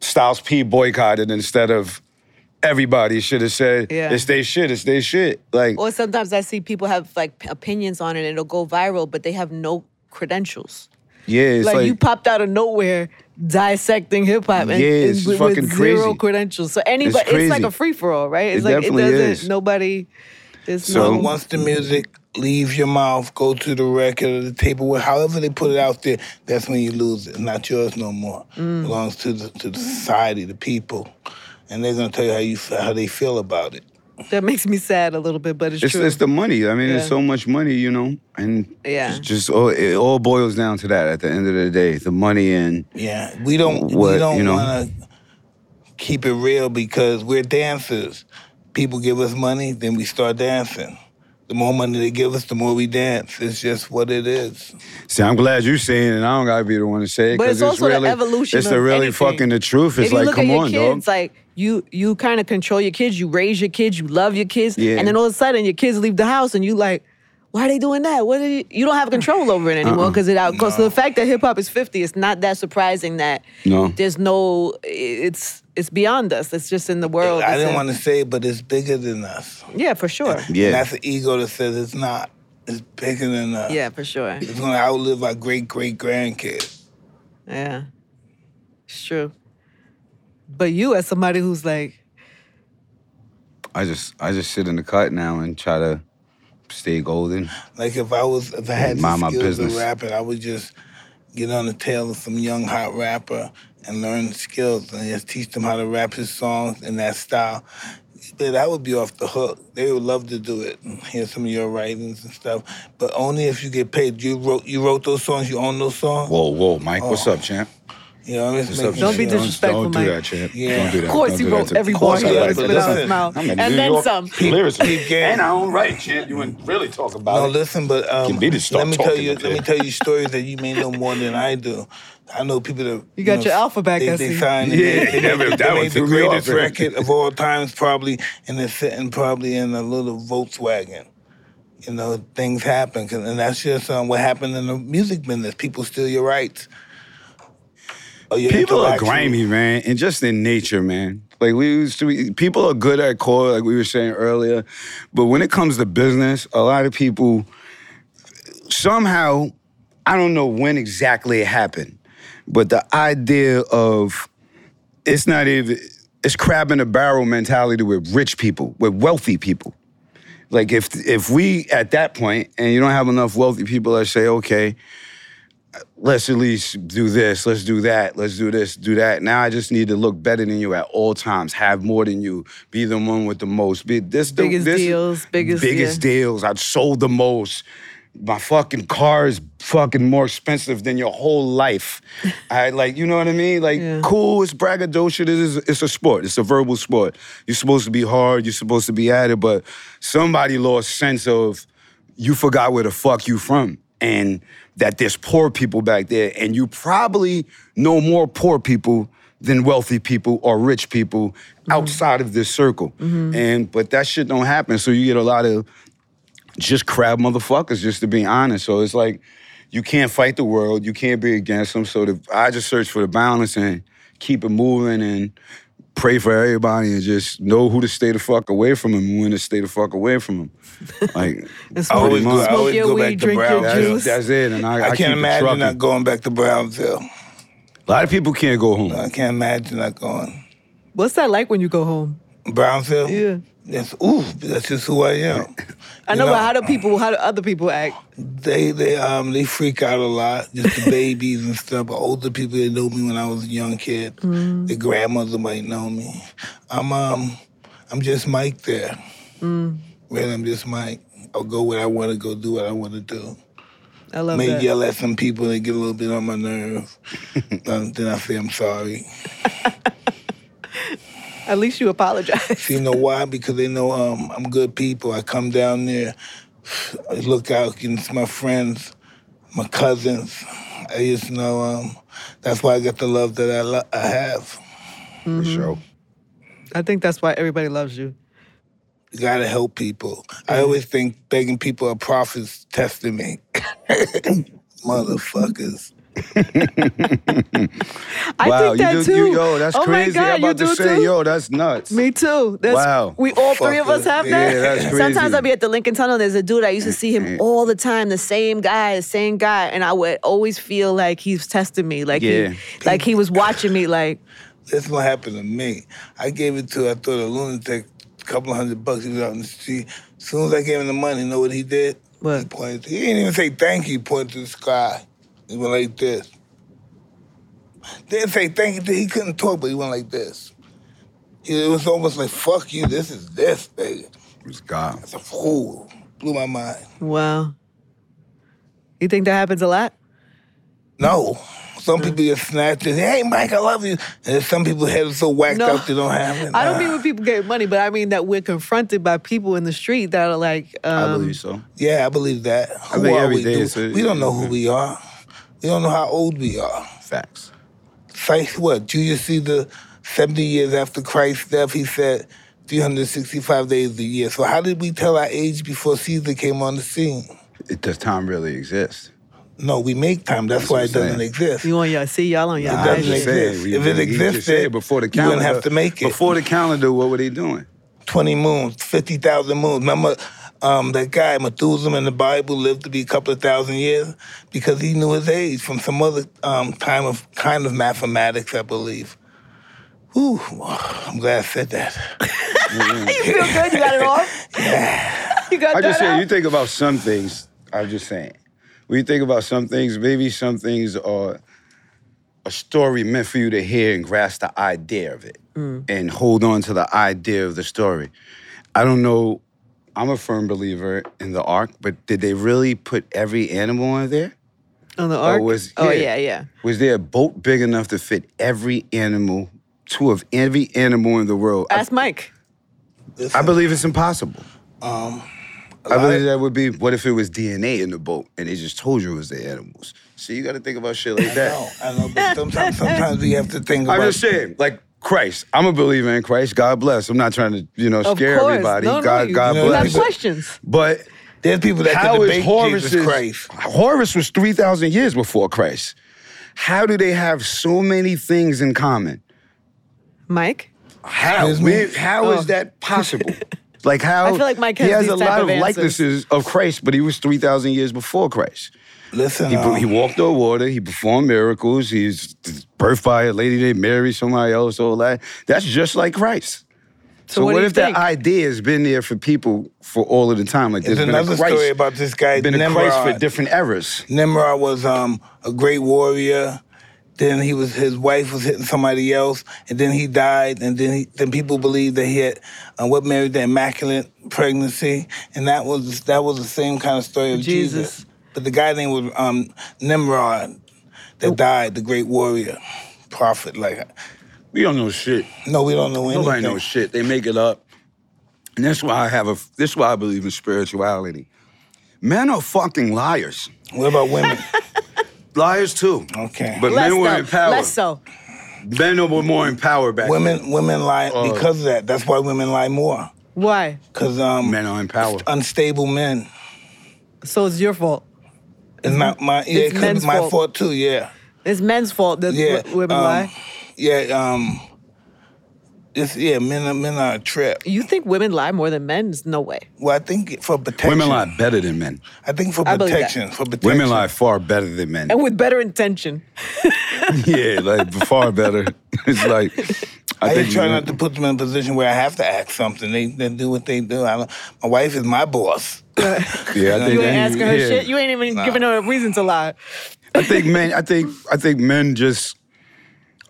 Speaker 2: Styles P boycotted instead of everybody should have said
Speaker 3: Yeah.
Speaker 2: it's they shit. It's they shit. Like
Speaker 3: Or sometimes I see people have like p- opinions on it and it'll go viral, but they have no credentials.
Speaker 2: yeah, it's
Speaker 3: Like,
Speaker 2: like,
Speaker 3: you popped out of nowhere dissecting hip hop and,
Speaker 2: Yeah, it's
Speaker 3: and with,
Speaker 2: fucking
Speaker 3: with zero
Speaker 2: crazy.
Speaker 3: credentials. So anybody, it's, like
Speaker 2: crazy.
Speaker 3: a free for all, right? It's
Speaker 2: It
Speaker 3: like
Speaker 2: definitely
Speaker 3: it doesn't.
Speaker 2: is.
Speaker 3: Nobody. It's
Speaker 2: So-
Speaker 3: no.
Speaker 6: Once the music leaves your mouth, go to the record or the tape or where- however they put it out there. That's when you lose it. It's Not yours no more.
Speaker 3: Mm.
Speaker 6: Belongs to the to the society, the people, and they're gonna tell you how you f- how they feel about it.
Speaker 3: That makes me sad a little bit, but it's,
Speaker 2: it's
Speaker 3: true.
Speaker 2: it's the money. I mean,
Speaker 3: Yeah.
Speaker 2: there's so much money, you know, and
Speaker 3: Yeah.
Speaker 2: it's just all, it all boils down to that. At the end of the day, the money and
Speaker 6: Yeah, we don't we
Speaker 2: What,
Speaker 6: don't
Speaker 2: you know?
Speaker 6: want to keep it real because we're dancers. People give us money, then we start dancing. The more money they give us, the more we dance. It's just what it is.
Speaker 2: See, I'm glad you're saying it. and I don't gotta be the one to say it.
Speaker 3: But
Speaker 2: 'cause
Speaker 3: it's also the
Speaker 2: really,
Speaker 3: evolution
Speaker 2: It's
Speaker 3: of
Speaker 2: the really
Speaker 3: anything.
Speaker 2: fucking the truth. It's
Speaker 3: if you
Speaker 2: like,
Speaker 3: look
Speaker 2: come
Speaker 3: at your
Speaker 2: on,
Speaker 3: kids,
Speaker 2: dog.
Speaker 3: like you you kind of control your kids, you raise your kids, you love your kids,
Speaker 2: Yeah.
Speaker 3: and then all of a sudden your kids leave the house and you like, why are they doing that? What are you, you don't have control over it anymore
Speaker 2: Uh-uh.
Speaker 3: because it out. Because the fact that hip hop is fifty, it's not that surprising that
Speaker 2: No.
Speaker 3: there's no it's it's beyond us. It's just in the world.
Speaker 6: I
Speaker 3: It's
Speaker 6: didn't
Speaker 3: in-
Speaker 6: want to say it, but it's bigger than us.
Speaker 3: Yeah, for sure.
Speaker 6: And
Speaker 2: yeah,
Speaker 6: that's the ego that says it's not. It's bigger than us.
Speaker 3: Yeah, for sure.
Speaker 6: It's gonna outlive our great great grandkids.
Speaker 3: Yeah. It's true. But you as somebody who's like,
Speaker 2: I just I just sit in the cut now and try to stay golden.
Speaker 6: Like if I was if I had the
Speaker 2: Mind my
Speaker 6: skills of
Speaker 2: business.
Speaker 6: rapping, I would just get on the tail of some young hot rapper and learn the skills and just teach them how to rap his songs in that style. But I would be off the hook. They would love to do it and hear some of your writings and stuff. But only if you get paid. You wrote you wrote those songs, you own those songs.
Speaker 2: Whoa, whoa, Mike, what's
Speaker 6: Oh.
Speaker 2: up, champ?
Speaker 6: You know what I mean? It's
Speaker 2: What's up,
Speaker 6: making
Speaker 3: Don't be
Speaker 6: sure.
Speaker 3: dis- disrespectful,
Speaker 2: Don't, don't do
Speaker 3: Mike.
Speaker 2: that, champ.
Speaker 6: Yeah.
Speaker 2: Don't do that.
Speaker 3: of course
Speaker 2: Don't
Speaker 3: he
Speaker 2: do that
Speaker 3: wrote
Speaker 2: to-
Speaker 3: every
Speaker 2: Of
Speaker 3: bar
Speaker 2: course
Speaker 3: he
Speaker 2: I
Speaker 6: wrote,
Speaker 3: ever
Speaker 2: like
Speaker 6: but
Speaker 3: spit
Speaker 2: that.
Speaker 3: out
Speaker 6: listen,
Speaker 3: his mouth.
Speaker 2: I'm a
Speaker 3: And
Speaker 2: New
Speaker 3: then
Speaker 2: York
Speaker 3: some.
Speaker 6: Peep- peep game.
Speaker 2: I don't write, champ. You wouldn't really talk
Speaker 6: No,
Speaker 2: about
Speaker 6: listen, but um,
Speaker 2: Can be to start
Speaker 6: let me tell
Speaker 2: talking
Speaker 6: you,
Speaker 2: up
Speaker 6: let me
Speaker 2: here.
Speaker 6: tell you stories that you may know more than I do. I know people that
Speaker 3: You got
Speaker 6: know,
Speaker 3: your alpha back,
Speaker 6: They,
Speaker 3: I
Speaker 6: they
Speaker 3: see.
Speaker 6: signed. and
Speaker 2: Yeah,
Speaker 6: they,
Speaker 2: yeah,
Speaker 6: they made,
Speaker 2: but
Speaker 6: they
Speaker 2: that one
Speaker 6: made the
Speaker 2: threw me off.
Speaker 6: greatest record of all times, probably, and they're sitting probably in a little Volkswagen. You know, things happen, 'cause- and that's just um, what happened in the music business. People steal your rights. Oh, Or your
Speaker 2: People are
Speaker 6: intellectual-
Speaker 2: grimy, man, and just in nature, man. Like we used to, be, people are good at core, like we were saying earlier, but when it comes to business, a lot of people somehow, I don't know when exactly it happened, but the idea of it's not even it's crab in a barrel mentality with rich people, with wealthy people. Like if if we at that point and you don't have enough wealthy people that say, okay, let's at least do this, let's do that, let's do this, do that. Now I just need to look better than you at all times, have more than you, be the one with the most, be this the-
Speaker 3: Biggest
Speaker 2: this,
Speaker 3: deals, biggest-
Speaker 2: biggest
Speaker 3: yeah.
Speaker 2: deals. I sold the most. My fucking car is fucking more expensive than your whole life. I like, you know what I mean? Like,
Speaker 3: Yeah.
Speaker 2: cool, it's braggadocio. This is it's a sport. It's a verbal sport. You're supposed to be hard. You're supposed to be at it, but somebody lost sense of you forgot where the fuck you from and that there's poor people back there and you probably know more poor people than wealthy people or rich people outside of this circle and but that shit don't happen so you get a lot of just crab motherfuckers just to be honest so it's like you can't fight the world you can't be against them so the, i just search for the balance and keep it moving and pray for everybody and just know who to stay the fuck away from them and when to stay the fuck away from
Speaker 3: [laughs]
Speaker 2: them like
Speaker 3: It's
Speaker 6: I always go, I
Speaker 2: Smoke
Speaker 6: always
Speaker 3: your
Speaker 6: go
Speaker 3: weed,
Speaker 6: back to
Speaker 3: drink your
Speaker 6: Brownsville.
Speaker 3: juice.
Speaker 2: that's, that's it, and I, I,
Speaker 6: I
Speaker 2: keep
Speaker 6: can't
Speaker 2: it
Speaker 6: imagine
Speaker 2: trucking.
Speaker 6: not going back to Brownsville.
Speaker 2: A lot of people can't go home.
Speaker 6: I can't imagine not going.
Speaker 3: what's that like when you go home?
Speaker 6: Brownsville?
Speaker 3: Yeah.
Speaker 6: That's ooh, that's just who I am.
Speaker 3: I
Speaker 6: You
Speaker 3: know,
Speaker 6: know-
Speaker 3: but how
Speaker 2: uh,
Speaker 3: do people, how do other people act?
Speaker 6: They they um they freak out a lot, just the babies and stuff. But older people that know me when I was a young kid, the grandmother might know me. I'm um I'm just Mike there. Really, I'm just Mike. I'll go where I want to go, do what I want to do.
Speaker 3: I love
Speaker 6: May
Speaker 3: that.
Speaker 6: yell at some people and get a little bit on my nerve. um, then I say I'm sorry.
Speaker 3: At least you apologize. [laughs]
Speaker 6: You know why? Because they know um, I'm good people. I come down there, I look out, and it's my friends, my cousins. I just know um, that's why I got the love that I, lo- I have.
Speaker 2: For sure.
Speaker 3: I think that's why everybody loves you.
Speaker 6: You gotta help people. I always think begging people are prophets testing me. [coughs] Motherfuckers.
Speaker 3: I
Speaker 2: wow,
Speaker 3: think that
Speaker 2: you do,
Speaker 3: too.
Speaker 2: You, yo, that's
Speaker 3: oh
Speaker 2: crazy.
Speaker 3: My God,
Speaker 2: I'm about to
Speaker 3: you do
Speaker 2: say,
Speaker 3: too?
Speaker 2: yo, that's nuts.
Speaker 3: Me too. That's,
Speaker 2: Wow.
Speaker 3: We all three of us
Speaker 6: Fucker.
Speaker 3: have that.
Speaker 2: yeah, that's crazy. Mm-hmm.
Speaker 3: Sometimes I'll be at the Lincoln Tunnel. There's a dude I used to see him all the time, the same guy, the same guy, and I would always feel like he's testing me, like
Speaker 2: Yeah.
Speaker 3: he, like he was watching me, like
Speaker 6: That's what happened to me. I gave it to, I thought a lunatic, a couple hundred bucks. He was out in the street. As soon as I gave him the money, you know what he did? He
Speaker 3: what?
Speaker 6: pointed. He didn't even say thank you. He pointed to the sky. He went like this. Didn't say thank you. He couldn't talk, but he went like this. It was almost like fuck you. This is this, baby.
Speaker 2: It was God.
Speaker 6: It's a fool. Blew my mind.
Speaker 3: Wow. You think that happens a lot?
Speaker 6: No.
Speaker 3: Mm.
Speaker 6: Some people get snatched and hey Mike, I love you. And there's some people head is so whacked
Speaker 3: No.
Speaker 6: out they don't have it.
Speaker 3: I don't
Speaker 6: Nah.
Speaker 3: mean when people get money, but I mean that we're confronted by people in the street that are like,
Speaker 2: I
Speaker 3: um,
Speaker 2: believe so.
Speaker 6: Yeah, I believe that. Who
Speaker 2: think
Speaker 6: are
Speaker 2: every
Speaker 6: we?
Speaker 2: day
Speaker 6: Do-
Speaker 2: is a-
Speaker 6: we
Speaker 2: [laughs]
Speaker 6: don't know who we are. We don't know how old we are.
Speaker 2: Facts.
Speaker 6: Faith, what? Julius Caesar, 70 years after Christ's death, he said 365 days a year. So, how did we tell our age before Caesar came on the scene?
Speaker 2: It, does time really exist?
Speaker 6: No, we make time. That's,
Speaker 2: what
Speaker 6: why
Speaker 2: I'm
Speaker 6: it doesn't
Speaker 2: saying.
Speaker 6: exist.
Speaker 3: you on your see y'all on your
Speaker 6: It
Speaker 2: I'm
Speaker 3: eyes.
Speaker 6: doesn't
Speaker 2: just
Speaker 3: shit.
Speaker 2: saying.
Speaker 6: exist. If it
Speaker 2: he just
Speaker 6: existed,
Speaker 2: said before the
Speaker 6: you
Speaker 2: calendar,
Speaker 6: wouldn't have to make it.
Speaker 2: Before the calendar, what were they doing?
Speaker 6: 20 moons, 50,000 moons. Remember, um, that guy Methuselah in the Bible lived to be a couple of thousand years because he knew his age from some other um, time of kind of mathematics, I believe. Whew, I'm glad I said that.
Speaker 3: [laughs] you feel good? You got it off? you got
Speaker 2: I
Speaker 3: that
Speaker 2: just
Speaker 3: out?
Speaker 2: saying, you think about some things. I'm just saying. When you think about some things, maybe some things are a story meant for you to hear and grasp the idea of it
Speaker 6: Mm.
Speaker 2: and hold on to the idea of the story. I don't know. I'm a firm believer in the ark, but did they really put every animal on there?
Speaker 3: On the
Speaker 2: Or
Speaker 3: arc?
Speaker 2: was-
Speaker 3: oh,
Speaker 2: yeah.
Speaker 3: yeah, yeah.
Speaker 2: Was there a boat big enough to fit every animal, two of every animal in the world? I,
Speaker 3: Ask Mike.
Speaker 2: I believe it's impossible. I
Speaker 6: Um, lot
Speaker 2: believe
Speaker 6: of-
Speaker 2: that would be what if it was DNA in the boat and they just told you it was the animals. So you got to think about shit like that.
Speaker 6: No, I know, but sometimes, sometimes we have to
Speaker 2: [laughs]
Speaker 6: think about
Speaker 2: I'm just saying, like Christ. I'm a believer in Christ. God bless. I'm not trying to, you know,
Speaker 3: Of
Speaker 2: scare
Speaker 3: course.
Speaker 2: everybody.
Speaker 3: No, no,
Speaker 2: God,
Speaker 3: you-
Speaker 2: God
Speaker 6: you know,
Speaker 3: You got
Speaker 2: bless.
Speaker 6: people-
Speaker 3: questions.
Speaker 2: But
Speaker 6: there's people that can
Speaker 2: how is
Speaker 6: debate
Speaker 2: Horus?
Speaker 6: Jesus Christ.
Speaker 2: Horus was three thousand years before Christ. How do they have so many things in common?
Speaker 3: Mike?
Speaker 2: How?
Speaker 6: Excuse me?
Speaker 2: We, how is
Speaker 3: Oh.
Speaker 2: that possible? [laughs] like how?
Speaker 3: I feel like Mike
Speaker 2: he
Speaker 3: has
Speaker 2: has
Speaker 3: these
Speaker 2: a
Speaker 3: type
Speaker 2: lot
Speaker 3: of
Speaker 2: of,
Speaker 3: answers.
Speaker 2: likenesses of Christ, but he was three thousand years before Christ.
Speaker 6: Listen,
Speaker 2: He,
Speaker 6: um,
Speaker 2: he walked on water. He performed miracles. He's birthed by a lady named Mary, somebody else, all that. That's just like Christ. So,
Speaker 3: what
Speaker 2: what,
Speaker 3: do you
Speaker 2: if
Speaker 3: think?
Speaker 2: that idea has been there for people for all of the time? Like
Speaker 6: there's
Speaker 2: there's been
Speaker 6: another
Speaker 2: a Christ,
Speaker 6: story about this guy
Speaker 2: been a
Speaker 6: Nimrod.
Speaker 2: Christ for different eras.
Speaker 6: Nimrod was um, a great warrior. Then he was his wife was hitting somebody else, and then he died. And then he, then people believed that he had uh, what married the immaculate pregnancy, and that was that was the same kind of story of Jesus.
Speaker 3: Jesus.
Speaker 6: But the guy name was um, Nimrod that died, the great warrior, prophet. Like,
Speaker 2: We don't know shit.
Speaker 6: no, we don't know anything.
Speaker 2: Nobody knows shit. They make it up. And that's why I have a that's why I believe in spirituality. Men are fucking liars.
Speaker 6: What about women? [laughs]
Speaker 2: Liars too.
Speaker 6: Okay.
Speaker 2: But
Speaker 3: Less
Speaker 2: men were
Speaker 3: so.
Speaker 2: in power.
Speaker 3: Less so.
Speaker 2: Men were more in power back
Speaker 6: women women lie
Speaker 2: Oh.
Speaker 6: because of that. That's why women lie more.
Speaker 3: Why?
Speaker 6: Cause um,
Speaker 2: then. Men are in power.
Speaker 6: unstable men.
Speaker 3: So it's your fault.
Speaker 6: It's not my yeah,
Speaker 3: Mm-hmm. It's
Speaker 6: it could
Speaker 3: men's
Speaker 6: be my
Speaker 3: fault.
Speaker 6: fault. too, yeah.
Speaker 3: It's men's fault that
Speaker 6: Yeah.
Speaker 3: w- women
Speaker 6: um,
Speaker 3: lie.
Speaker 6: Yeah, um it's yeah, men are men are a trip.
Speaker 3: You think women lie more than men? There's no way.
Speaker 6: Well I think for protection.
Speaker 2: Women lie better than men.
Speaker 6: I think for
Speaker 3: I believe that.
Speaker 6: protection. For protection.
Speaker 2: Women lie far better than men.
Speaker 3: And with better intention.
Speaker 2: [laughs] yeah, like far better. [laughs] it's like I
Speaker 6: I
Speaker 2: think
Speaker 6: just try
Speaker 2: you-
Speaker 6: not to put them in a position where I have to act something. They, they do what they do. I don't, my wife is my boss.
Speaker 2: yeah, I think
Speaker 3: You
Speaker 2: that-
Speaker 3: ain't asking her
Speaker 2: yeah.
Speaker 3: shit. You ain't even giving her a reason to lie.
Speaker 2: I think men. I think I think men just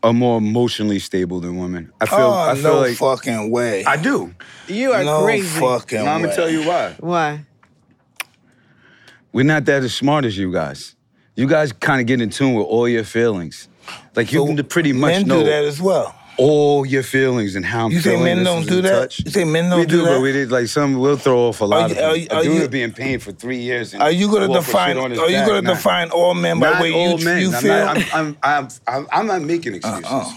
Speaker 2: are more emotionally stable than women. I feel.
Speaker 6: oh
Speaker 2: I feel
Speaker 6: no
Speaker 2: like
Speaker 6: fucking way.
Speaker 2: I do.
Speaker 3: You are
Speaker 6: no
Speaker 3: crazy.
Speaker 6: fucking
Speaker 2: I'm
Speaker 6: way.
Speaker 2: gonna tell you why.
Speaker 3: Why?
Speaker 2: We're not that as smart as you guys. You guys kind of get in tune with all your feelings. Like you can pretty much
Speaker 6: men
Speaker 2: know
Speaker 6: do that as well.
Speaker 2: all your feelings and how I'm
Speaker 6: You say
Speaker 2: feeling.
Speaker 6: men
Speaker 2: This
Speaker 6: don't
Speaker 2: is
Speaker 6: do
Speaker 2: in
Speaker 6: that?
Speaker 2: touch.
Speaker 6: You say men don't
Speaker 2: we
Speaker 6: do
Speaker 2: do,
Speaker 6: that?
Speaker 2: but we did like some. We'll throw off a lot
Speaker 6: you-
Speaker 2: of.
Speaker 6: are
Speaker 2: Are
Speaker 6: you-
Speaker 2: you,
Speaker 6: are
Speaker 2: a dude
Speaker 6: you-
Speaker 2: will be in pain for three years. and
Speaker 6: Are you gonna
Speaker 2: walk with shit
Speaker 6: define
Speaker 2: on his
Speaker 6: are you
Speaker 2: back.
Speaker 6: gonna
Speaker 2: Nah.
Speaker 6: define all men by
Speaker 2: Not
Speaker 6: the way
Speaker 2: all
Speaker 6: you,
Speaker 2: men.
Speaker 6: you
Speaker 2: I'm,
Speaker 6: feel? Uh-uh.
Speaker 2: not, I'm, I'm, I'm, I'm, I'm not making excuses.
Speaker 6: Some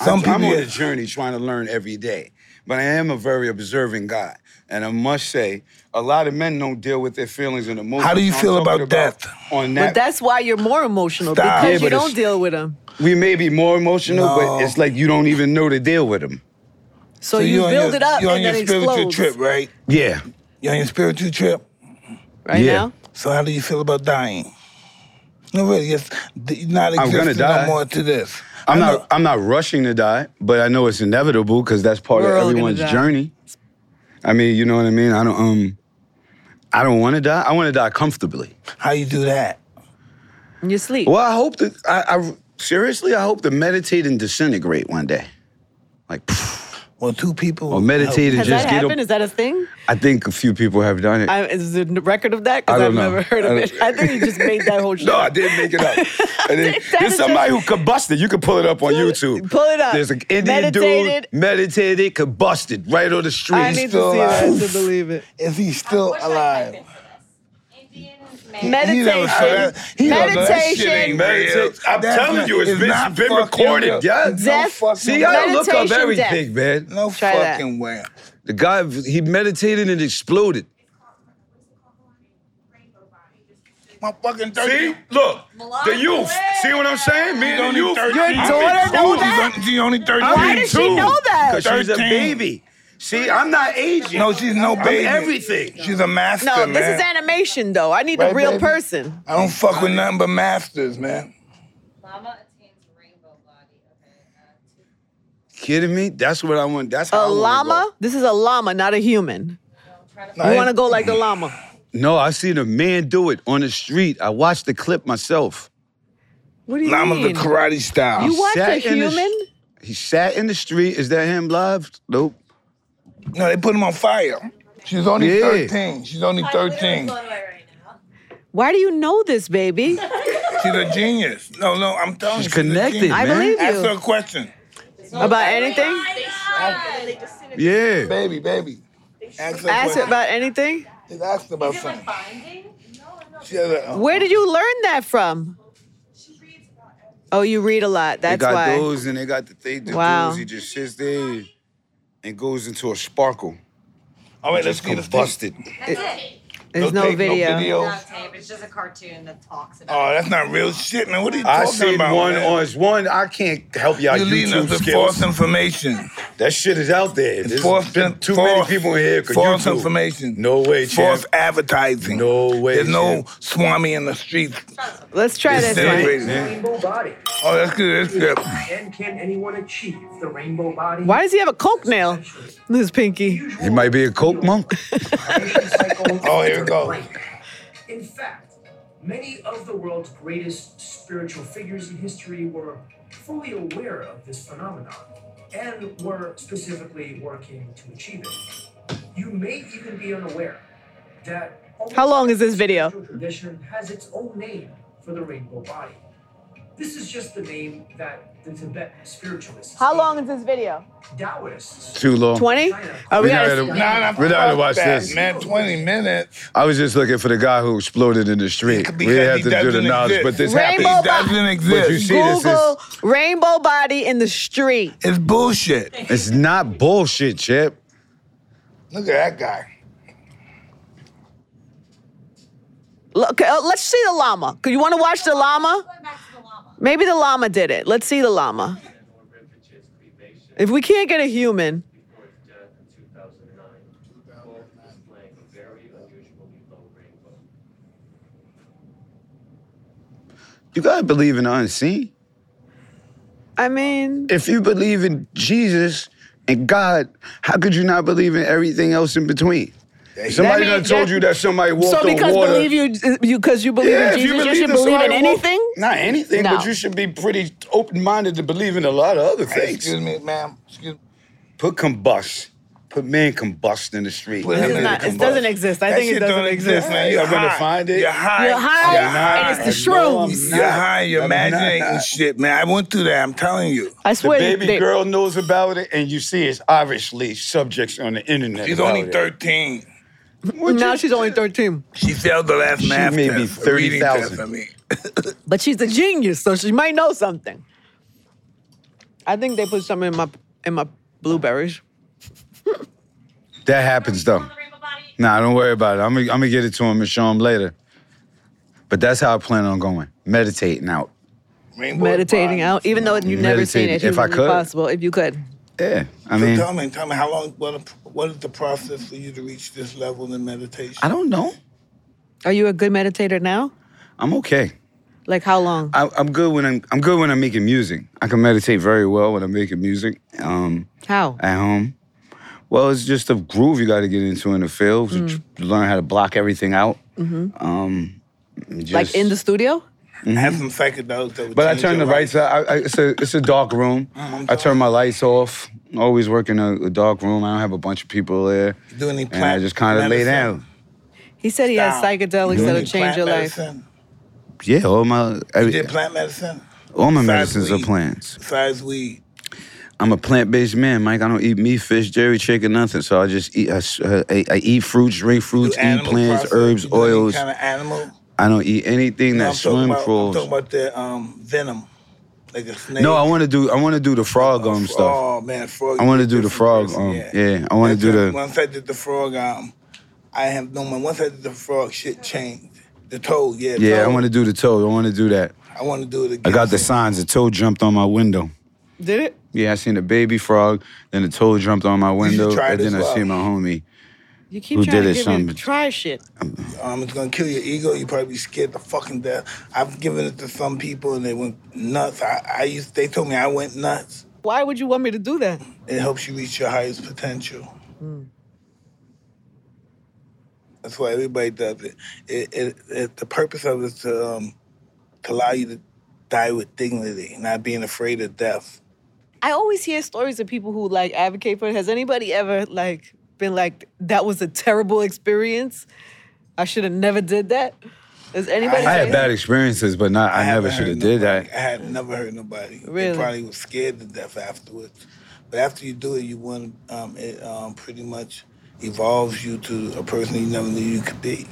Speaker 2: I'm, I'm
Speaker 6: people-
Speaker 2: on a journey trying to learn every day, but I am a very observing guy, and I must say, a lot of men don't deal with their feelings and emotions.
Speaker 6: How do you
Speaker 2: I'm
Speaker 6: feel
Speaker 2: talking
Speaker 6: about death?
Speaker 2: On
Speaker 3: But
Speaker 2: that,
Speaker 3: that's why you're more emotional
Speaker 6: Stop.
Speaker 3: because
Speaker 2: Yeah,
Speaker 3: you
Speaker 2: but
Speaker 3: don't
Speaker 2: it's-
Speaker 3: deal with them.
Speaker 2: we may be more emotional,
Speaker 6: No.
Speaker 2: but it's like you don't even know to deal with them.
Speaker 3: So, you
Speaker 6: on
Speaker 3: build
Speaker 6: your-
Speaker 3: it up
Speaker 6: you're
Speaker 3: and
Speaker 6: on
Speaker 3: then
Speaker 6: your
Speaker 3: it
Speaker 6: spiritual
Speaker 3: explodes.
Speaker 6: trip, right?
Speaker 2: Yeah,
Speaker 6: You're on your spiritual trip.
Speaker 3: Right
Speaker 2: Yeah.
Speaker 3: now?
Speaker 6: So how do you feel about dying? No, really, it's d- not
Speaker 2: I'm
Speaker 6: existing
Speaker 2: gonna
Speaker 6: no
Speaker 2: die.
Speaker 6: more to this.
Speaker 2: I'm
Speaker 6: I
Speaker 2: not.
Speaker 6: know-
Speaker 2: I'm not rushing to die, but I know it's inevitable because that's part
Speaker 3: We're all
Speaker 2: of
Speaker 3: gonna
Speaker 2: everyone's
Speaker 3: die.
Speaker 2: journey. I mean, you know what I mean. I don't. Um, I don't want to die. I want to die comfortably.
Speaker 6: How you do that?
Speaker 3: In your sleep.
Speaker 2: Well, I hope that. I, I seriously, I hope to meditate and disintegrate one day. Like,
Speaker 6: Well, two people.
Speaker 2: or meditate and
Speaker 3: Has
Speaker 2: just
Speaker 3: that
Speaker 2: get.
Speaker 3: happened?
Speaker 2: A,
Speaker 3: Is that a thing?
Speaker 2: I think a few people have done it.
Speaker 3: I, is there a record of that? Because
Speaker 2: I
Speaker 3: I've
Speaker 2: don't know.
Speaker 3: never heard of
Speaker 2: I
Speaker 3: it.
Speaker 2: don't-
Speaker 3: [laughs] I think you just made that whole
Speaker 2: [laughs]
Speaker 3: shit.
Speaker 2: no, I
Speaker 3: up.
Speaker 2: didn't make it
Speaker 3: [laughs]
Speaker 2: up. I didn't-
Speaker 3: That
Speaker 2: There's
Speaker 3: is just-
Speaker 2: somebody who combusted. You can pull it up on YouTube.
Speaker 3: pull it up.
Speaker 2: There's an Indian
Speaker 3: Meditated.
Speaker 2: dude meditated, combusted right on the street.
Speaker 3: I need to see
Speaker 6: still
Speaker 3: that
Speaker 6: alive.
Speaker 3: to believe it.
Speaker 6: Is he still
Speaker 4: What should I type
Speaker 6: alive?
Speaker 4: in for this? Indian man.
Speaker 6: He never saw
Speaker 3: Meditation.
Speaker 6: that. He don't know that shit
Speaker 3: Meditation.
Speaker 6: ain't real.
Speaker 2: Meditate. I'm
Speaker 6: That's
Speaker 2: telling
Speaker 6: not-
Speaker 2: you, it's
Speaker 6: it's
Speaker 2: been-
Speaker 6: not
Speaker 2: been
Speaker 6: fucking
Speaker 2: recorded,
Speaker 6: real.
Speaker 2: yeah?
Speaker 6: No
Speaker 3: Death.
Speaker 6: fucking
Speaker 2: See,
Speaker 6: way.
Speaker 2: I don't look up
Speaker 3: Meditation death.
Speaker 2: everything, man.
Speaker 6: No
Speaker 3: Try that.
Speaker 6: fucking way.
Speaker 2: The guy, he meditated and exploded.
Speaker 6: My fucking dirty.
Speaker 2: See, look,
Speaker 4: Melodic
Speaker 2: the youth. See what I'm saying? Me and the youth.
Speaker 6: Your
Speaker 3: daughter know that?
Speaker 6: She's only 13.
Speaker 3: Why does she know that?
Speaker 2: Because she's a
Speaker 6: 13.
Speaker 2: baby. See, I'm not aging.
Speaker 6: No, she's no
Speaker 2: I'm
Speaker 6: baby.
Speaker 2: everything.
Speaker 6: She's a master,
Speaker 3: No,
Speaker 6: man.
Speaker 3: this is animation though. I need a
Speaker 5: Right,
Speaker 3: real
Speaker 5: baby?
Speaker 3: person.
Speaker 6: I don't fuck with nothing but masters, man.
Speaker 4: Mama attains rainbow body. Okay. Uh, two
Speaker 2: Kidding me? That's what I want. That's how
Speaker 3: A
Speaker 2: I wanna
Speaker 3: llama? This is a llama, not a human.
Speaker 6: I
Speaker 3: You want to
Speaker 6: ain't-
Speaker 3: go like the llama.
Speaker 2: go. No, I seen a man do it on the street. I watched the clip myself.
Speaker 3: What do you
Speaker 6: Llama's
Speaker 3: mean?
Speaker 6: the karate style.
Speaker 3: You watch a
Speaker 2: Sat in the sh-
Speaker 3: human?
Speaker 2: He sat in the street. Is that him live? Nope.
Speaker 6: no, they put him on fire. She's only
Speaker 2: Yeah.
Speaker 6: 13. She's only
Speaker 4: I literally
Speaker 6: 13.
Speaker 4: blown away right now.
Speaker 3: Why do you know this, baby?
Speaker 6: She's a genius. No, no, I'm telling
Speaker 2: She's
Speaker 6: you. a
Speaker 2: connected,
Speaker 6: genius.
Speaker 3: I
Speaker 2: man.
Speaker 3: believe
Speaker 6: Ask her
Speaker 3: you.
Speaker 6: a question.
Speaker 3: About anything?
Speaker 2: Yeah.
Speaker 6: Baby, baby. Ask her a
Speaker 3: Ask her
Speaker 6: question.
Speaker 3: about anything?
Speaker 6: Just ask her about
Speaker 4: Is it like
Speaker 6: something.
Speaker 4: binding? No, no.
Speaker 6: She has a,
Speaker 3: Where did you learn that from?
Speaker 4: She reads about everything.
Speaker 3: Oh, you read a lot.
Speaker 2: They
Speaker 3: That's
Speaker 2: got
Speaker 3: why.
Speaker 2: those and they got the thing. The
Speaker 3: Wow.
Speaker 2: dudes, he just sits there and goes into a sparkle.
Speaker 6: all right, let's
Speaker 2: Just
Speaker 6: see this
Speaker 2: combusted.
Speaker 4: That's it.
Speaker 3: There's no,
Speaker 6: tape,
Speaker 3: video.
Speaker 6: No videos.
Speaker 4: Not tape. It's just a cartoon that talks
Speaker 6: Oh,
Speaker 4: about.
Speaker 6: that's not real shit, man. What are you
Speaker 2: I
Speaker 6: talking
Speaker 2: seen
Speaker 6: about?
Speaker 2: one
Speaker 6: man?
Speaker 2: on it's one. I can't help y'all
Speaker 6: You're leading us
Speaker 2: YouTube
Speaker 6: to
Speaker 2: skills.
Speaker 6: false information.
Speaker 2: That shit is out there. There's
Speaker 6: false-
Speaker 2: been too
Speaker 6: false-
Speaker 2: many people in here. 'cause
Speaker 6: False
Speaker 2: YouTube.
Speaker 6: information.
Speaker 2: No way, champ.
Speaker 6: False advertising.
Speaker 2: No way,
Speaker 6: There's no
Speaker 2: champ.
Speaker 6: Swami in the streets.
Speaker 3: Let's try
Speaker 6: It's
Speaker 3: this
Speaker 6: still
Speaker 3: one.
Speaker 6: great.
Speaker 9: Rainbow body.
Speaker 6: Oh, that's good. That's good.
Speaker 9: And can anyone achieve the rainbow body?
Speaker 3: Why does he have a coke nail? This pinky.
Speaker 2: He might be a coke monk.
Speaker 6: Oh, here we go.
Speaker 9: In fact, many of the world's greatest spiritual figures in history were fully aware of this phenomenon and were specifically working to achieve it. You may even be unaware that.
Speaker 3: How long is this video?
Speaker 9: spiritual Tradition has its own name for the rainbow body. This is just the name that the Tibetan spiritualists.
Speaker 3: How
Speaker 9: gave
Speaker 3: long
Speaker 9: it.
Speaker 3: is this video?
Speaker 9: Daoists.
Speaker 2: Too long.
Speaker 3: 20? Oh, we
Speaker 2: We
Speaker 3: gotta-
Speaker 2: gotta-
Speaker 6: Nah, nah,
Speaker 2: We're not gonna
Speaker 6: fuck
Speaker 2: watch
Speaker 6: that,
Speaker 2: this.
Speaker 6: Man, 20 minutes.
Speaker 2: I was just looking for the guy who exploded in the street.
Speaker 6: Because
Speaker 2: We didn't
Speaker 6: he
Speaker 2: have to do the
Speaker 6: doesn't
Speaker 2: knowledge,
Speaker 6: exist.
Speaker 2: but this
Speaker 6: It
Speaker 3: Rainbow
Speaker 2: happened.
Speaker 3: bo-
Speaker 6: doesn't exist.
Speaker 2: But you see- this
Speaker 3: Google rainbow body in the street.
Speaker 6: it's bullshit.
Speaker 2: It's not bullshit, Chip.
Speaker 6: Look at that guy.
Speaker 3: Look, uh, let's see the llama. 'Cause You want to watch the llama?
Speaker 4: Going back to the llama.
Speaker 3: Maybe the llama did it. Let's see the llama. If we can't get a human,
Speaker 8: before his death in 2009, Cole was displaying a very unusually low rainbow.
Speaker 2: You gotta believe in the unseen.
Speaker 3: I mean,
Speaker 2: If you believe in Jesus and God, how could you not believe in everything else in between? Somebody
Speaker 3: That
Speaker 2: done
Speaker 3: means
Speaker 2: told
Speaker 3: that-
Speaker 2: you that somebody walked
Speaker 3: so because
Speaker 2: on water.
Speaker 3: believe you you because you believe
Speaker 2: Yeah, if
Speaker 3: in Jesus, you,
Speaker 2: believe
Speaker 3: should
Speaker 2: in
Speaker 3: believe in
Speaker 2: somebody walk-
Speaker 3: anything.
Speaker 2: not anything,
Speaker 3: No.
Speaker 2: but you should be pretty open minded to believe in a lot of other things.
Speaker 6: Excuse me, ma'am. Excuse me.
Speaker 2: Put combust. Put man combust in the street.
Speaker 6: Put him
Speaker 3: It's
Speaker 6: in
Speaker 3: not-
Speaker 6: the
Speaker 3: it doesn't
Speaker 6: combust.
Speaker 3: exist. I
Speaker 6: That
Speaker 3: think it
Speaker 6: shit
Speaker 3: doesn't
Speaker 6: don't exist,
Speaker 3: exist.
Speaker 6: man.
Speaker 2: I'm gonna
Speaker 6: high.
Speaker 2: find it.
Speaker 6: You're high.
Speaker 3: You're high,
Speaker 6: You're
Speaker 3: and it's the
Speaker 6: high.
Speaker 3: shrooms.
Speaker 2: No, I'm not.
Speaker 6: You're high. You're
Speaker 2: I'm not.
Speaker 6: imaginating shit, man. I went through that. I'm telling you.
Speaker 3: I
Speaker 2: The
Speaker 3: swear,
Speaker 2: baby
Speaker 3: they-
Speaker 2: girl knows about it, and you see it's obviously subjects on the internet.
Speaker 6: She's
Speaker 2: about
Speaker 6: only
Speaker 2: it.
Speaker 6: 13.
Speaker 2: Would
Speaker 3: now
Speaker 2: you-
Speaker 3: she's only thirteen,
Speaker 6: She failed the last
Speaker 2: She
Speaker 6: math
Speaker 2: may be
Speaker 6: test, reading test,
Speaker 2: 30,000.
Speaker 6: I mean.
Speaker 3: but she's a genius, so she might know something. I think they put something in my in my blueberries.
Speaker 2: That happens though.
Speaker 4: The rainbow body.
Speaker 2: Nah, don't worry about it. I'm gonna, I'm gonna get it to him and show him later. But that's how I plan on going. Meditating out.
Speaker 6: Rainbow
Speaker 3: Meditating
Speaker 6: body.
Speaker 3: out, even though you've never seen it,
Speaker 2: Meditating, if I
Speaker 3: humanly
Speaker 2: could.
Speaker 3: possible, if you could.
Speaker 2: Yeah. I
Speaker 6: So
Speaker 2: mean,
Speaker 6: tell me, tell me, how long? What, what is the process for you to reach this level in meditation?
Speaker 2: I don't know.
Speaker 3: Are you a good meditator now?
Speaker 2: I'm okay.
Speaker 3: Like how long?
Speaker 2: I, I'm good when I'm I'm good when I'm making music. I can meditate very well when I'm making music. Um,
Speaker 3: How?
Speaker 2: at home. Well, it's just a groove you got to get into in the field. to tr- learn how to block everything out. Um, just-
Speaker 3: Like in the studio?
Speaker 6: have some psychedelics that would
Speaker 2: Mm-hmm. But I
Speaker 6: change
Speaker 2: turn the
Speaker 6: your life.
Speaker 2: lights out. I, I, it's a it's a dark room. I turn my lights off. Always work in a, a dark room. I don't have a bunch of people there.
Speaker 6: Do any
Speaker 2: And I
Speaker 6: plant
Speaker 2: just kind of lay
Speaker 6: medicine?
Speaker 2: down.
Speaker 3: He said he has
Speaker 6: Style.
Speaker 3: psychedelics that'll
Speaker 6: Any
Speaker 3: change
Speaker 6: plant
Speaker 3: your life.
Speaker 6: medicine?
Speaker 2: Yeah, all my
Speaker 6: You
Speaker 2: every,
Speaker 6: did plant medicine
Speaker 2: all my
Speaker 6: Besides
Speaker 2: medicines are
Speaker 6: weed.
Speaker 2: plants.
Speaker 6: besides weed.
Speaker 2: I'm a plant-based man, Mike. I don't eat meat, fish, dairy, chicken, nothing. So I just eat. I, s- uh, I- I eat fruits, drink
Speaker 6: Do
Speaker 2: fruits, eat
Speaker 6: animal
Speaker 2: plants,
Speaker 6: process?
Speaker 2: herbs,
Speaker 6: You do any
Speaker 2: oils.
Speaker 6: Kind of animal.
Speaker 2: I don't eat anything
Speaker 6: No,
Speaker 2: that
Speaker 6: I'm talking
Speaker 2: swim
Speaker 6: about, I'm
Speaker 2: crawls.
Speaker 6: talking about the um, venom, like a snake.
Speaker 2: No, I want to do. I want to do the frog um stuff.
Speaker 6: Oh man, frog.
Speaker 2: I wanna
Speaker 6: is a
Speaker 2: do the
Speaker 6: different
Speaker 2: frog,
Speaker 6: person,
Speaker 2: um, yeah, I wanna
Speaker 6: That
Speaker 2: do
Speaker 6: took-
Speaker 2: the-
Speaker 6: Once I did the frog, um, I have no man. Once I did the frog, shit changed. The toad, yeah.
Speaker 2: Yeah, I
Speaker 6: toad.
Speaker 2: want to do the toe. I want to do that.
Speaker 6: I want to do it again.
Speaker 2: I got the signs. The toe jumped on my window.
Speaker 3: Did it?
Speaker 2: Yeah, I seen a baby frog, then a toad jumped on my window,
Speaker 6: try
Speaker 2: and
Speaker 6: it
Speaker 2: then
Speaker 6: as
Speaker 2: I
Speaker 6: well.
Speaker 2: seen my homie.
Speaker 3: You keep
Speaker 2: Who
Speaker 3: trying
Speaker 2: did
Speaker 3: to
Speaker 2: it,
Speaker 3: give
Speaker 2: son?
Speaker 3: me try shit.
Speaker 6: Um, it's gonna kill your ego. You probably be scared to fucking death. I've given it to some people and they went nuts. I, I used they told me I went nuts.
Speaker 3: Why would you want me to do that?
Speaker 6: It helps you reach your highest potential.
Speaker 3: Hmm.
Speaker 6: That's why everybody does it. It, it, it. The purpose of it is to, um, to allow you to die with dignity, not being afraid of death.
Speaker 3: I always hear stories of people who like advocate for it. Has anybody ever like been like, that was a terrible experience? I should have never did that? Does anybody?
Speaker 2: I
Speaker 3: say-
Speaker 2: had bad experiences, but not. I, never
Speaker 6: haven't
Speaker 2: should have
Speaker 6: heard
Speaker 2: did
Speaker 6: nobody-
Speaker 2: that.
Speaker 6: I had never heard nobody.
Speaker 3: Really?
Speaker 6: They probably was scared to death afterwards. But after you do it, you want um, it um, pretty much evolves you to a person you never knew you could be.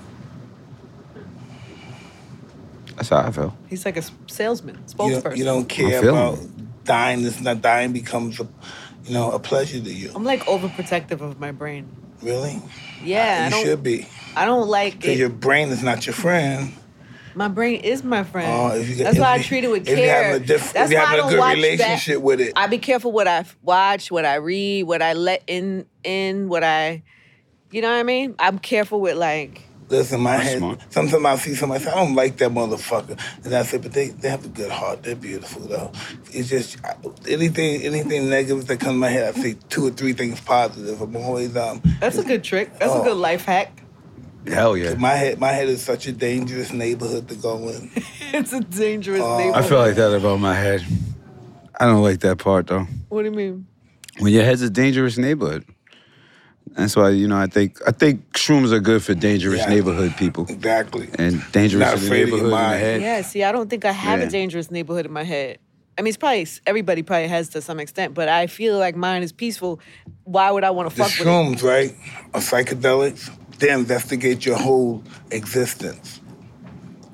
Speaker 2: That's how I feel.
Speaker 3: He's like a s- salesman,
Speaker 6: You
Speaker 3: spokesperson.
Speaker 6: don't, you don't care
Speaker 2: feeling
Speaker 6: about
Speaker 2: it.
Speaker 6: dying. It's not dying becomes a, you know, a pleasure to you.
Speaker 3: I'm like overprotective of my brain.
Speaker 6: Really?
Speaker 3: Yeah, I
Speaker 6: Uh, you
Speaker 3: don't.
Speaker 6: should be.
Speaker 3: I don't like
Speaker 6: Because
Speaker 3: it.
Speaker 6: your brain is not your friend.
Speaker 3: My brain is my friend.
Speaker 6: Oh, if you get-
Speaker 3: That's
Speaker 6: if
Speaker 3: why I
Speaker 6: you-
Speaker 3: treat it with
Speaker 6: if
Speaker 3: care.
Speaker 6: you having a diff-
Speaker 3: That's
Speaker 6: if you
Speaker 3: why I
Speaker 6: having a
Speaker 3: don't
Speaker 6: good
Speaker 3: watch
Speaker 6: relationship
Speaker 3: that.
Speaker 6: with it.
Speaker 3: I be careful what I f- watch, what I read, what I let in, in what I, you know what I mean. I'm careful with like.
Speaker 6: Listen, my
Speaker 2: That's
Speaker 6: head.
Speaker 2: smart.
Speaker 6: Sometimes I see somebody say, I don't like that motherfucker. And I say, but they, they have a good heart. They're beautiful, though. It's just I, anything anything negative that comes to my head, I say two or three things positive. I'm always, um,
Speaker 3: That's a good trick. That's
Speaker 6: Oh.
Speaker 3: a good life hack. [laughs]
Speaker 2: Hell yeah.
Speaker 6: my head my head is such a dangerous neighborhood to go in. [laughs]
Speaker 3: it's a dangerous
Speaker 6: Oh.
Speaker 2: I
Speaker 3: neighborhood.
Speaker 2: feel like that about my head. I don't like that part though.
Speaker 3: what do you mean?
Speaker 2: When your head's a dangerous neighborhood. That's why you know I think I think shrooms are good for dangerous
Speaker 6: Yeah.
Speaker 2: neighborhood people
Speaker 6: Exactly.
Speaker 2: and dangerous
Speaker 6: Not
Speaker 2: in the
Speaker 6: afraid of your
Speaker 2: neighborhood in the
Speaker 6: mind.
Speaker 2: head.
Speaker 3: Yeah. See, I don't think I have a
Speaker 2: Yeah.
Speaker 3: dangerous neighborhood in my head. I mean, it's probably everybody probably has to some extent, but I feel like mine is peaceful. Why would I want to
Speaker 6: The
Speaker 3: fuck with it?
Speaker 6: shrooms, right? Or psychedelics, they investigate your whole existence.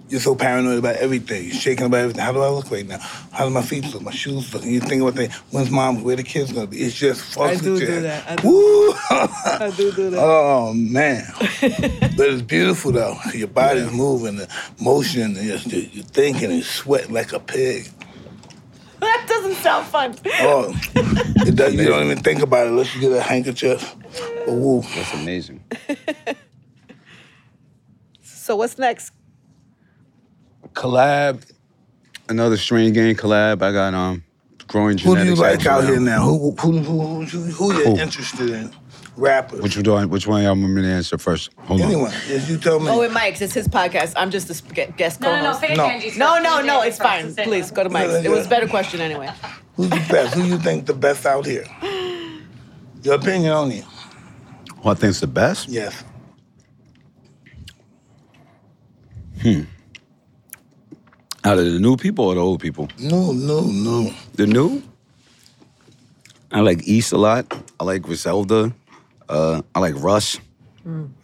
Speaker 6: You're so paranoid about everything. You're shaking about everything. How do I look right now? How do my feet look? My shoes look? And you think about things. When's mom? Where the kids gonna be? It's just fucking.
Speaker 3: do do that. I do-
Speaker 6: Woo!
Speaker 3: I do do that.
Speaker 6: oh
Speaker 3: [laughs]
Speaker 6: man, but it's beautiful though. Your body's moving, the motion, and you're, you're thinking and sweating like a pig.
Speaker 3: [laughs] that doesn't sound fun.
Speaker 6: Oh, it does, you don't even think about it unless you get a handkerchief. But woo.
Speaker 2: That's amazing.
Speaker 3: So what's next?
Speaker 2: collab, another strain game collab. I got um growing
Speaker 6: Who do
Speaker 2: genetics.
Speaker 6: you like
Speaker 2: actually
Speaker 6: out
Speaker 2: now.
Speaker 6: here now? Who who who, who, who you're
Speaker 2: Who?
Speaker 6: interested in? Rappers.
Speaker 2: Which one? Which one y'all want me to answer first? Hold
Speaker 6: Anyone? If you tell me.
Speaker 3: Oh, with Mike's. It's his podcast. I'm just a sp- gu- guest
Speaker 10: No, no, no.
Speaker 3: co-host.
Speaker 10: Finish
Speaker 6: No.
Speaker 10: Angie's
Speaker 3: No,
Speaker 10: first.
Speaker 3: no,
Speaker 10: Finish
Speaker 3: no.
Speaker 10: Angie's
Speaker 3: It's
Speaker 10: first.
Speaker 3: fine.
Speaker 10: That's it.
Speaker 3: Please go to Mike's. It was a better question anyway.
Speaker 6: Who's the best? Who you think the best out here? Your opinion on it?
Speaker 2: on. Who I think's the best?
Speaker 6: Yes.
Speaker 2: Out of the new people or the old people?
Speaker 6: No, no, no.
Speaker 2: The new. I like East a lot. I like Griselda. Uh, I like Russ. Um,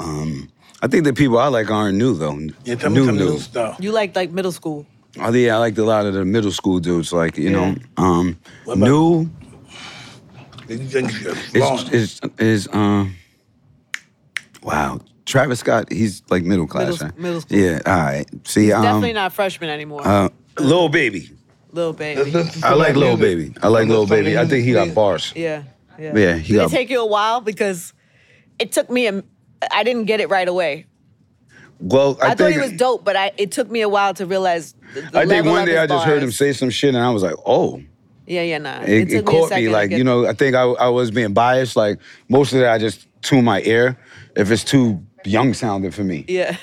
Speaker 3: Hmm.
Speaker 2: I think the people I like aren't new though.
Speaker 6: Yeah, tell me
Speaker 2: new,
Speaker 6: some
Speaker 2: new.
Speaker 6: new stuff.
Speaker 3: You like like middle school.
Speaker 2: I think I liked a lot of the middle school dudes. Like you
Speaker 3: Yeah.
Speaker 2: know, um,
Speaker 6: What about-
Speaker 2: new.
Speaker 6: Did you think you're
Speaker 2: It's,
Speaker 6: wrong?
Speaker 2: it's, it's, um, wow. Travis Scott, he's like middle class,
Speaker 3: Middle-
Speaker 2: right?
Speaker 3: middle school.
Speaker 2: Yeah, all right. See, um,
Speaker 3: Definitely not a freshman anymore.
Speaker 2: uh, Lil Baby.
Speaker 3: Little
Speaker 6: Let's
Speaker 3: baby.
Speaker 6: listen to
Speaker 2: I
Speaker 6: some
Speaker 2: like Lil
Speaker 6: music.
Speaker 2: Baby. I like
Speaker 6: Let's
Speaker 2: Lil
Speaker 6: listen to
Speaker 2: Baby. I think he got
Speaker 6: music.
Speaker 2: bars.
Speaker 3: Yeah. Yeah.
Speaker 2: Yeah, he
Speaker 3: Did
Speaker 2: got-
Speaker 3: it take you a while because it took me a. I didn't get it right away.
Speaker 2: Well, I,
Speaker 3: I, thought
Speaker 2: think
Speaker 3: he was dope, but I it took me a while to realize. The, the
Speaker 2: I think
Speaker 3: level
Speaker 2: one
Speaker 3: of
Speaker 2: day
Speaker 3: his
Speaker 2: I just heard him
Speaker 3: bars.
Speaker 2: say some shit, and I was like, oh.
Speaker 3: Yeah, yeah, nah.
Speaker 2: It, it
Speaker 3: took me a
Speaker 2: caught
Speaker 3: second
Speaker 2: me
Speaker 3: to
Speaker 2: like
Speaker 3: get
Speaker 2: you know. I think I, I was being biased. Like most of it, I just tune my ear if it's too young sounding for me.
Speaker 3: Yeah,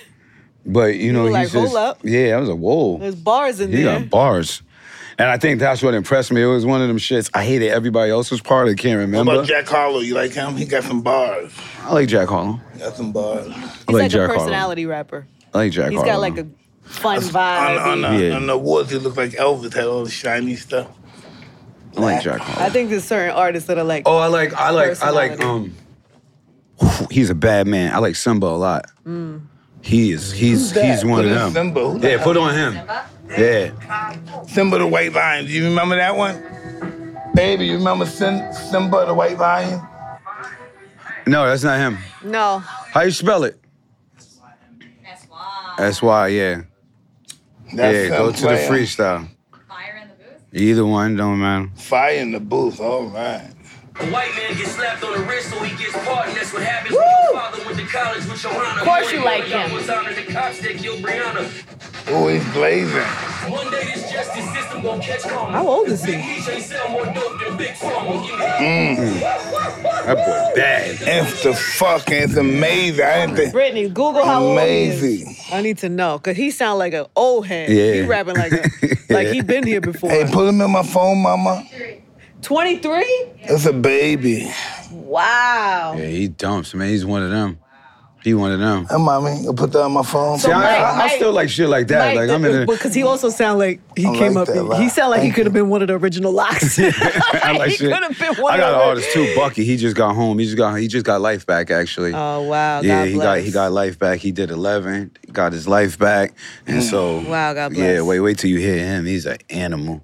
Speaker 2: But you know,
Speaker 3: were
Speaker 2: he's
Speaker 3: like, "Hold
Speaker 2: just
Speaker 3: up."
Speaker 2: yeah. I was like, whoa.
Speaker 3: there's bars in
Speaker 2: He
Speaker 3: there.
Speaker 2: got bars. And I think that's what impressed me. It was one of them shits. I hated everybody else's part. I can't
Speaker 6: What
Speaker 2: remember.
Speaker 6: about Jack Harlow? You like him? He got some bars.
Speaker 2: I like Jack Harlow.
Speaker 6: He got some bars.
Speaker 2: I
Speaker 3: He's
Speaker 2: like
Speaker 3: like, a
Speaker 2: Jack Harlow.
Speaker 3: personality rapper.
Speaker 2: I like Jack
Speaker 3: He's
Speaker 2: Harlow.
Speaker 3: got like a fun vibe.
Speaker 6: On, on, the,
Speaker 2: Yeah.
Speaker 6: on the awards, he looked like Elvis had all the shiny stuff.
Speaker 2: I like Jack Harlow.
Speaker 3: I think there's certain artists that are like.
Speaker 2: oh, I like I like I like um.
Speaker 3: Personality.
Speaker 2: He's a bad man. I like Simba a lot.
Speaker 3: Mm.
Speaker 2: He is. He's
Speaker 6: that?
Speaker 2: he's one
Speaker 6: Who
Speaker 2: of
Speaker 6: is
Speaker 2: them.
Speaker 6: Simba? Who the
Speaker 2: Yeah,
Speaker 6: hell
Speaker 2: put on him. Yeah,
Speaker 6: Simba the White Lion. Do you remember that one? Baby, you remember Sim- Simba the White Lion?
Speaker 2: no, that's not him.
Speaker 3: No,
Speaker 2: How you spell it?
Speaker 10: That's why.
Speaker 2: That's why. Yeah, yeah. Go to the
Speaker 6: Simba.
Speaker 2: freestyle.
Speaker 10: Fire in the booth.
Speaker 2: Either one don't matter.
Speaker 6: Fire in the booth. oh, All right.
Speaker 11: A white man gets slapped on the wrist, so he gets pardoned. That's what happens when your father went to college with your honor.
Speaker 3: Of course you
Speaker 11: Boy,
Speaker 3: like him.
Speaker 11: Was honored the cops that killed Brianna.
Speaker 6: Oh, he's blazing.
Speaker 11: One day this justice system gonna catch karma.
Speaker 3: How old is he?
Speaker 11: Big Meech ain't sell more dope than Big Pharma. Give me
Speaker 2: That boy bad.
Speaker 6: It's the fucking. It's amazing. I didn't think.
Speaker 3: Brittany, Google how old he
Speaker 6: Amazing.
Speaker 3: is. I need to know because he sound like an old head. He
Speaker 2: Yeah.
Speaker 3: rapping
Speaker 2: [laughs]
Speaker 3: like a, like he been here before.
Speaker 6: Hey, put him in my phone, mama.
Speaker 3: Twenty three.
Speaker 6: It's a baby.
Speaker 3: Wow.
Speaker 2: Yeah, he dumps, man. He's one of them. He one of them.
Speaker 6: Hey, mommy, you put that on my phone.
Speaker 3: So
Speaker 2: See, I,
Speaker 3: Mike-
Speaker 2: I, I still like shit like that. Like, I'm
Speaker 3: [laughs]
Speaker 2: in a,
Speaker 3: because he also sound like he
Speaker 6: I
Speaker 3: came
Speaker 6: like that a
Speaker 3: up.
Speaker 6: lot.
Speaker 3: He sound like he
Speaker 6: Thank
Speaker 3: could have been one of the
Speaker 2: [laughs]
Speaker 3: original
Speaker 2: [laughs]
Speaker 3: locks.
Speaker 2: I like
Speaker 3: he
Speaker 2: shit.
Speaker 3: could have been one
Speaker 2: I got
Speaker 3: of
Speaker 2: an
Speaker 3: the-
Speaker 2: artist too, Bucky. He just got home. He just got he just got life back actually.
Speaker 3: [laughs] Oh wow. God
Speaker 2: yeah, he got he
Speaker 3: bless.
Speaker 2: got life back. He did eleven, got his life back, and so
Speaker 3: Mm. Wow, God
Speaker 2: Yeah,
Speaker 3: bless.
Speaker 2: wait, wait till you hear him. He's an animal.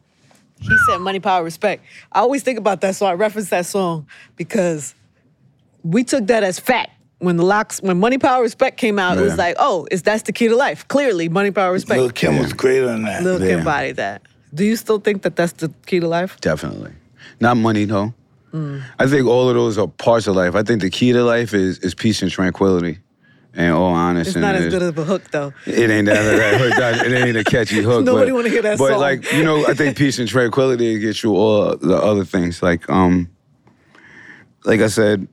Speaker 3: He said money, power, respect. I always think about that song. I reference that song because we took that as fact. When the locks, when money, power, respect came out, it
Speaker 2: Yeah.
Speaker 3: was like, oh, it's that's the key to life. Clearly, money, power, respect.
Speaker 6: Lil Kim was great on that.
Speaker 3: Lil
Speaker 2: Yeah.
Speaker 3: Kim body that. Do you still think that that's the key to life?
Speaker 2: Definitely. Not money though.
Speaker 3: Mm.
Speaker 2: I think all of those are parts of life. I think the key to life is is peace and tranquility. And all honest
Speaker 3: It's
Speaker 2: and
Speaker 3: not as
Speaker 2: it-
Speaker 3: good of a hook though.
Speaker 2: It ain't that, that hook. That, it ain't a catchy hook.
Speaker 3: Nobody
Speaker 2: but-
Speaker 3: wanna hear that
Speaker 2: But
Speaker 3: song.
Speaker 2: like you know, I think peace and tranquility gets you all the other things. Like um, like I said,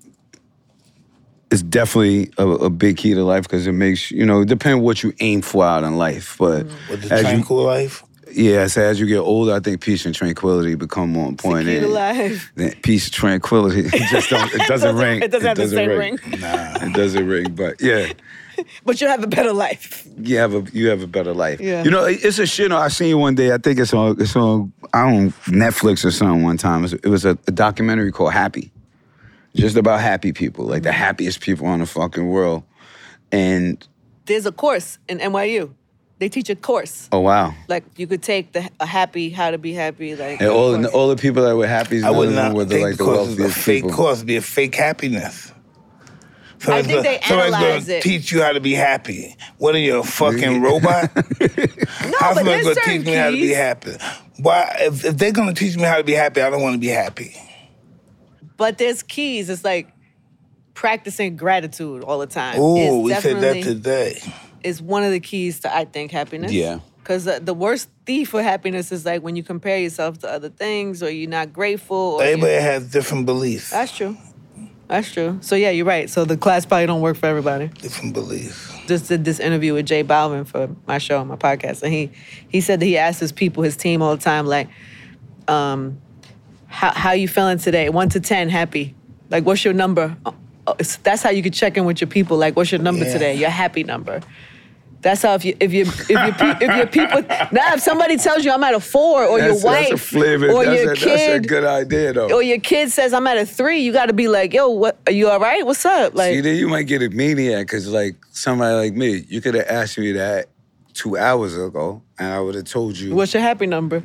Speaker 2: it's definitely a, a big key to life because it makes you know depend what you aim for out in life.
Speaker 3: Mm.
Speaker 2: But
Speaker 6: With the
Speaker 2: as you
Speaker 6: tranquil life.
Speaker 2: yeah, so as you get older, I think peace and tranquility become more important.
Speaker 3: key to
Speaker 2: and-
Speaker 3: life.
Speaker 2: than peace, tranquility. [laughs] It just don't. It doesn't, ring.
Speaker 3: [laughs] It doesn't have the same ring.
Speaker 2: It doesn't ring. But yeah
Speaker 3: [laughs] But you have a better life.
Speaker 2: you have a you have a better life.
Speaker 3: Yeah.
Speaker 2: You know, it- it's a shit. I seen one day. I think it's on it's on I don't Netflix or something. One time, it was a, a documentary called Happy, just about happy people, like the
Speaker 3: Mm-hmm.
Speaker 2: happiest people on the fucking world. And
Speaker 3: There's a course in NYU. They teach a course.
Speaker 2: oh wow,
Speaker 3: Like you could take the a happy, how to be happy, like
Speaker 2: and all
Speaker 3: course.
Speaker 2: the, all the people that were happy,
Speaker 6: I would not
Speaker 2: were
Speaker 6: think
Speaker 2: the, like the
Speaker 6: course is a
Speaker 2: wealthiest
Speaker 6: fake
Speaker 2: people.
Speaker 6: course. Be a fake happiness. Somebody's
Speaker 3: think they
Speaker 6: somebody's
Speaker 3: analyze
Speaker 6: gonna
Speaker 3: it.
Speaker 6: teach you how to be happy. What are you, a
Speaker 2: [laughs]
Speaker 6: fucking robot?
Speaker 3: no, but
Speaker 6: How's somebody
Speaker 3: there's
Speaker 6: gonna
Speaker 3: certain
Speaker 6: teach me how to be
Speaker 3: keys.
Speaker 6: happy? Why? If, if they're gonna teach me how to be happy, I don't want to be happy.
Speaker 3: But there's keys. It's like practicing gratitude all the time.
Speaker 6: Ooh,
Speaker 3: is
Speaker 6: we said that
Speaker 3: definitely-
Speaker 6: today.
Speaker 3: is one of the keys to I think happiness.
Speaker 2: Yeah.
Speaker 3: Because the, the worst thief for happiness is like when you compare yourself to other things, or you're not grateful. Or you-
Speaker 6: Everybody has different beliefs.
Speaker 3: That's true. That's true. So yeah, you're right. So the class probably don't work for everybody.
Speaker 6: Different beliefs.
Speaker 3: Just did this interview with Jay Balvin for my show, my podcast, and he he said that he asked his people, his team, all the time, like, um, how how you feeling today? One to ten, happy. Like, what's your number? Uh, uh, it's- That's how you could check in with your people. Like, what's your number
Speaker 6: Yeah.
Speaker 3: today? Your happy number. That's how if you if you if your pe- if your people [laughs] now if somebody tells you I'm at a four or
Speaker 2: That's,
Speaker 3: your
Speaker 2: that's
Speaker 3: wife
Speaker 2: a flavor.
Speaker 3: or
Speaker 2: that's,
Speaker 3: your
Speaker 2: a,
Speaker 3: kid
Speaker 2: that's a good idea though.
Speaker 3: or your kid says I'm at a three, you got to be like, yo, what? Are you all right? What's up?
Speaker 2: See,
Speaker 3: Like,
Speaker 2: then you might get a maniac because, like, somebody like me, you could have asked me that two hours ago, and I would have told you
Speaker 3: what's your happy number?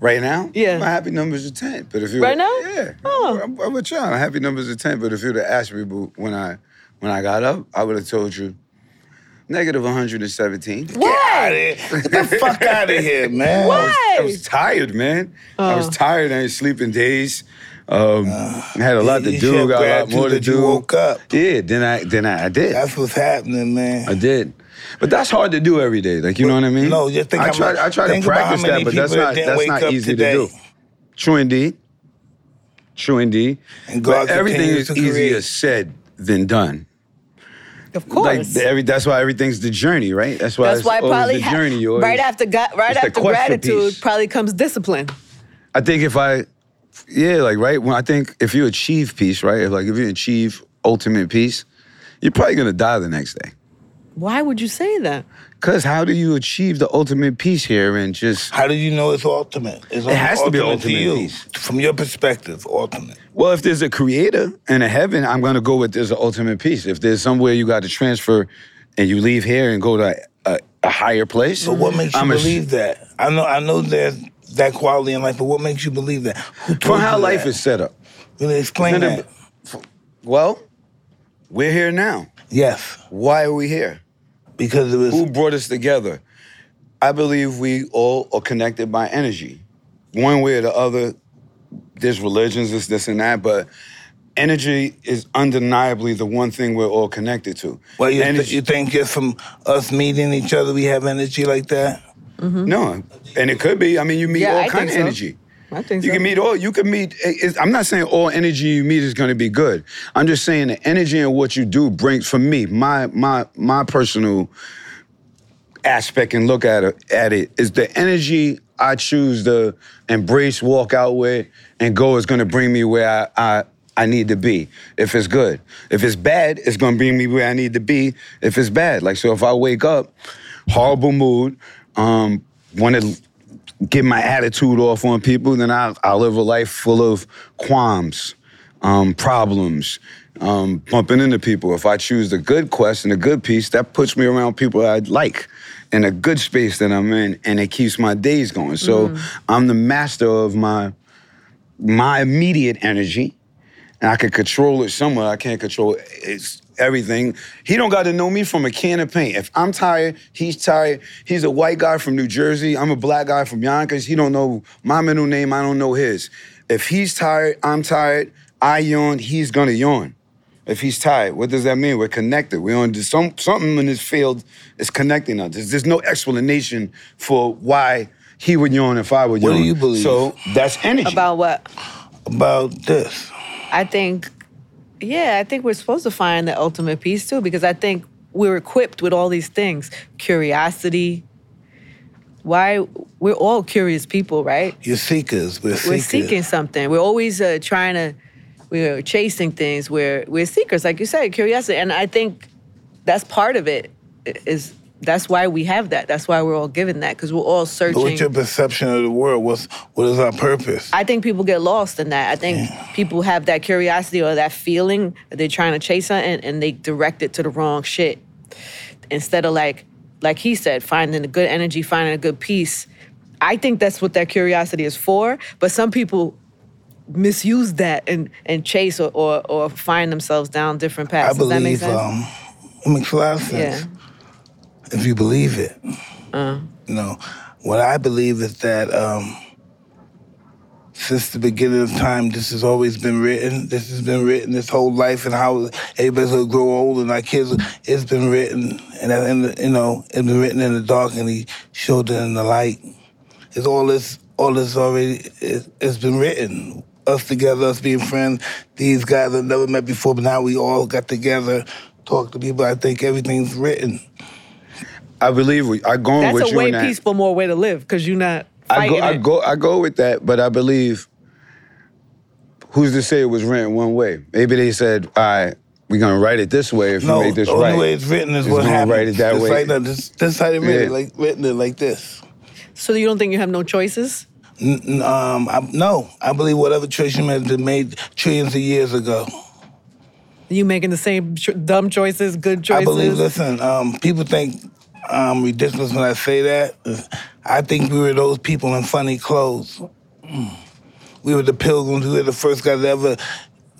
Speaker 2: right now.
Speaker 3: Yeah.
Speaker 2: my happy numbers are ten. But if you
Speaker 3: Right now?
Speaker 2: yeah,
Speaker 3: Oh.
Speaker 2: I'm, I'm with you. My happy numbers are ten. But if you'd have asked me boo, when I when I got up, I would have told you negative one hundred and seventeen.
Speaker 6: Out
Speaker 3: What?
Speaker 6: of here. Get the fuck out of here, man.
Speaker 2: I
Speaker 3: What?
Speaker 2: was tired, man. I was
Speaker 3: Oh.
Speaker 2: tired. I didn't sleep in days. Um,
Speaker 6: Ah,
Speaker 2: had a lot to
Speaker 6: you
Speaker 2: do.
Speaker 6: should
Speaker 2: Got a lot
Speaker 6: gratitude
Speaker 2: more to
Speaker 6: that you
Speaker 2: do.
Speaker 6: woke up.
Speaker 2: Yeah. Then I then I, I did.
Speaker 6: That's what's happening, man.
Speaker 2: I did. But that's hard to do every day. Like you know what I mean?
Speaker 6: No, just think
Speaker 2: I
Speaker 6: how
Speaker 2: try.
Speaker 6: much-
Speaker 2: I try to
Speaker 6: think about how
Speaker 2: practice that,
Speaker 6: many
Speaker 2: but that's
Speaker 6: people
Speaker 2: not
Speaker 6: didn't
Speaker 2: that's
Speaker 6: wake
Speaker 2: not
Speaker 6: up
Speaker 2: easy
Speaker 6: today.
Speaker 2: to do. True indeed. True indeed.
Speaker 6: And
Speaker 2: But
Speaker 6: God
Speaker 2: everything
Speaker 6: continues
Speaker 2: is
Speaker 6: to
Speaker 2: easier
Speaker 6: create.
Speaker 2: said than done.
Speaker 3: Of course.
Speaker 2: Like every that's why everything's the journey, right? That's why
Speaker 3: That's
Speaker 2: it's
Speaker 3: why
Speaker 2: always
Speaker 3: probably
Speaker 2: the
Speaker 3: ha-
Speaker 2: journey. You always-
Speaker 3: [laughs] right after God, right
Speaker 2: it's the
Speaker 3: after
Speaker 2: quest for
Speaker 3: gratitude
Speaker 2: peace.
Speaker 3: probably comes discipline.
Speaker 2: I think if I, yeah, like right when I think if you achieve peace, right? If like if you achieve ultimate peace, you're probably gonna die the next day.
Speaker 3: Why would you say that?
Speaker 2: Cause how do you achieve the ultimate peace here and just
Speaker 6: How do you know it's ultimate? It's
Speaker 2: It has to be ultimate
Speaker 6: you.
Speaker 2: peace.
Speaker 6: From your perspective, ultimate.
Speaker 2: Well, if there's a creator and a heaven, I'm gonna go with there's an ultimate peace. If there's somewhere you got to transfer, and you leave here and go to a, a higher place,
Speaker 6: But what makes you
Speaker 2: I'm ass-
Speaker 6: believe that? I know I know there's that quality in life, but what makes you believe that? Who told
Speaker 2: from how
Speaker 6: you
Speaker 2: life
Speaker 6: that?
Speaker 2: is set up?
Speaker 6: Really explain
Speaker 2: None
Speaker 6: that.
Speaker 2: of- Well, we're here now.
Speaker 6: Yes,
Speaker 2: Why are we here?
Speaker 6: because it was
Speaker 2: Who brought us together? I believe we all are connected by energy. one way or the other, there's religions, this, this, and that, but energy is undeniably the one thing we're all connected to.
Speaker 6: Well, you,
Speaker 2: Energy-
Speaker 6: th- you think just from us meeting each other, we have energy like that?
Speaker 2: No, and it could be. I mean, you meet
Speaker 3: Yeah,
Speaker 2: all
Speaker 3: I
Speaker 2: kind
Speaker 3: think
Speaker 2: of
Speaker 3: so.
Speaker 2: energy.
Speaker 3: I think
Speaker 2: You
Speaker 3: so.
Speaker 2: can meet all. You can meet. it- it's- I'm not saying all energy you meet is going to be good. I'm just saying the energy and what you do brings. For me, my my my personal aspect and look at it, at it is the energy I choose to embrace, walk out with, and go is going to bring me where I, I I need to be. If it's good, if it's bad, it's going to bring me where I need to be. If it's bad, like so, if I wake up horrible mood, um, want to get my attitude off on people, then I I live a life full of qualms, um, problems, um, bumping into people. If I choose the good quest and the good piece, that puts me around people I like in a good space that I'm in, and it keeps my days going. So I'm the master of my my immediate energy, and I can control it somewhere. I can't control it's everything. He don't got to know me from a can of paint. If I'm tired, he's tired. He's a white guy from New Jersey. I'm a black guy from Yonkers. He don't know my middle name. I don't know his. If he's tired, I'm tired. I yawn. He's gonna yawn. If he's tired, what does that mean? We're connected. We're on some something in this field is connecting us. There's, there's no explanation for why he would yawn if I would
Speaker 6: What do
Speaker 2: yawn.
Speaker 6: you believe?
Speaker 2: So that's energy.
Speaker 3: About what?
Speaker 6: About this.
Speaker 3: I think, yeah, I think we're supposed to find the ultimate peace too, because I think we're equipped with all these things curiosity. Why? We're all curious people, right?
Speaker 6: You're seekers. We're,
Speaker 3: We're
Speaker 6: seekers.
Speaker 3: seeking something. We're always uh, trying to, we're chasing things. We're, we're seekers, like you said, curiosity. And I think that's part of it i- is that's why we have that. That's why we're all given that, because we're all
Speaker 6: But
Speaker 3: searching.
Speaker 6: what's your perception of the world? What's what is our purpose?
Speaker 3: I think people get lost in that. I think people have that curiosity or that feeling that they're trying to chase something and they direct it to the wrong shit. Instead of like, like he said, finding a good energy, finding a good peace. I think that's what that curiosity is for. But some people misuse that and and chase or or, or find themselves down different
Speaker 6: I
Speaker 3: paths. Does that make
Speaker 6: believe
Speaker 3: sense?
Speaker 6: um, it makes a lot of sense
Speaker 3: yeah. Uh.
Speaker 6: if you believe it. You know, what I believe is that um, since the beginning of time, this has always been written. This has been written this whole life, and how everybody's gonna grow old, and our kids. It's been written, and, and you know, it's been written in the dark, and he showed it in the light. It's all this, all this already. It, it's been written. Us together, us being friends. These guys I've never met before, but now we all got together, talked to people. I think everything's written.
Speaker 2: I believe we, I go
Speaker 3: That's
Speaker 2: with
Speaker 3: a
Speaker 2: you
Speaker 3: way
Speaker 2: in that.
Speaker 3: peaceful, more way to live because you're not
Speaker 2: I
Speaker 3: fighting
Speaker 2: go, I
Speaker 3: it.
Speaker 2: go, I go with that, but I believe. Who's to say it was written one way? Maybe they said, "All right, we're gonna write it this way if
Speaker 6: No,
Speaker 2: you make this
Speaker 6: the only
Speaker 2: right."
Speaker 6: way it's written is
Speaker 2: It's
Speaker 6: what
Speaker 2: gonna
Speaker 6: happens.
Speaker 2: write it that
Speaker 6: It's
Speaker 2: way.
Speaker 6: Like, that. this, this how they written, it,
Speaker 2: Yeah.
Speaker 6: like written it like this.
Speaker 3: So you don't think you have no choices?
Speaker 6: N- n- um, I, no, I believe whatever choice you made has been made trillions of years ago.
Speaker 3: You making the same cho- dumb choices, good
Speaker 6: I
Speaker 3: choices.
Speaker 6: believe. Listen, um, people think I'm ridiculous when I say that. I think we were those people in funny clothes. Mm. We were the pilgrims. We were the first guys that ever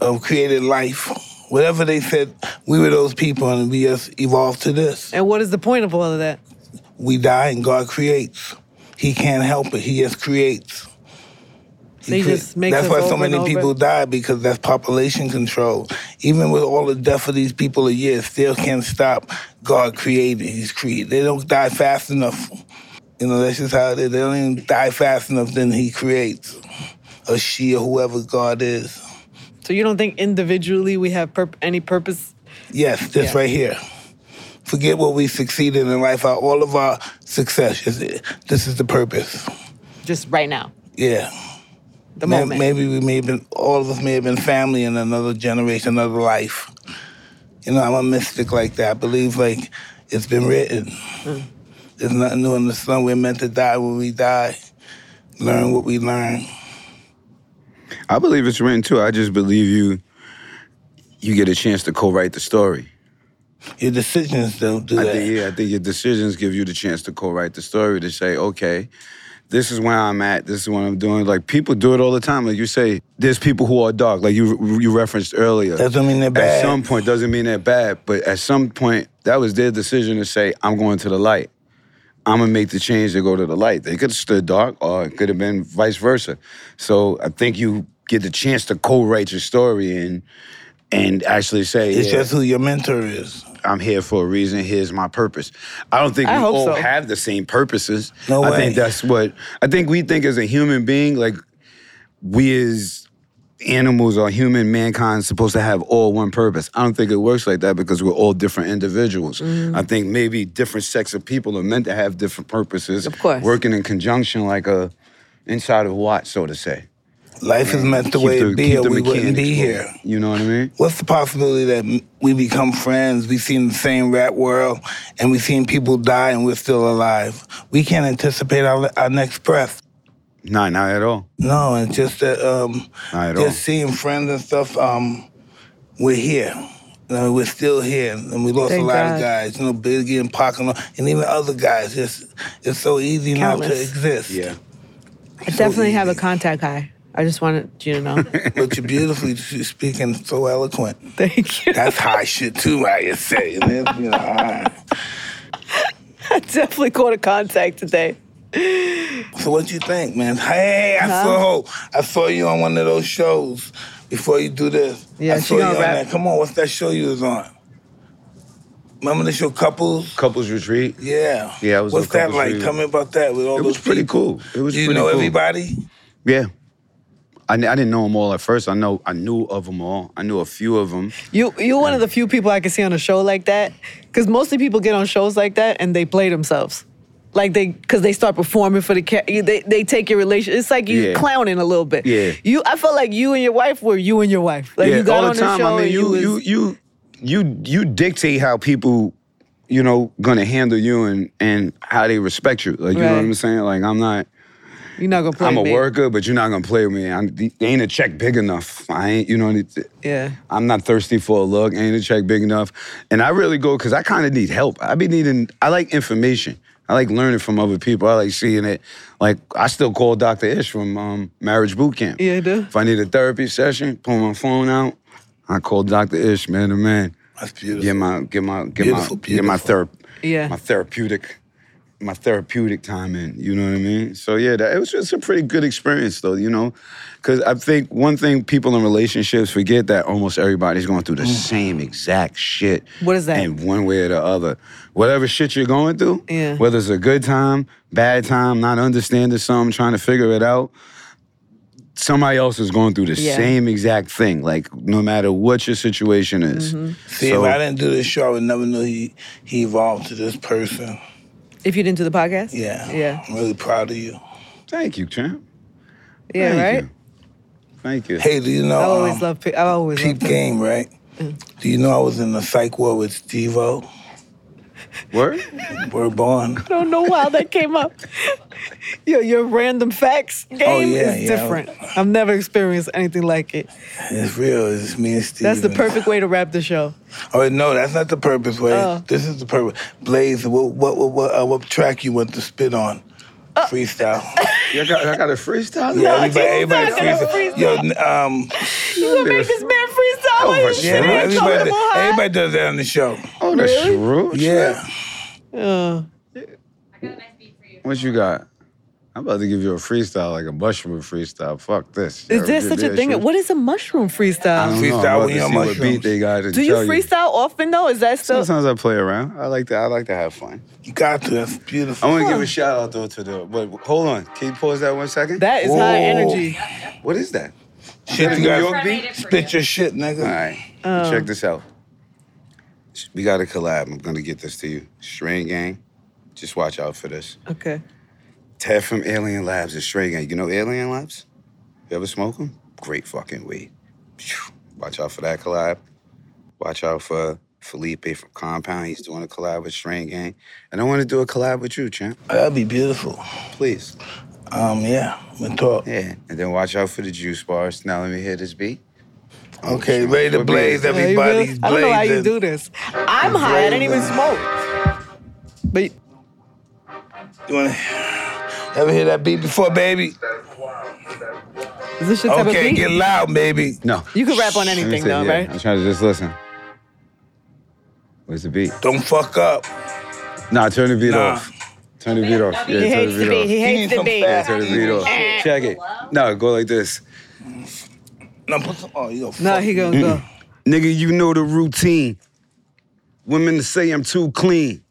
Speaker 6: uh, created life. Whatever they said, we were those people, and we just evolved to this.
Speaker 3: And what is the point of all of that?
Speaker 6: We die, and God creates. He can't help it. He just creates.
Speaker 3: So he
Speaker 6: Cre-
Speaker 3: just makes
Speaker 6: that's
Speaker 3: us
Speaker 6: why so
Speaker 3: over and
Speaker 6: many
Speaker 3: over.
Speaker 6: people die because that's population control. Even with all the death of these people a year, still can't stop God creating. He's created. They don't die fast enough. You know, that's just how it is. They don't even die fast enough. Then He creates, or she, or whoever God is.
Speaker 3: So you don't think individually we have purp- any purpose?
Speaker 6: Yes, this
Speaker 3: Yeah.
Speaker 6: right here. Forget what we succeeded in life. Our, all of our success. Is, this is the purpose.
Speaker 3: Just right now,
Speaker 6: Yeah.
Speaker 3: the
Speaker 6: May-
Speaker 3: moment.
Speaker 6: Maybe we may have been, all of us may have been family in another generation, another life. You know, I'm a mystic like that. I believe like it's been written.
Speaker 3: Hmm.
Speaker 6: There's nothing new in the sun. We're meant to die when we die. Learn what we learn.
Speaker 2: I believe it's written too. I just believe you. You get a chance to co-write the story.
Speaker 6: Your decisions don't do
Speaker 2: I
Speaker 6: that.
Speaker 2: think, yeah, I think your decisions give you the chance to co-write the story to say, okay, this is where I'm at. This is what I'm doing. Like people do it all the time. Like you say, there's people who are dark. Like you you referenced earlier.
Speaker 6: Doesn't mean they're
Speaker 2: At
Speaker 6: bad.
Speaker 2: some point, doesn't mean they're bad, but at some point, that was their decision to say, I'm going to the light. I'm gonna make the change to go to the light. They could have stood dark, or it could have been vice versa. So I think you get the chance to co-write your story and and actually say
Speaker 6: It's
Speaker 2: yeah,
Speaker 6: just who your mentor is.
Speaker 2: I'm here for a reason. Here's my purpose. I don't think
Speaker 3: I
Speaker 2: we
Speaker 3: hope
Speaker 2: all
Speaker 3: so.
Speaker 2: have the same purposes.
Speaker 6: No
Speaker 2: I
Speaker 6: way.
Speaker 2: think that's what I think we think as a human being, like we as animals or human mankind supposed to have all one purpose. I don't think it works like that because we're all different individuals.
Speaker 3: Mm-hmm.
Speaker 2: I think maybe different sects of people are meant to have different purposes.
Speaker 3: Of course.
Speaker 2: Working in conjunction like a inside of a watch, so to say.
Speaker 6: Life is meant the
Speaker 2: Keep
Speaker 6: way it be,
Speaker 2: keep
Speaker 6: or
Speaker 2: the
Speaker 6: we wouldn't
Speaker 2: mechanics
Speaker 6: be
Speaker 2: moving.
Speaker 6: here.
Speaker 2: You know what I mean?
Speaker 6: What's the possibility that m- we become friends? We seen the same rap world, and we seen people die, and we're still alive. We can't anticipate our, our next breath.
Speaker 2: Nah, not at all.
Speaker 6: No, it's just that um,
Speaker 2: Not at
Speaker 6: just
Speaker 2: all.
Speaker 6: seeing friends and stuff. Um, we're here. You know, we're still here, and we lost
Speaker 3: Thank
Speaker 6: a lot
Speaker 3: God.
Speaker 6: of guys. You know, Biggie and Pac and, all- and even other guys. It's it's so easy not to
Speaker 3: Countless.
Speaker 6: exist.
Speaker 2: Yeah.
Speaker 3: I definitely have a
Speaker 6: easy.
Speaker 3: contact high. I just wanted you to
Speaker 2: [laughs]
Speaker 3: know.
Speaker 6: but you're beautifully speaking, so eloquent.
Speaker 3: Thank you.
Speaker 6: That's high shit too. I can say. That's, you know, high.
Speaker 3: I definitely caught a contact today.
Speaker 6: So what you think, man? Hey, I
Speaker 3: Huh?
Speaker 6: saw I saw you on one of those shows before you do this.
Speaker 3: Yeah,
Speaker 6: I
Speaker 3: she
Speaker 6: saw you
Speaker 3: gonna
Speaker 6: on
Speaker 3: rap.
Speaker 6: that. Come on, what's that show you was on? Remember the show Couples?
Speaker 2: Couples retreat.
Speaker 6: Yeah.
Speaker 2: Yeah, I was
Speaker 6: What's
Speaker 2: on
Speaker 6: that
Speaker 2: Couples
Speaker 6: like?
Speaker 2: Reunion.
Speaker 6: Tell me about that with all
Speaker 2: It
Speaker 6: those
Speaker 2: was pretty cool.
Speaker 6: people.
Speaker 2: It was
Speaker 6: Do you
Speaker 2: pretty
Speaker 6: know
Speaker 2: cool.
Speaker 6: everybody?
Speaker 2: Yeah. I, kn- I didn't know them all at first. I know I knew of them all. I knew a few of them.
Speaker 3: You you're one of the few people I can see on a show like that, because mostly people get on shows like that and they play themselves, like they because they start performing for the ca- you- they they take your relation. It's like you
Speaker 2: Yeah.
Speaker 3: clowning a little bit.
Speaker 2: Yeah.
Speaker 3: You I felt like you and your wife were you and your wife. Like you got
Speaker 2: all
Speaker 3: on
Speaker 2: the time.
Speaker 3: show.
Speaker 2: I mean,
Speaker 3: and
Speaker 2: you
Speaker 3: was-
Speaker 2: you you you you dictate how people, you know, gonna handle you and and how they respect you. Like you know what
Speaker 3: Right.
Speaker 2: I'm saying? Like I'm not.
Speaker 3: you're not gonna play.
Speaker 2: I'm a
Speaker 3: me.
Speaker 2: worker, but you're not gonna play with me. I'm, they ain't a check big enough. I ain't. You know. it-
Speaker 3: Yeah.
Speaker 2: I'm not thirsty for a look. Ain't a check big enough. And I really go because I kind of need help. I be needing. I like information. I like learning from other people. I like seeing it. Like I still call Dr. Ish from um, Marriage Boot Camp.
Speaker 3: Yeah, you do.
Speaker 2: If I need a therapy session, pull my phone out. I call Dr. Ish, man to man.
Speaker 6: That's beautiful.
Speaker 2: Get my get my get
Speaker 6: Beautiful,
Speaker 2: my get my
Speaker 6: beautiful.
Speaker 2: therap
Speaker 3: Yeah.
Speaker 2: my therapeutic my therapeutic time in. You know what I mean? So yeah, that, it was just a pretty good experience though. You know, because I think one thing people in relationships forget that almost everybody's going through the same exact shit.
Speaker 3: Mm. What is that?
Speaker 2: In one way or the other, whatever shit you're going through,
Speaker 3: Yeah.
Speaker 2: whether it's a good time, bad time, not understanding something, trying to figure it out somebody else is going through the
Speaker 3: Yeah.
Speaker 2: same exact thing. Like no matter what your situation is.
Speaker 3: Mm-hmm.
Speaker 6: See,
Speaker 2: So-
Speaker 6: if I didn't do this show, I would never know he he evolved to this person.
Speaker 3: If you didn't do the podcast.
Speaker 6: Yeah.
Speaker 3: Yeah.
Speaker 6: I'm really proud of you.
Speaker 2: Thank you, champ.
Speaker 3: Yeah.
Speaker 2: Thank
Speaker 3: right.
Speaker 2: You. Thank you.
Speaker 6: Hey, do you know
Speaker 3: I always Mm.
Speaker 6: um,
Speaker 3: love. pe- I always
Speaker 6: Peep
Speaker 3: love. people.
Speaker 6: Game, right? Do you know I was in a psych war with Steve-O?
Speaker 2: Word?
Speaker 6: We're born.
Speaker 3: [laughs] I don't know why that came up. [laughs] Your your random facts game
Speaker 6: yeah,
Speaker 3: is
Speaker 6: yeah.
Speaker 3: different. I've never experienced anything like it.
Speaker 6: It's real. It's me and Steve.
Speaker 3: That's the perfect way to wrap the show.
Speaker 6: Oh no, that's not the purpose way.
Speaker 3: Oh.
Speaker 6: This is the purpose. Blaze, what what what what, uh, what track you want to spit on?
Speaker 3: Uh. [laughs]
Speaker 6: Freestyle.
Speaker 2: Yeah, I got, I got a freestyle?
Speaker 6: Yeah,
Speaker 3: she's
Speaker 6: everybody, everybody
Speaker 3: not gonna
Speaker 6: freestyle. Yo, n- um,
Speaker 3: [laughs] You gonna make this man freestyle?
Speaker 2: Over
Speaker 3: Why you
Speaker 6: yeah,
Speaker 2: shit.
Speaker 3: sitting here
Speaker 6: Oh, everybody,
Speaker 3: talking
Speaker 6: everybody,
Speaker 3: about how-
Speaker 6: does that on the show.
Speaker 2: Oh, the
Speaker 3: Really?
Speaker 2: shrew?
Speaker 6: Yeah.
Speaker 3: Uh,
Speaker 10: I got a nice beat for you.
Speaker 2: What you got? I'm about to give you a freestyle, like a mushroom freestyle. Fuck this.
Speaker 3: is there such a thing? What is a mushroom
Speaker 2: I don't
Speaker 3: freestyle?
Speaker 2: know.
Speaker 6: Freestyle
Speaker 2: I'm about
Speaker 6: when
Speaker 2: to
Speaker 6: you're
Speaker 2: see what
Speaker 6: mushrooms.
Speaker 2: beat they got to
Speaker 3: Do you
Speaker 2: tell
Speaker 3: freestyle often though? Is that still?
Speaker 2: Sometimes I play around. I like to. I like to have fun.
Speaker 6: You got to. That's
Speaker 2: I
Speaker 6: beautiful.
Speaker 2: want to give a shout out though to the. But hold on, can you pause that one second?
Speaker 3: That is high
Speaker 6: Whoa.
Speaker 3: energy.
Speaker 2: What is that?
Speaker 6: Shit, you
Speaker 2: New York
Speaker 6: got
Speaker 10: I made it for
Speaker 6: spit
Speaker 10: you.
Speaker 6: your shit, nigga.
Speaker 2: All right.
Speaker 3: Oh.
Speaker 2: Check this out. We got to collab. I'm going to get this to you. Strain Gang. Just watch out for this.
Speaker 3: Okay.
Speaker 2: Ted from Alien Labs and Strain Gang. You know Alien Labs? You ever smoke them? Great fucking weed. Phew. Watch out for that collab. Watch out for Felipe from Compound. He's doing a collab with Strain Gang. And I want to do a collab with you, champ.
Speaker 6: That'd be beautiful.
Speaker 2: Please.
Speaker 6: Um, yeah. I'm gonna talk.
Speaker 2: Yeah. And then watch out for the juice bars. Now let me hear this beat.
Speaker 6: Okay, ready to
Speaker 2: What beat is
Speaker 6: blaze.
Speaker 2: that?
Speaker 3: Are you really-
Speaker 6: Everybody's blazing.
Speaker 3: I don't know how you do this. I'm high. I didn't even
Speaker 6: Blazing.
Speaker 3: smoke. But
Speaker 6: You wanna ever hear that beat before, baby?
Speaker 3: is this your type of
Speaker 6: Okay,
Speaker 3: beat?
Speaker 6: get loud, baby.
Speaker 2: No.
Speaker 3: You can rap on
Speaker 2: Let me
Speaker 3: anything
Speaker 2: see,
Speaker 3: though,
Speaker 2: yeah.
Speaker 3: right?
Speaker 2: I'm trying to just listen. Where's the beat?
Speaker 6: Don't fuck up.
Speaker 2: Nah, turn the beat
Speaker 6: Nah.
Speaker 2: off. Turn the beat off. Yeah,
Speaker 12: He
Speaker 2: turn
Speaker 12: hates
Speaker 2: the
Speaker 12: the
Speaker 2: beat off.
Speaker 12: beat. He hates the beat. [laughs]
Speaker 2: Yeah, turn the beat off.
Speaker 12: Eh.
Speaker 2: Check it. No, go like this.
Speaker 6: No, put some. Oh, you go.
Speaker 12: No, he gonna go.
Speaker 2: Nigga, you know the routine. Women say I'm too clean.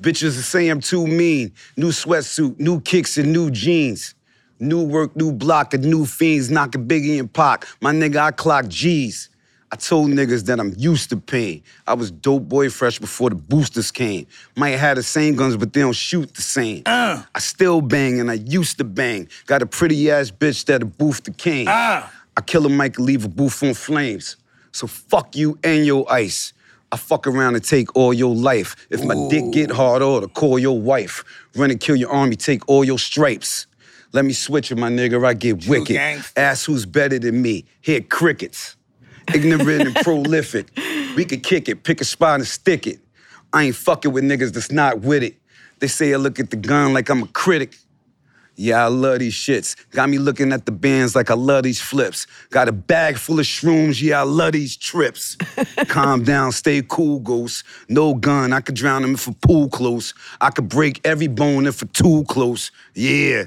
Speaker 2: Bitches that say I'm too mean. New sweatsuit, new kicks, and new jeans. New work, new block, and new fiends knocking Biggie and Pac. My nigga, I clock G's. I told niggas that I'm used to pain. I was dope boy fresh before the boosters came. Might have the same guns, but they don't shoot the same. I still bang and I used to bang. Got a pretty ass bitch that'll boof the king. I kill a mic, leave a booth on flames. So fuck you and your ice. I fuck around and take all your life. If my dick get hard, or to call your wife. Run and kill your army, take all your stripes. Let me switch it, my nigga, I get wicked.
Speaker 6: gangster.
Speaker 2: Ask who's better than me. Hear crickets. Ignorant and prolific. We could kick it, pick a spot and stick it. I ain't fucking with niggas that's not with it. They say I look at the gun like I'm a critic. Yeah, I love these shits. Got me looking at the bands like I love these flips. Got a bag full of shrooms. Yeah, I love these trips. Calm down, stay cool, ghost. No gun, I could drown him if a pool close. I could break every bone if a tool close. Yeah.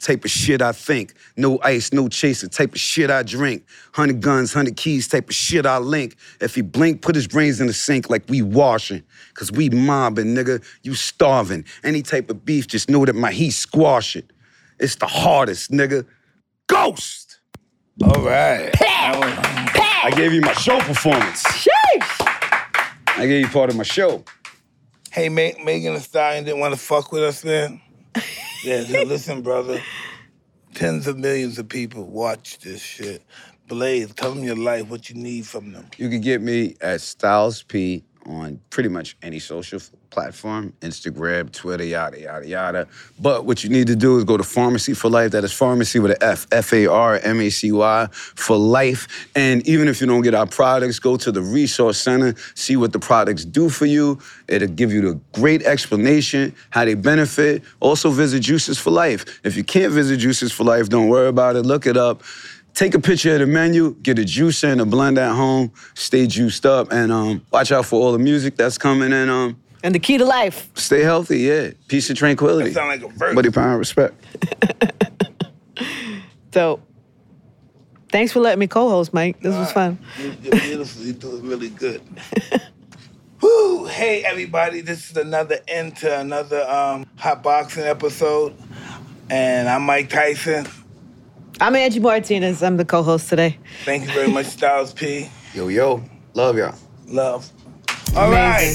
Speaker 2: Type of shit I think. No ice, no chaser. Type of shit I drink. Hundred guns, hundred keys. Type of shit I link. If he blink, put his brains in the sink like we washing. Cause we mobbing, nigga. You starving. Any type of beef, just know that my heat squash it. It's the hardest, nigga. Ghost.
Speaker 6: All right. That was-
Speaker 2: I gave you my show performance.
Speaker 3: Sheesh.
Speaker 2: I gave you part of my show.
Speaker 6: Hey, Ma- Megan Thee Stallion didn't want to fuck with us then. Yeah, so listen, brother. Tens of millions of people watch this shit. Blaze, tell them your life, what you need from them.
Speaker 2: You can get me at Styles P on pretty much any social f- platform, Instagram, Twitter, yada, yada, yada. But what you need to do is go to Pharmacy for Life. That is Pharmacy with a F, F A R M A C Y, for life. And even if you don't get our products, go to the Resource Center, see what the products do for you. It'll give you the great explanation, how they benefit. Also, visit Juices for Life. If you can't visit Juices for Life, don't worry about it. Look it up take a picture of the menu, get a juicer and a blend at home, stay juiced up, and um, watch out for all the music that's coming and um,
Speaker 3: [laughs] And the key to life.
Speaker 2: stay healthy, yeah. Peace and tranquility.
Speaker 6: That sound like a verse.
Speaker 2: Buddy power and respect.
Speaker 3: So, thanks for letting me co-host, Mike. This was fun.
Speaker 6: You did beautiful. You do it really good. Woo! Hey, everybody. This is another end to another um, hot boxing episode. And I'm Mike Tyson.
Speaker 3: I'm Angie Martinez. I'm the co-host today.
Speaker 6: Thank you very much, Styles P.
Speaker 2: Yo, yo. Love y'all.
Speaker 6: Love. All right.